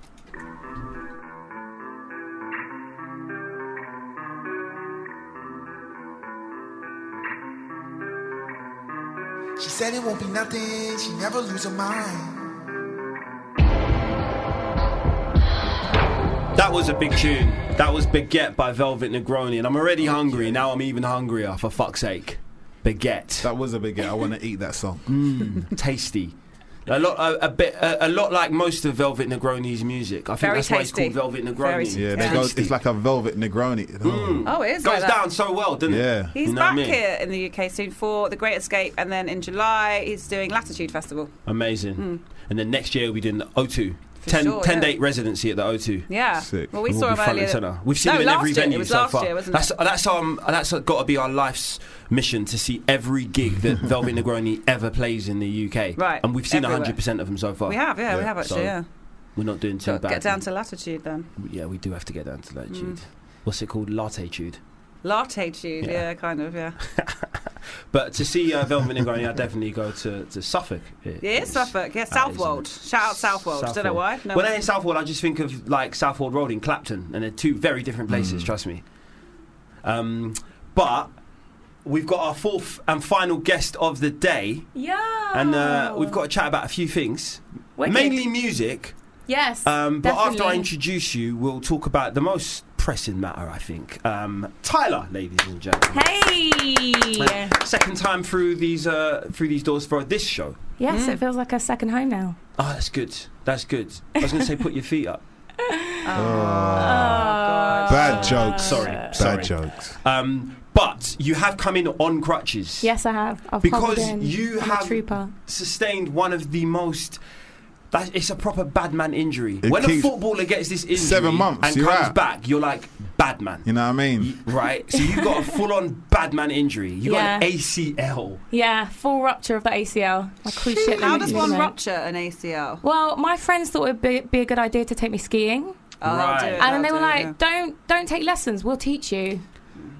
Speaker 16: She said it won't be nothing, she never lose her mind.
Speaker 3: That was a big tune. That was Baguette by Velvet Negroni, and I'm already
Speaker 4: Oh,
Speaker 3: hungry. Now I'm even hungrier. For fuck's sake, Baguette. Mm.
Speaker 4: that was a big hit. I want to eat that song.
Speaker 3: Mmm, tasty. A lot, a, a bit, a, a lot like most of Velvet Negroni's music. I think
Speaker 5: Very
Speaker 3: that's why
Speaker 5: tasty.
Speaker 3: it's called Velvet Negroni.
Speaker 5: Very
Speaker 4: Yeah, they go, it's like a velvet Negroni.
Speaker 3: Mm.
Speaker 5: Oh, it is
Speaker 3: Goes
Speaker 5: like that.
Speaker 3: down so well, doesn't
Speaker 4: Yeah.
Speaker 3: it?
Speaker 5: He's
Speaker 3: You know what
Speaker 5: back
Speaker 3: I mean?
Speaker 5: here in the UK soon for The Great Escape, and then in July he's doing Latitude Festival.
Speaker 3: Amazing.
Speaker 5: Mm.
Speaker 3: And then next year we'll be doing the O2. 10,
Speaker 5: sure,
Speaker 3: 10
Speaker 5: yeah.
Speaker 3: day residency at the O2.
Speaker 4: Oh,
Speaker 5: Yeah. Sick. Well, we saw
Speaker 3: be
Speaker 5: him
Speaker 3: front and
Speaker 5: earlier.
Speaker 3: centre. We've seen
Speaker 5: No,
Speaker 3: him in
Speaker 5: last
Speaker 3: every
Speaker 5: year.
Speaker 3: venue
Speaker 5: It was
Speaker 3: so
Speaker 5: last
Speaker 3: far.
Speaker 5: year, wasn't it?
Speaker 3: that's that's our that's got to be our life's mission to see every gig that Velvet Negroni ever plays in the UK.
Speaker 5: Right.
Speaker 3: And we've seen
Speaker 5: Everywhere.
Speaker 3: hundred percent of them so far.
Speaker 5: We have, yeah, we have
Speaker 3: So
Speaker 5: actually, yeah.
Speaker 3: We're not doing too
Speaker 5: Got to
Speaker 3: bad.
Speaker 5: get down to Latitude then.
Speaker 3: yeah, we do have to get down to latitude.
Speaker 5: Mm.
Speaker 3: What's it called? Latitude.
Speaker 5: Latitude,
Speaker 3: Yeah.
Speaker 5: yeah. kind of, yeah.
Speaker 3: But to see uh, Velvet Negroni, I definitely go to, to Suffolk. It-
Speaker 5: Yeah, it's Suffolk. Yeah, Southwold. Shout out Southwold. Don't know
Speaker 3: Southwold.
Speaker 5: why. No
Speaker 3: when I
Speaker 5: one-
Speaker 3: hear Southwold, I just think of like Southwold Road in Clapton, and they're two very different places. Trust me. Um, but we've got our fourth and final guest of the day,
Speaker 10: Yeah.
Speaker 3: and uh, we've got to chat about a few things,
Speaker 10: Oh. Wicked.
Speaker 3: mainly music.
Speaker 10: Yes.
Speaker 3: Um, but after I
Speaker 10: definitely.
Speaker 3: introduce you, we'll talk about the most pressing matter, I think. Um, Tyler, ladies and gentlemen.
Speaker 10: Hey.
Speaker 3: Second time through these uh, through these doors for this show.
Speaker 10: Yes, it feels like a second home now.
Speaker 3: Oh, that's good. That's good. I was going to say, put your feet up. Oh.
Speaker 10: Oh,
Speaker 4: Bad
Speaker 10: Uh,
Speaker 4: jokes.
Speaker 3: Sorry.
Speaker 4: Bad
Speaker 3: sorry.
Speaker 4: jokes.
Speaker 3: Um, but you have come in on crutches.
Speaker 10: Yes, I have. I've
Speaker 3: Because
Speaker 10: hobbled in.
Speaker 3: you
Speaker 10: I'm
Speaker 3: have-
Speaker 10: a trooper.
Speaker 3: Sustained one of the most. That, it's a proper bad man injury.
Speaker 4: It
Speaker 3: when a
Speaker 4: keeps-
Speaker 3: footballer gets this injury
Speaker 4: Seven months,
Speaker 3: and
Speaker 4: you're Mm.
Speaker 3: comes
Speaker 4: right.
Speaker 3: back, you're like bad man,
Speaker 4: You know what I mean?
Speaker 3: right? So you got a full-on bad man injury. You got
Speaker 10: Yeah.
Speaker 3: an ACL.
Speaker 10: Yeah, full rupture of the ACL. My cruciate
Speaker 5: How does one
Speaker 10: ligament.
Speaker 5: rupture an ACL?
Speaker 10: Well, my friends thought it'd be, be a good idea to take me skiing,
Speaker 5: Oh, that'll do it,
Speaker 10: and then they
Speaker 5: that'll
Speaker 10: were
Speaker 5: do it,
Speaker 10: like,
Speaker 5: yeah.
Speaker 10: "Don't, don't take lessons. We'll teach you."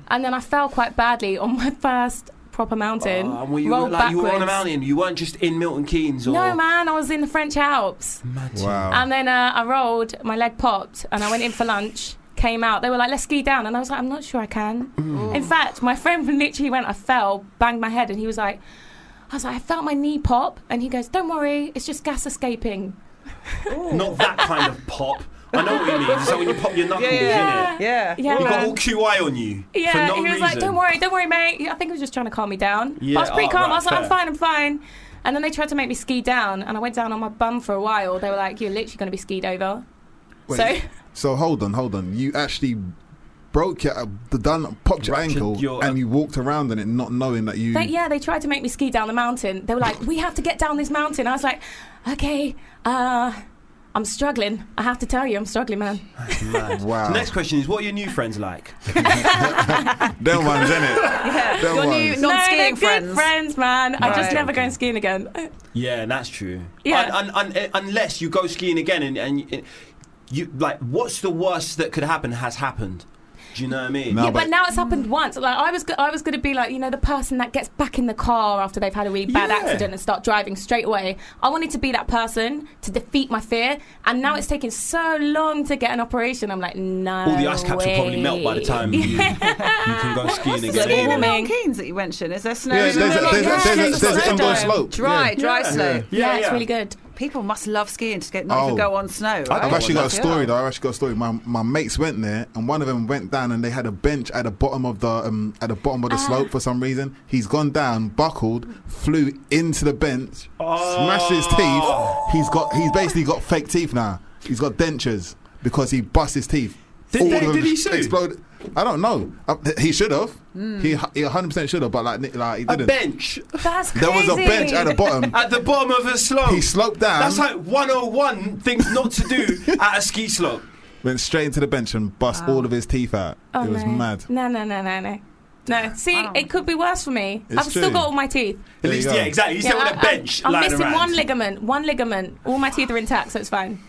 Speaker 10: And then I fell quite badly on my first proper mountain.
Speaker 3: Oh, and were you,
Speaker 10: rolled
Speaker 3: like, you were on a
Speaker 10: backwards.
Speaker 3: mountain. You weren't just in Milton Keynes or.
Speaker 10: No, man, I was in the French Alps.
Speaker 3: Wow.
Speaker 10: And then uh, I rolled, my leg popped, and I went in for lunch. Came out, they were like, "Let's ski down," and I was like, "I'm not sure I can." In fact, my friend literally went, I fell, banged my head, and he was like, "I was like, I felt my knee pop," and he goes, "Don't worry, it's just gas escaping."
Speaker 3: Not that kind of pop. I know what you mean. So when you pop your knuckles,
Speaker 10: yeah.
Speaker 3: innit?
Speaker 5: Yeah.
Speaker 10: Yeah.
Speaker 3: You got all QI on you.
Speaker 10: Yeah,
Speaker 3: For no
Speaker 10: he was
Speaker 3: reason.
Speaker 10: like, "Don't worry, don't worry, mate." I think he was just trying to calm me down.
Speaker 3: Yeah,
Speaker 10: I was pretty
Speaker 3: oh,
Speaker 10: calm.
Speaker 3: right,
Speaker 10: I was like, "I'm
Speaker 3: fair.
Speaker 10: fine, I'm fine." And then they tried to make me ski down, and I went down on my bum for a while. They were like, "You're literally going to be skied over." So
Speaker 4: So hold on, hold on. You actually broke your, uh, the done popped your uh, ankle and you walked around in it not knowing that
Speaker 3: Hmm.
Speaker 4: you.
Speaker 10: They, yeah, they tried to make me ski down the mountain. They were like, "We have to get down this mountain." I was like, "Okay, uh, I'm struggling. I have to tell you, I'm struggling, man."
Speaker 3: Mad.
Speaker 4: Wow.
Speaker 3: Next question is, what are your new friends like?
Speaker 4: Them ones, innit?
Speaker 5: Yeah.
Speaker 4: Them
Speaker 5: Your new
Speaker 4: ones.
Speaker 10: no,
Speaker 5: non-skiing
Speaker 10: they're
Speaker 5: friends.
Speaker 10: good friends, man. I just
Speaker 3: Right.
Speaker 10: never going skiing again.
Speaker 3: Yeah, that's true.
Speaker 10: Yeah.
Speaker 3: Un- un- un- unless you go skiing again and, and you- you like, what's the worst that could happen has happened. Do you know what I mean?
Speaker 10: yeah, but, now it's happened once. Like I was, go- I was going to be like, you know, the person that gets back in the car after they've had a really bad
Speaker 3: Yeah.
Speaker 10: accident and start driving straight away. I wanted to be that person to defeat my fear, and now it's taking so long to get an operation. I'm like, no.
Speaker 3: all the ice caps will probably melt by the
Speaker 10: way."
Speaker 3: time you, you can go skiing
Speaker 5: Is it
Speaker 3: again.
Speaker 5: in Milton Keynes that you mentioned? Is there snow?
Speaker 4: Yeah,
Speaker 5: in
Speaker 4: there's a-
Speaker 5: Milton
Speaker 4: there's a- there's
Speaker 5: Keynes?
Speaker 4: a- there's an
Speaker 5: snow
Speaker 4: indoor
Speaker 5: dome.
Speaker 4: slope.
Speaker 5: Dry,
Speaker 4: Yeah.
Speaker 5: dry
Speaker 4: Yeah.
Speaker 5: slope.
Speaker 4: Yeah, Yeah, it's yeah. really
Speaker 10: good.
Speaker 5: People must love skiing to get not
Speaker 4: Oh.
Speaker 5: even go on snow. Right?
Speaker 4: I've actually got a story though. I've actually got a story. My my mates went there, and one of them went down, and they had a bench at the bottom of the um, at the bottom of the slope for some reason. He's gone down, buckled, flew into the bench, smashed his teeth. He's got he's basically got fake teeth now. He's got dentures because he bust his teeth.
Speaker 3: Did they- did he sue?
Speaker 4: Exploded. I don't know. Uh, he should have.
Speaker 3: Mm.
Speaker 4: He He 100 percent should have, but like, ni- like he
Speaker 3: A
Speaker 4: didn't.
Speaker 3: bench.
Speaker 10: That's
Speaker 4: There was a bench at the bottom.
Speaker 3: at the bottom of a slope.
Speaker 4: He sloped down.
Speaker 3: That's like 101 things not to do at a ski slope.
Speaker 4: Went straight into the bench and bust all of his teeth out.
Speaker 10: Oh,
Speaker 4: it was
Speaker 10: no.
Speaker 4: mad.
Speaker 10: No, no, no, no, no. No, see, it could be worse for me.
Speaker 4: It's
Speaker 10: I've still
Speaker 4: true.
Speaker 10: got all my teeth.
Speaker 4: At least-
Speaker 3: yeah, exactly. You still on a
Speaker 10: I-
Speaker 3: bench
Speaker 10: I'm, I'm
Speaker 3: lying
Speaker 10: missing
Speaker 3: around.
Speaker 10: one ligament. One ligament. All my teeth are intact, so it's fine.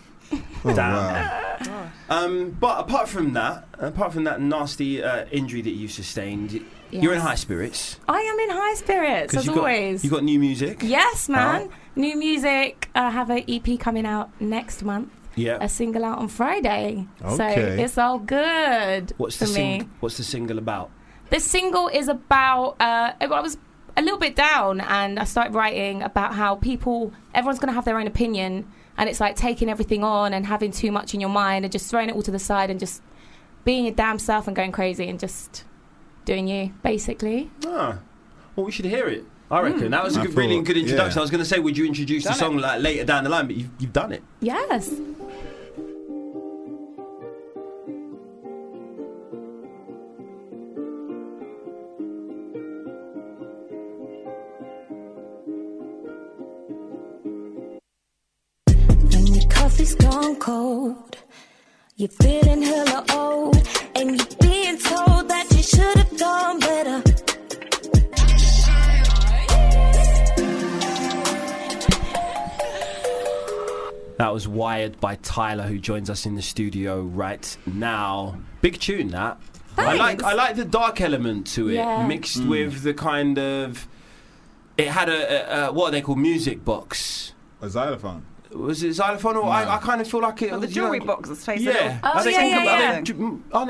Speaker 4: Oh,
Speaker 3: Damn. Um, but apart from that, apart from that nasty uh, injury that you sustained, you're in
Speaker 10: Yes.
Speaker 3: high spirits.
Speaker 10: I am in high spirits
Speaker 3: 'Cause
Speaker 10: as
Speaker 3: you got-
Speaker 10: always.
Speaker 3: You got new music.
Speaker 10: Yes, man.
Speaker 3: Out.
Speaker 10: New music. I have an EP coming out next month.
Speaker 3: Yeah.
Speaker 10: A single out on Friday.
Speaker 3: Okay.
Speaker 10: So it's all good
Speaker 3: What's
Speaker 10: for
Speaker 3: the
Speaker 10: me.
Speaker 3: sing- What's the single about?
Speaker 10: The single is about. Uh, I was a little bit down, and I started writing about how people, everyone's going to have their own opinion, and it's like taking everything on and having too much in your mind and just throwing it all to the side and just being your damn self and going crazy and just doing you, basically.
Speaker 3: Ah, well, we should hear it. I reckon that was a
Speaker 4: I
Speaker 3: good, really
Speaker 4: thought-
Speaker 3: good introduction.
Speaker 4: yeah.
Speaker 3: I was going to say, would you introduce the
Speaker 10: Done
Speaker 3: song like later down the line? But you've, you've done it.
Speaker 10: Yes.
Speaker 14: When your coffee's gone cold, you're feeling hella old, and you're being told that you should have done better.
Speaker 3: That was Wired by Tyler, who joins us in the studio right now. Big tune that. I like I like the dark element to it,
Speaker 17: Yeah.
Speaker 3: mixed
Speaker 17: Mm.
Speaker 3: with the kind of. It had a, a, a what are they call music box.
Speaker 4: A xylophone.
Speaker 3: Was it xylophone or I, I kind of feel like it.
Speaker 5: Well, the
Speaker 3: was, you
Speaker 5: jewelry
Speaker 3: know-
Speaker 5: box, let's face it.
Speaker 3: Oh, Yeah.
Speaker 5: all-
Speaker 3: I
Speaker 5: I
Speaker 3: think-
Speaker 5: think
Speaker 3: I
Speaker 5: about
Speaker 3: think-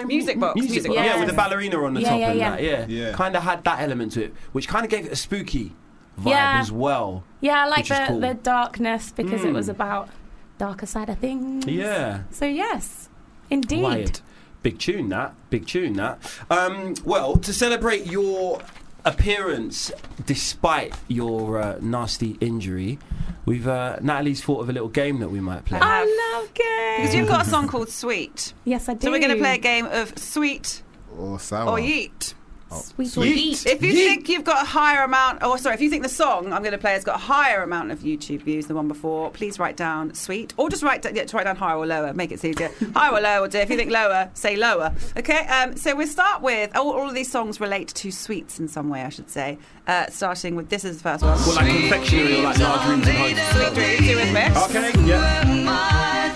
Speaker 5: it. Music box.
Speaker 3: Music box. Yeah. with the ballerina on the
Speaker 5: Yeah,
Speaker 3: top
Speaker 5: yeah,
Speaker 3: and
Speaker 5: yeah.
Speaker 3: that. Yeah, kind of had that element to it, which kind of gave it a spooky vibe
Speaker 10: Yeah.
Speaker 3: as well.
Speaker 10: Yeah, I like
Speaker 3: which is
Speaker 10: the,
Speaker 3: cool.
Speaker 10: the darkness because it
Speaker 3: Mm.
Speaker 10: was about darker side of things.
Speaker 3: Yeah.
Speaker 10: So yes, indeed.
Speaker 3: Wired. Big tune that. Big tune that. Um, well, to celebrate your appearance despite your uh, nasty injury, we've uh, Natalie's thought of a little game that we might play.
Speaker 5: I
Speaker 10: love games.
Speaker 5: Because you've got a song called Sweet.
Speaker 10: Yes, I
Speaker 5: So we're going to
Speaker 10: do.
Speaker 5: play a game of Sweet
Speaker 4: Or sour. Oh,
Speaker 5: or Yeet.
Speaker 3: Oh,
Speaker 10: Sweet
Speaker 4: or Yeet.
Speaker 5: If you think you've got a higher amount, oh sorry, if you think the song I'm going to play has got a higher amount of YouTube views than the one before, please write down sweet, or just write down, yeah, just write down higher or lower. Make it easier. higher or lower, dear. If you think lower, say lower. Okay. Um, so we'll start with all, all of these songs relate to sweets in some way, I should say. Uh, starting with this is the first one.
Speaker 3: Well, like confectionery or like large rooms and homes.
Speaker 5: Sweet dreams, you with me?
Speaker 3: Okay,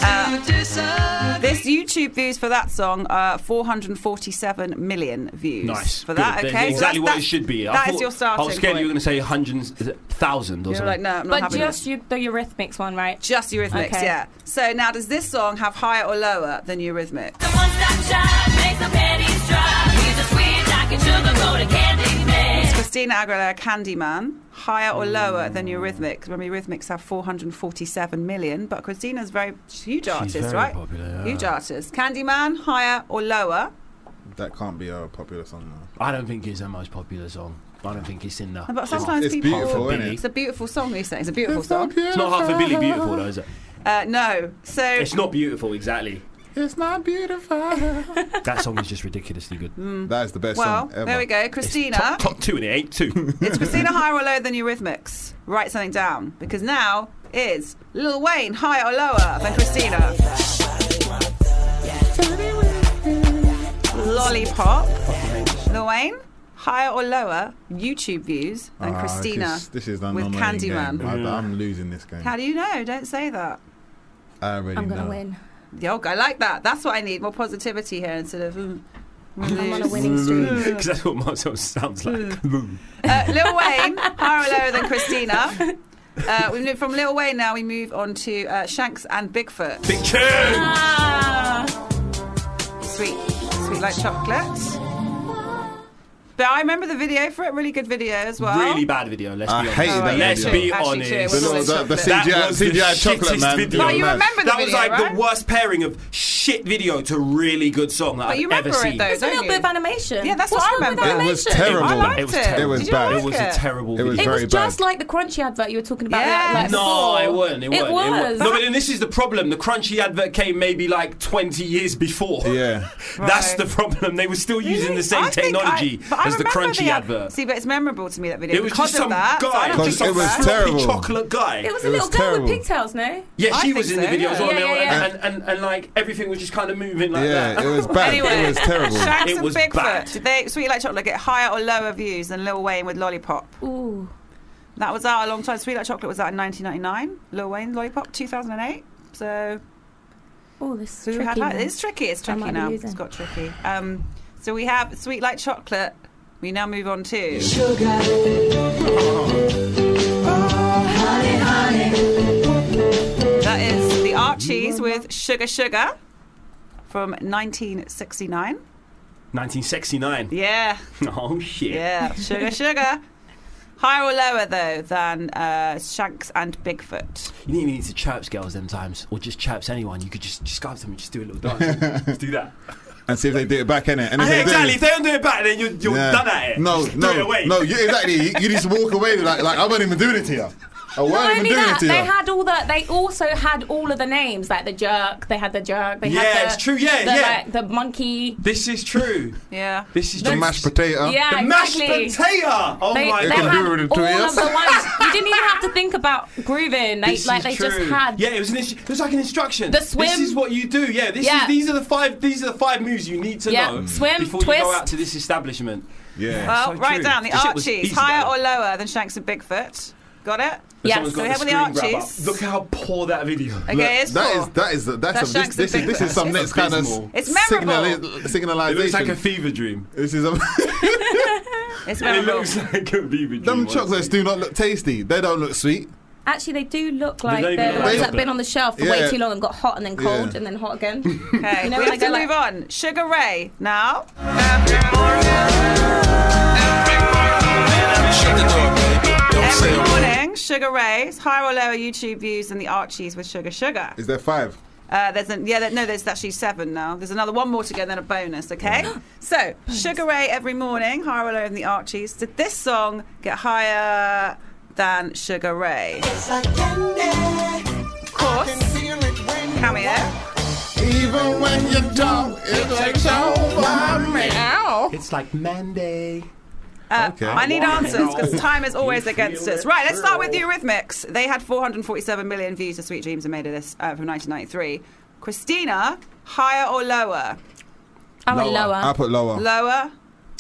Speaker 5: Uh, this YouTube views for that song are 447 million views.
Speaker 3: Nice.
Speaker 5: For that,
Speaker 3: Good.
Speaker 5: okay?
Speaker 3: Exactly
Speaker 5: So
Speaker 3: what
Speaker 5: that's-
Speaker 3: it
Speaker 5: that's-
Speaker 3: should be.
Speaker 5: that is
Speaker 3: thought-
Speaker 5: your starting
Speaker 3: I was scared
Speaker 5: point.
Speaker 3: you were going to say hundreds, uh, thousand or
Speaker 5: You're
Speaker 3: something.
Speaker 5: like, no, I'm not
Speaker 10: but
Speaker 5: having
Speaker 10: just
Speaker 5: this.
Speaker 10: you, the Eurythmics one, right?
Speaker 5: Just Eurythmics,
Speaker 10: Okay.
Speaker 5: yeah. So now, does this song have higher or lower than Eurythmics? It's Christina Aguilera, Candyman, higher or lower than Eurythmics? Remember, Eurythmics have 447 million, but Christina's very huge artist,
Speaker 4: very
Speaker 5: right?
Speaker 4: popular, yeah.
Speaker 5: Huge artist. Candyman, higher or lower?
Speaker 4: That can't be a popular song now.
Speaker 3: I don't think it's her most popular song. I don't think it's in the.
Speaker 5: No, But sometimes
Speaker 4: it's
Speaker 5: people.
Speaker 4: beautiful, isn't
Speaker 5: It's
Speaker 4: it?
Speaker 5: a beautiful song. You say it's a beautiful song.
Speaker 3: It's not half a Billy Beautiful though, is it?
Speaker 5: Uh, no. So
Speaker 3: It's not beautiful, exactly.
Speaker 5: It's not beautiful.
Speaker 3: That song is just ridiculously good.
Speaker 5: Mm.
Speaker 4: That is the best
Speaker 5: well,
Speaker 4: song ever.
Speaker 5: there we go, Christina.
Speaker 3: Top, top two and it ain't two.
Speaker 5: it's Christina higher or lower than Eurythmics? Write something down because now is Lil Wayne higher or lower than Christina? Lollipop. Lil Wayne higher or lower YouTube views than
Speaker 4: Ah,
Speaker 5: Christina?
Speaker 4: This, this is the
Speaker 5: with
Speaker 4: nominating
Speaker 5: Candyman.
Speaker 4: game. I, I'm losing this game.
Speaker 5: How do you know? Don't say that.
Speaker 4: I already know.
Speaker 5: Yo, I like that. That's what I need. More positivity here instead of. mm,
Speaker 10: I'm on a
Speaker 5: lose.
Speaker 10: winning
Speaker 3: Because that's what myself sounds like.
Speaker 5: Uh, Lil Wayne, higher or lower than Christina. Uh, we move from Lil Wayne now. We move on to uh, Shanks and Bigfoot. Ah.
Speaker 3: Big tune.
Speaker 5: Sweet, sweet like chocolate. But I remember the video for it. Really good video as well.
Speaker 3: Really bad video. Let's
Speaker 4: I
Speaker 3: be honest.
Speaker 4: hated that video.
Speaker 3: Let's be
Speaker 5: Actually,
Speaker 3: honest.
Speaker 5: true, it was The- all the the- chocolate. the
Speaker 4: CGI
Speaker 3: That was the
Speaker 4: CGI chocolate,
Speaker 3: shittest
Speaker 4: man.
Speaker 3: Video.
Speaker 4: But you
Speaker 5: remember the
Speaker 3: that was
Speaker 5: video,
Speaker 3: like
Speaker 5: right?
Speaker 3: the worst pairing of shit video to really good song that
Speaker 10: But
Speaker 3: I've
Speaker 10: you remember
Speaker 3: ever
Speaker 10: it,
Speaker 3: seen.
Speaker 10: though, There's a don't little you? bit of animation.
Speaker 5: Yeah, that's what
Speaker 10: What's
Speaker 5: I
Speaker 10: wrong with
Speaker 5: remember.
Speaker 4: It was terrible.
Speaker 5: I liked
Speaker 4: it was terrible. It was
Speaker 5: Did you
Speaker 4: bad.
Speaker 5: like
Speaker 4: It was a
Speaker 3: terrible.
Speaker 4: It was
Speaker 10: it
Speaker 4: very
Speaker 10: was
Speaker 4: bad.
Speaker 10: just like the crunchy advert you were talking about.
Speaker 5: Yeah.
Speaker 10: Like, like
Speaker 3: no,
Speaker 10: before.
Speaker 3: it wasn't. It wasn't.
Speaker 10: was.
Speaker 3: No, but then this is the problem. The crunchy advert came maybe like 20 years before.
Speaker 4: Yeah.
Speaker 3: That's the problem. They were still using the same technology
Speaker 5: But I
Speaker 3: as the
Speaker 5: remember
Speaker 3: crunchy
Speaker 5: the ad-
Speaker 3: advert.
Speaker 5: See, but it's memorable to me that video
Speaker 3: It was
Speaker 5: because
Speaker 3: just
Speaker 5: of
Speaker 3: some
Speaker 5: that. so I
Speaker 3: guy.
Speaker 5: don't
Speaker 3: Just
Speaker 5: think
Speaker 3: some
Speaker 5: it's bad.
Speaker 3: floppy chocolate guy.
Speaker 10: It was a little girl with pigtails, no?
Speaker 3: Yeah, she was in the
Speaker 5: think so,
Speaker 3: video as
Speaker 5: yeah.
Speaker 3: well,
Speaker 5: Yeah, yeah, yeah.
Speaker 3: And, and, and, like everything was just kind of moving like
Speaker 4: Yeah,
Speaker 3: that.
Speaker 4: it was bad.
Speaker 5: Anyway,
Speaker 4: It was terrible.
Speaker 5: Shanks
Speaker 3: It was
Speaker 5: and Bigfoot.
Speaker 3: bad.
Speaker 5: Did they Sweet Like Chocolate get higher or lower views than Lil Wayne with Lollipop?
Speaker 10: Ooh.
Speaker 5: That was out a long time. Sweet Like Chocolate was out in 1999. Lil Wayne Lollipop 2008. So.
Speaker 10: Oh, this
Speaker 5: is
Speaker 10: tricky now.
Speaker 5: It's tricky. It's
Speaker 10: I
Speaker 5: tricky
Speaker 10: might be
Speaker 5: now.
Speaker 10: losing.
Speaker 5: It's got tricky. Um, so we have Sweet Like Chocolate. We now move on to. That is the Archies with Sugar Sugar from 1969.
Speaker 3: 1969.
Speaker 5: Yeah.
Speaker 3: Oh, shit.
Speaker 5: Yeah, sugar, sugar. Higher or lower though than uh, Shanks and Bigfoot?
Speaker 3: You didn't even need to chirps girls them times, or just chirps anyone. You could just, just go up to them and just do a little dance. just do that.
Speaker 4: and see if they do it back, innit? And
Speaker 3: I think
Speaker 4: if they
Speaker 3: exactly. If
Speaker 4: do,
Speaker 3: they don't do it back, then you, you're
Speaker 4: Yeah.
Speaker 3: done at it.
Speaker 4: No,
Speaker 3: Just
Speaker 4: no,
Speaker 3: do it away.
Speaker 4: no. You, exactly. You, you just walk away like like I won't even doing it to you. I won't
Speaker 10: Not
Speaker 4: even
Speaker 10: only
Speaker 4: doing
Speaker 10: that,
Speaker 4: it to
Speaker 10: they
Speaker 4: you.
Speaker 10: had all the. They also had all of the names, like the jerk. They had the jerk. They
Speaker 3: Yeah,
Speaker 10: had the,
Speaker 3: it's true, yeah,
Speaker 10: the,
Speaker 3: yeah.
Speaker 10: Like, the monkey.
Speaker 3: This is true.
Speaker 10: Yeah.
Speaker 3: This is
Speaker 4: The
Speaker 3: true.
Speaker 4: mashed potato.
Speaker 10: Yeah,
Speaker 3: the
Speaker 10: exactly.
Speaker 3: mashed potato. Oh
Speaker 10: they,
Speaker 3: my
Speaker 10: they
Speaker 3: god.
Speaker 10: had all of the ones. You didn't even have to think about grooving. They
Speaker 3: This
Speaker 10: like
Speaker 3: is
Speaker 10: they just
Speaker 3: true.
Speaker 10: had.
Speaker 3: Yeah, it was an instru- it was like an instruction.
Speaker 10: The swim.
Speaker 3: This is what you do. Yeah, this
Speaker 10: Yeah.
Speaker 3: is these are the five these are the five moves you need to
Speaker 10: Yeah.
Speaker 3: know
Speaker 10: Swim,
Speaker 3: before you go
Speaker 10: twist.
Speaker 3: out to this establishment. Yeah.
Speaker 5: Well,
Speaker 3: so
Speaker 5: write
Speaker 3: true.
Speaker 5: Oh, down the
Speaker 3: This shit was
Speaker 5: Archies,
Speaker 3: easy,
Speaker 5: higher or lower than Shanks and Bigfoot. Got it?
Speaker 3: But
Speaker 5: Yes.
Speaker 3: someone's
Speaker 5: So we
Speaker 3: got
Speaker 5: have all
Speaker 3: the
Speaker 5: the
Speaker 3: screen grab
Speaker 5: Archies.
Speaker 3: up. Look how poor that video.
Speaker 5: Okay,
Speaker 4: Look,
Speaker 5: it's
Speaker 4: that
Speaker 5: poor.
Speaker 4: is that is that's,
Speaker 5: That's
Speaker 4: a,
Speaker 5: Shanks
Speaker 4: this, this
Speaker 5: and
Speaker 4: is this is
Speaker 5: Bigfoot.
Speaker 4: some
Speaker 5: It's
Speaker 4: next kind of
Speaker 5: abysmal. It's memorable.
Speaker 4: signali- signalization.
Speaker 3: It looks like a fever dream.
Speaker 4: This is a.
Speaker 5: It's
Speaker 3: It looks like a beaver
Speaker 4: Them chocolates do not look tasty. They don't look sweet.
Speaker 10: Actually, they do look
Speaker 4: They
Speaker 10: like
Speaker 4: don't
Speaker 10: they're
Speaker 4: even look like
Speaker 10: ones that have been
Speaker 4: chocolate.
Speaker 10: on the shelf for way
Speaker 4: Yeah.
Speaker 10: too long and got hot and then cold
Speaker 4: Yeah.
Speaker 10: and then hot again.
Speaker 5: Okay,
Speaker 10: You know,
Speaker 5: we
Speaker 10: when
Speaker 5: have
Speaker 10: I
Speaker 5: to
Speaker 10: go
Speaker 5: move on. Sugar Ray now. Every morning, Sugar Ray's higher or lower YouTube views than the Archies with Sugar Sugar.
Speaker 4: Is there five?
Speaker 5: Uh, there's an, yeah, there- no, there's actually seven now. There's another one more to go, then a bonus. Okay, so Sugar Ray every morning, higher or lower than the Archies. Did this song get higher than Sugar Ray? Of course, cameo.
Speaker 4: Even when you don't, it takes over me.
Speaker 3: It's like Monday.
Speaker 5: Uh,
Speaker 3: Okay.
Speaker 5: I need
Speaker 3: Wow.
Speaker 5: answers because time is always
Speaker 3: You
Speaker 5: against
Speaker 3: feel
Speaker 5: us.
Speaker 3: it,
Speaker 5: Right, let's start with
Speaker 3: girl.
Speaker 5: Eurythmics. They had 447 million views to Sweet Dreams and made a list uh, from 1993. Christina, higher or lower?
Speaker 10: I
Speaker 4: went Lower. lower. I put lower.
Speaker 5: Lower?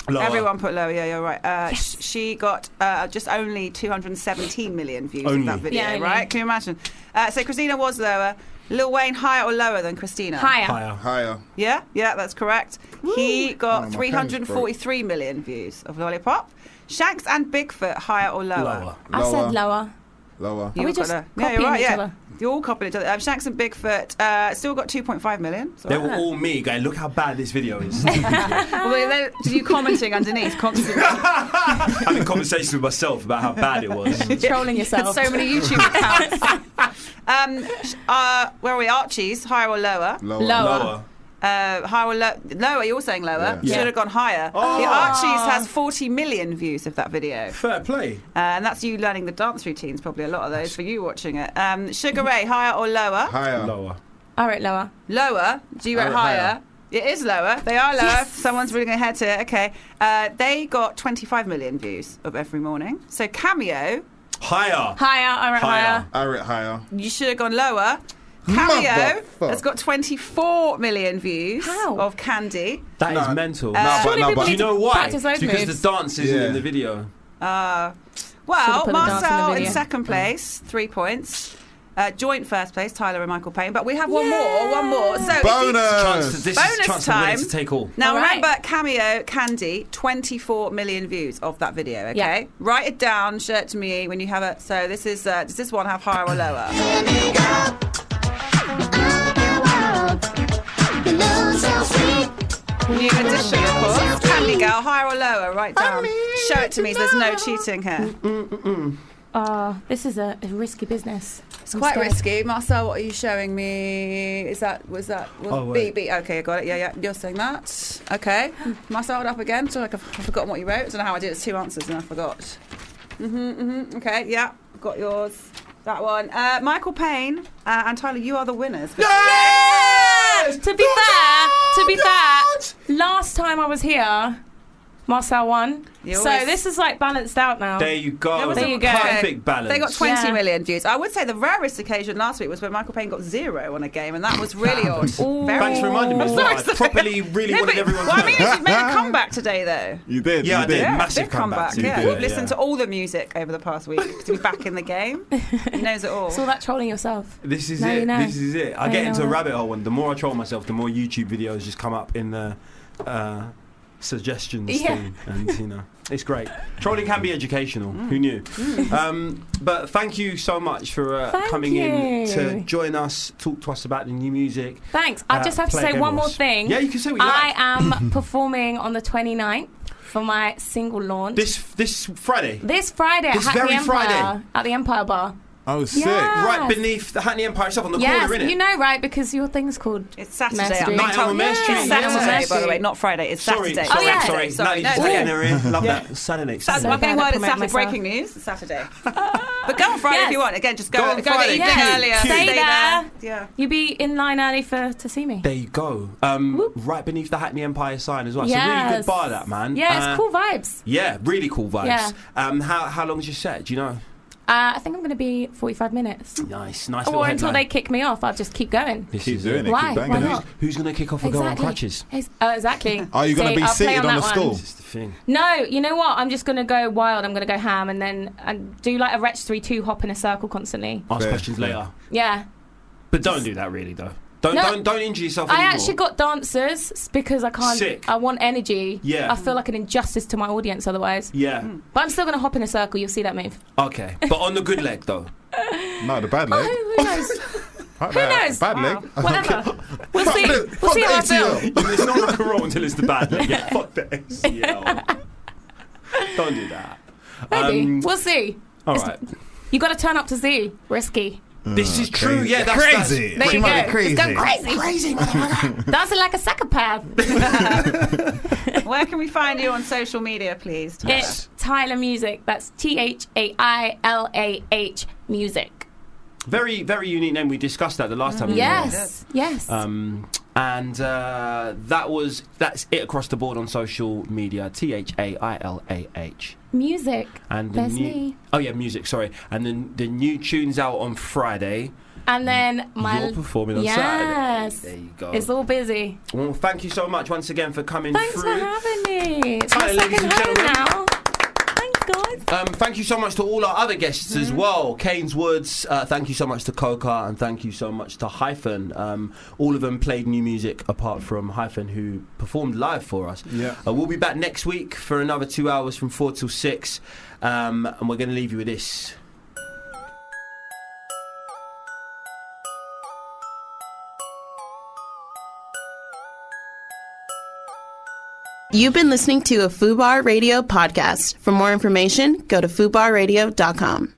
Speaker 4: Lower.
Speaker 5: Everyone put lower. Yeah, you're right. Uh, sh- She got uh, just only 217 million views
Speaker 10: Only.
Speaker 5: of that video,
Speaker 10: Yeah, only.
Speaker 5: right? Can you imagine? Uh, so Christina was lower. Lil Wayne, higher or lower than Christina?
Speaker 4: Higher.
Speaker 5: Yeah, yeah, that's correct. He got
Speaker 4: Oh, my pen's
Speaker 5: 343 million views of Lollipop. Shanks and Bigfoot, higher or lower?
Speaker 10: I said lower.
Speaker 4: Lower.
Speaker 5: You
Speaker 10: Are we
Speaker 5: all got
Speaker 10: just
Speaker 5: a-
Speaker 10: copying each
Speaker 5: yeah.
Speaker 10: other?
Speaker 5: You're all copying each other. Um, Shanks and Bigfoot uh, still got 2.5 million. It's all
Speaker 3: They
Speaker 5: right,
Speaker 3: were
Speaker 5: isn't it?
Speaker 3: all me going, look how bad this video is.
Speaker 5: Well, they're- you commenting underneath constantly.
Speaker 3: Having conversations with myself about how bad it was.
Speaker 10: Trolling yourself.
Speaker 5: so many YouTube accounts. um, sh- uh, where are we? Archie's, higher or lower?
Speaker 4: Lower.
Speaker 3: Lower.
Speaker 5: Uh, higher or lo- lower? You're saying lower.
Speaker 3: Yeah. Yeah.
Speaker 5: Should have gone higher.
Speaker 3: Oh.
Speaker 5: The Archie's has 40 million views of that video.
Speaker 3: Fair play.
Speaker 5: Uh, and that's you learning the dance routines, probably a lot of those for you watching it. Um, Sugar Ray, higher or lower?
Speaker 4: Higher.
Speaker 3: Lower.
Speaker 10: I wrote lower.
Speaker 5: Lower. Do you
Speaker 10: I
Speaker 5: rate
Speaker 10: wrote
Speaker 5: higher?
Speaker 10: higher.
Speaker 5: It is lower. They are lower. Someone's really going to head to it. Okay. Uh, they got 25 million views of every morning. So Cameo,
Speaker 3: Higher.
Speaker 10: Higher, I wrote higher.
Speaker 4: I rate higher.
Speaker 5: you should have gone lower. Cameo
Speaker 4: Motherfuck.
Speaker 5: has got 24 million views of Candy.
Speaker 3: That is mental.
Speaker 5: Uh, Surely people
Speaker 3: Do
Speaker 5: need
Speaker 3: you know
Speaker 5: to
Speaker 3: why?
Speaker 5: practice those
Speaker 3: Because
Speaker 5: moves.
Speaker 3: the dance isn't
Speaker 4: Yeah.
Speaker 3: in the video.
Speaker 5: Uh,
Speaker 10: Should've
Speaker 5: well,
Speaker 10: put the dance in the
Speaker 5: Marcel in,
Speaker 10: video.
Speaker 5: second place, three points. Uh, joint first place, Tyler and Michael Payne. But we have one more, one more. So if you-
Speaker 4: Oh.
Speaker 3: Chance, this
Speaker 5: Bonus
Speaker 3: is chance to win
Speaker 5: time.
Speaker 3: it to take all.
Speaker 5: Now
Speaker 10: All right.
Speaker 5: remember, Cameo Candy, 24 million views of that video. Okay,
Speaker 10: Yeah.
Speaker 5: write it down. Show it to me when you have it. So this is uh, does this one have higher or lower? New edition, of course. Candy girl, higher or lower? Write down. Show it to me. There's no cheating here.
Speaker 10: Uh, this is a, a risky business.
Speaker 5: It's quite risky, Marcel. What are you showing me? Is that was that was
Speaker 10: Oh,
Speaker 5: B
Speaker 10: wait.
Speaker 5: B? Okay, I got it. Yeah, yeah. You're saying that. Okay,
Speaker 10: Hmm.
Speaker 5: Marcel, hold up again. So like I've, I've forgotten what you wrote. I don't know how I did. It's two answers and I forgot. Mhm, mhm. Okay, yeah, got yours. That one. Uh, Michael Payne uh, and Tyler, you are the winners.
Speaker 10: To be fair, to be fair, last time I was here, Marcel won.
Speaker 5: You
Speaker 10: so
Speaker 5: always-
Speaker 10: this is like balanced out now.
Speaker 3: There you go.
Speaker 10: Oh. There you go.
Speaker 3: Perfect balance.
Speaker 5: They got 20
Speaker 10: Yeah.
Speaker 5: million views. I would say the rarest occasion last week was when Michael Payne got zero on a game, and that was really odd. Very-
Speaker 3: Thanks for reminding me.
Speaker 10: Oh,
Speaker 3: as
Speaker 5: I'm so
Speaker 3: well. I
Speaker 5: excited.
Speaker 3: properly really
Speaker 5: No,
Speaker 3: wanted
Speaker 5: but
Speaker 3: everyone to
Speaker 5: what I
Speaker 3: know.
Speaker 5: mean is you made a comeback today, though.
Speaker 4: You did.
Speaker 3: Yeah,
Speaker 4: you
Speaker 3: I did.
Speaker 5: Yeah,
Speaker 3: Massive
Speaker 5: big comeback.
Speaker 3: comeback. You
Speaker 5: Yeah,
Speaker 3: did,
Speaker 5: we've listened
Speaker 3: yeah.
Speaker 5: to all the music over the past week to be back in the game. He knows it all.
Speaker 10: It's all that trolling yourself.
Speaker 3: This is
Speaker 10: Now
Speaker 3: it.
Speaker 10: you know.
Speaker 3: This is it. I
Speaker 10: Now
Speaker 3: get
Speaker 10: you
Speaker 3: into
Speaker 10: know.
Speaker 3: a rabbit hole, and the more I troll myself, the more YouTube videos just come up in the uh, suggestions
Speaker 10: Yeah.
Speaker 3: thing, and you know. It's great. Trolling can be educational.
Speaker 10: Mm.
Speaker 3: Who knew?
Speaker 5: Hmm.
Speaker 3: Um, but thank you so much for uh,
Speaker 10: Thank
Speaker 3: coming in
Speaker 10: you.
Speaker 3: to join us, talk to us about the new music.
Speaker 10: Thanks. I
Speaker 3: Uh,
Speaker 10: just have to
Speaker 3: play
Speaker 10: say
Speaker 3: again
Speaker 10: one
Speaker 3: with
Speaker 10: more
Speaker 3: us.
Speaker 10: thing.
Speaker 3: Yeah, you can say what you
Speaker 10: I
Speaker 3: like.
Speaker 10: am performing on the 29th for my single launch.
Speaker 3: This this Friday.
Speaker 10: This Friday
Speaker 3: This
Speaker 10: at
Speaker 3: very
Speaker 10: the Empire
Speaker 3: Friday.
Speaker 10: at the Empire Bar.
Speaker 4: Oh, sick.
Speaker 10: Yes.
Speaker 3: Right beneath the Hackney Empire itself on the
Speaker 10: yes,
Speaker 3: corner, innit?
Speaker 10: you know, right? Because your thing's called
Speaker 5: it's Saturday.
Speaker 10: Street.
Speaker 3: Night Out on Mare Street.
Speaker 5: It's
Speaker 3: Yeah.
Speaker 5: Saturday, by
Speaker 3: Saturday.
Speaker 5: the way, not Friday. It's
Speaker 3: Sorry,
Speaker 5: Saturday. Oh,
Speaker 10: Oh,
Speaker 3: sorry, I'm sorry.
Speaker 5: sorry.
Speaker 3: No,
Speaker 5: No,
Speaker 3: just
Speaker 5: it's
Speaker 3: getting
Speaker 5: okay.
Speaker 3: her in. Love
Speaker 15: Yeah,
Speaker 3: that.
Speaker 15: Saturday.
Speaker 5: That's
Speaker 15: Saturday.
Speaker 5: my big word. It's
Speaker 10: promote
Speaker 5: Saturday.
Speaker 10: myself.
Speaker 5: Breaking news. It's Saturday. but go on Friday if you want. Again, just go.
Speaker 3: Go
Speaker 5: Go,
Speaker 3: on
Speaker 5: get
Speaker 3: Friday.
Speaker 5: your
Speaker 3: Yes.
Speaker 5: thing earlier.
Speaker 3: Cute.
Speaker 10: Stay there.
Speaker 5: Yeah.
Speaker 10: You be in line early for to see me.
Speaker 3: There you go. Um, right beneath the Hackney Empire sign as well. It's a really
Speaker 10: Yes.
Speaker 3: good bar, that man.
Speaker 10: Yeah,
Speaker 3: Uh,
Speaker 10: it's cool vibes.
Speaker 3: Yeah, really cool vibes.
Speaker 10: Yeah.
Speaker 3: Um, how how long's your set? Do you know?
Speaker 10: Uh, I think I'm going to be 45 minutes.
Speaker 3: Nice, nice. little
Speaker 10: Or Oh, until they
Speaker 3: headline.
Speaker 10: kick me off, I'll just keep going.
Speaker 3: This
Speaker 4: Keep
Speaker 3: is
Speaker 4: doing
Speaker 10: it, Why? keep banging Why it.
Speaker 3: Who's,
Speaker 10: not?
Speaker 3: who's going to kick off a girl on crutches?
Speaker 10: Ex- Oh, exactly.
Speaker 4: Are you going
Speaker 10: See,
Speaker 4: to be
Speaker 10: I'll play
Speaker 4: seated on,
Speaker 10: that
Speaker 4: a
Speaker 10: one.
Speaker 4: stool?
Speaker 3: It's the thing.
Speaker 10: No, you know what? I'm just going to go wild. I'm going to go ham and then and do like a wretch 3 2 hop in a circle constantly.
Speaker 3: Ask
Speaker 4: Fair,
Speaker 3: questions
Speaker 4: fair.
Speaker 3: later.
Speaker 10: Yeah.
Speaker 3: But don't do that, really, though. Don't
Speaker 10: No.
Speaker 3: don't don't injure yourself
Speaker 10: I
Speaker 3: anymore.
Speaker 10: actually got dancers s- because I can't.
Speaker 3: Sick.
Speaker 10: I want energy.
Speaker 3: Yeah.
Speaker 10: I feel like an injustice to my audience otherwise.
Speaker 3: yeah.
Speaker 10: But I'm still going to hop in a circle. You'll see that move.
Speaker 3: Okay, but on the good leg though.
Speaker 4: No, the bad leg.
Speaker 10: Who knows?
Speaker 4: Bad
Speaker 10: Oh, Who
Speaker 4: leg.
Speaker 10: knows?
Speaker 4: Bad leg.
Speaker 10: Whatever. We'll
Speaker 4: Fuck
Speaker 10: see.
Speaker 4: the-
Speaker 10: We'll
Speaker 4: fuck
Speaker 10: see
Speaker 4: the
Speaker 10: how I
Speaker 4: ACL.
Speaker 10: feel.
Speaker 3: it's not rock and roll until it's the bad leg. Yeah, fuck the ACL. don't do that.
Speaker 10: Maybe.
Speaker 3: Um,
Speaker 10: we'll see.
Speaker 3: all right.
Speaker 10: You got to turn up to Z. Risky.
Speaker 3: This is true. Yeah, that's
Speaker 4: crazy.
Speaker 10: There
Speaker 4: She
Speaker 10: you
Speaker 4: might be
Speaker 10: go.
Speaker 4: Crazy.
Speaker 10: Just go crazy. Crazy. Dancing like a psychopath.
Speaker 5: Where can we find you on social media, please?
Speaker 10: It's Tyler Music. That's T H A I L A H Music.
Speaker 3: Very very unique name. We discussed that the last time. we were on.
Speaker 10: Yes. Yes.
Speaker 3: Mm. Um, and uh, that was that's it across the board on social media. T H A I L A H.
Speaker 10: Music.
Speaker 3: And the
Speaker 10: There's
Speaker 3: new
Speaker 10: me.
Speaker 3: oh yeah, music. Sorry, and then the new tunes out on Friday.
Speaker 10: And then my.
Speaker 3: You're performing on
Speaker 10: yes.
Speaker 3: Saturday. There you go.
Speaker 10: It's all busy.
Speaker 3: well, thank you so much once again for coming
Speaker 10: Thanks
Speaker 3: through.
Speaker 10: for having me. It's my
Speaker 3: Hi, ladies
Speaker 10: second
Speaker 3: and
Speaker 10: home
Speaker 3: gentlemen.
Speaker 10: now. Thanks, guys.
Speaker 3: Um, thank you so much to all our other guests as
Speaker 10: Mm-hmm.
Speaker 3: well. Keynes Woods, uh, thank you so much to Coca, and thank you so much to Hyphen. Um, all of them played new music apart from Hyphen, who performed live for us.
Speaker 4: Yeah.
Speaker 3: Uh, we'll be back next week for another two hours from four till six, um, and we're going to leave you with this.
Speaker 1: You've been listening to a Fubar Radio podcast. For more information, go to fubarradio.com.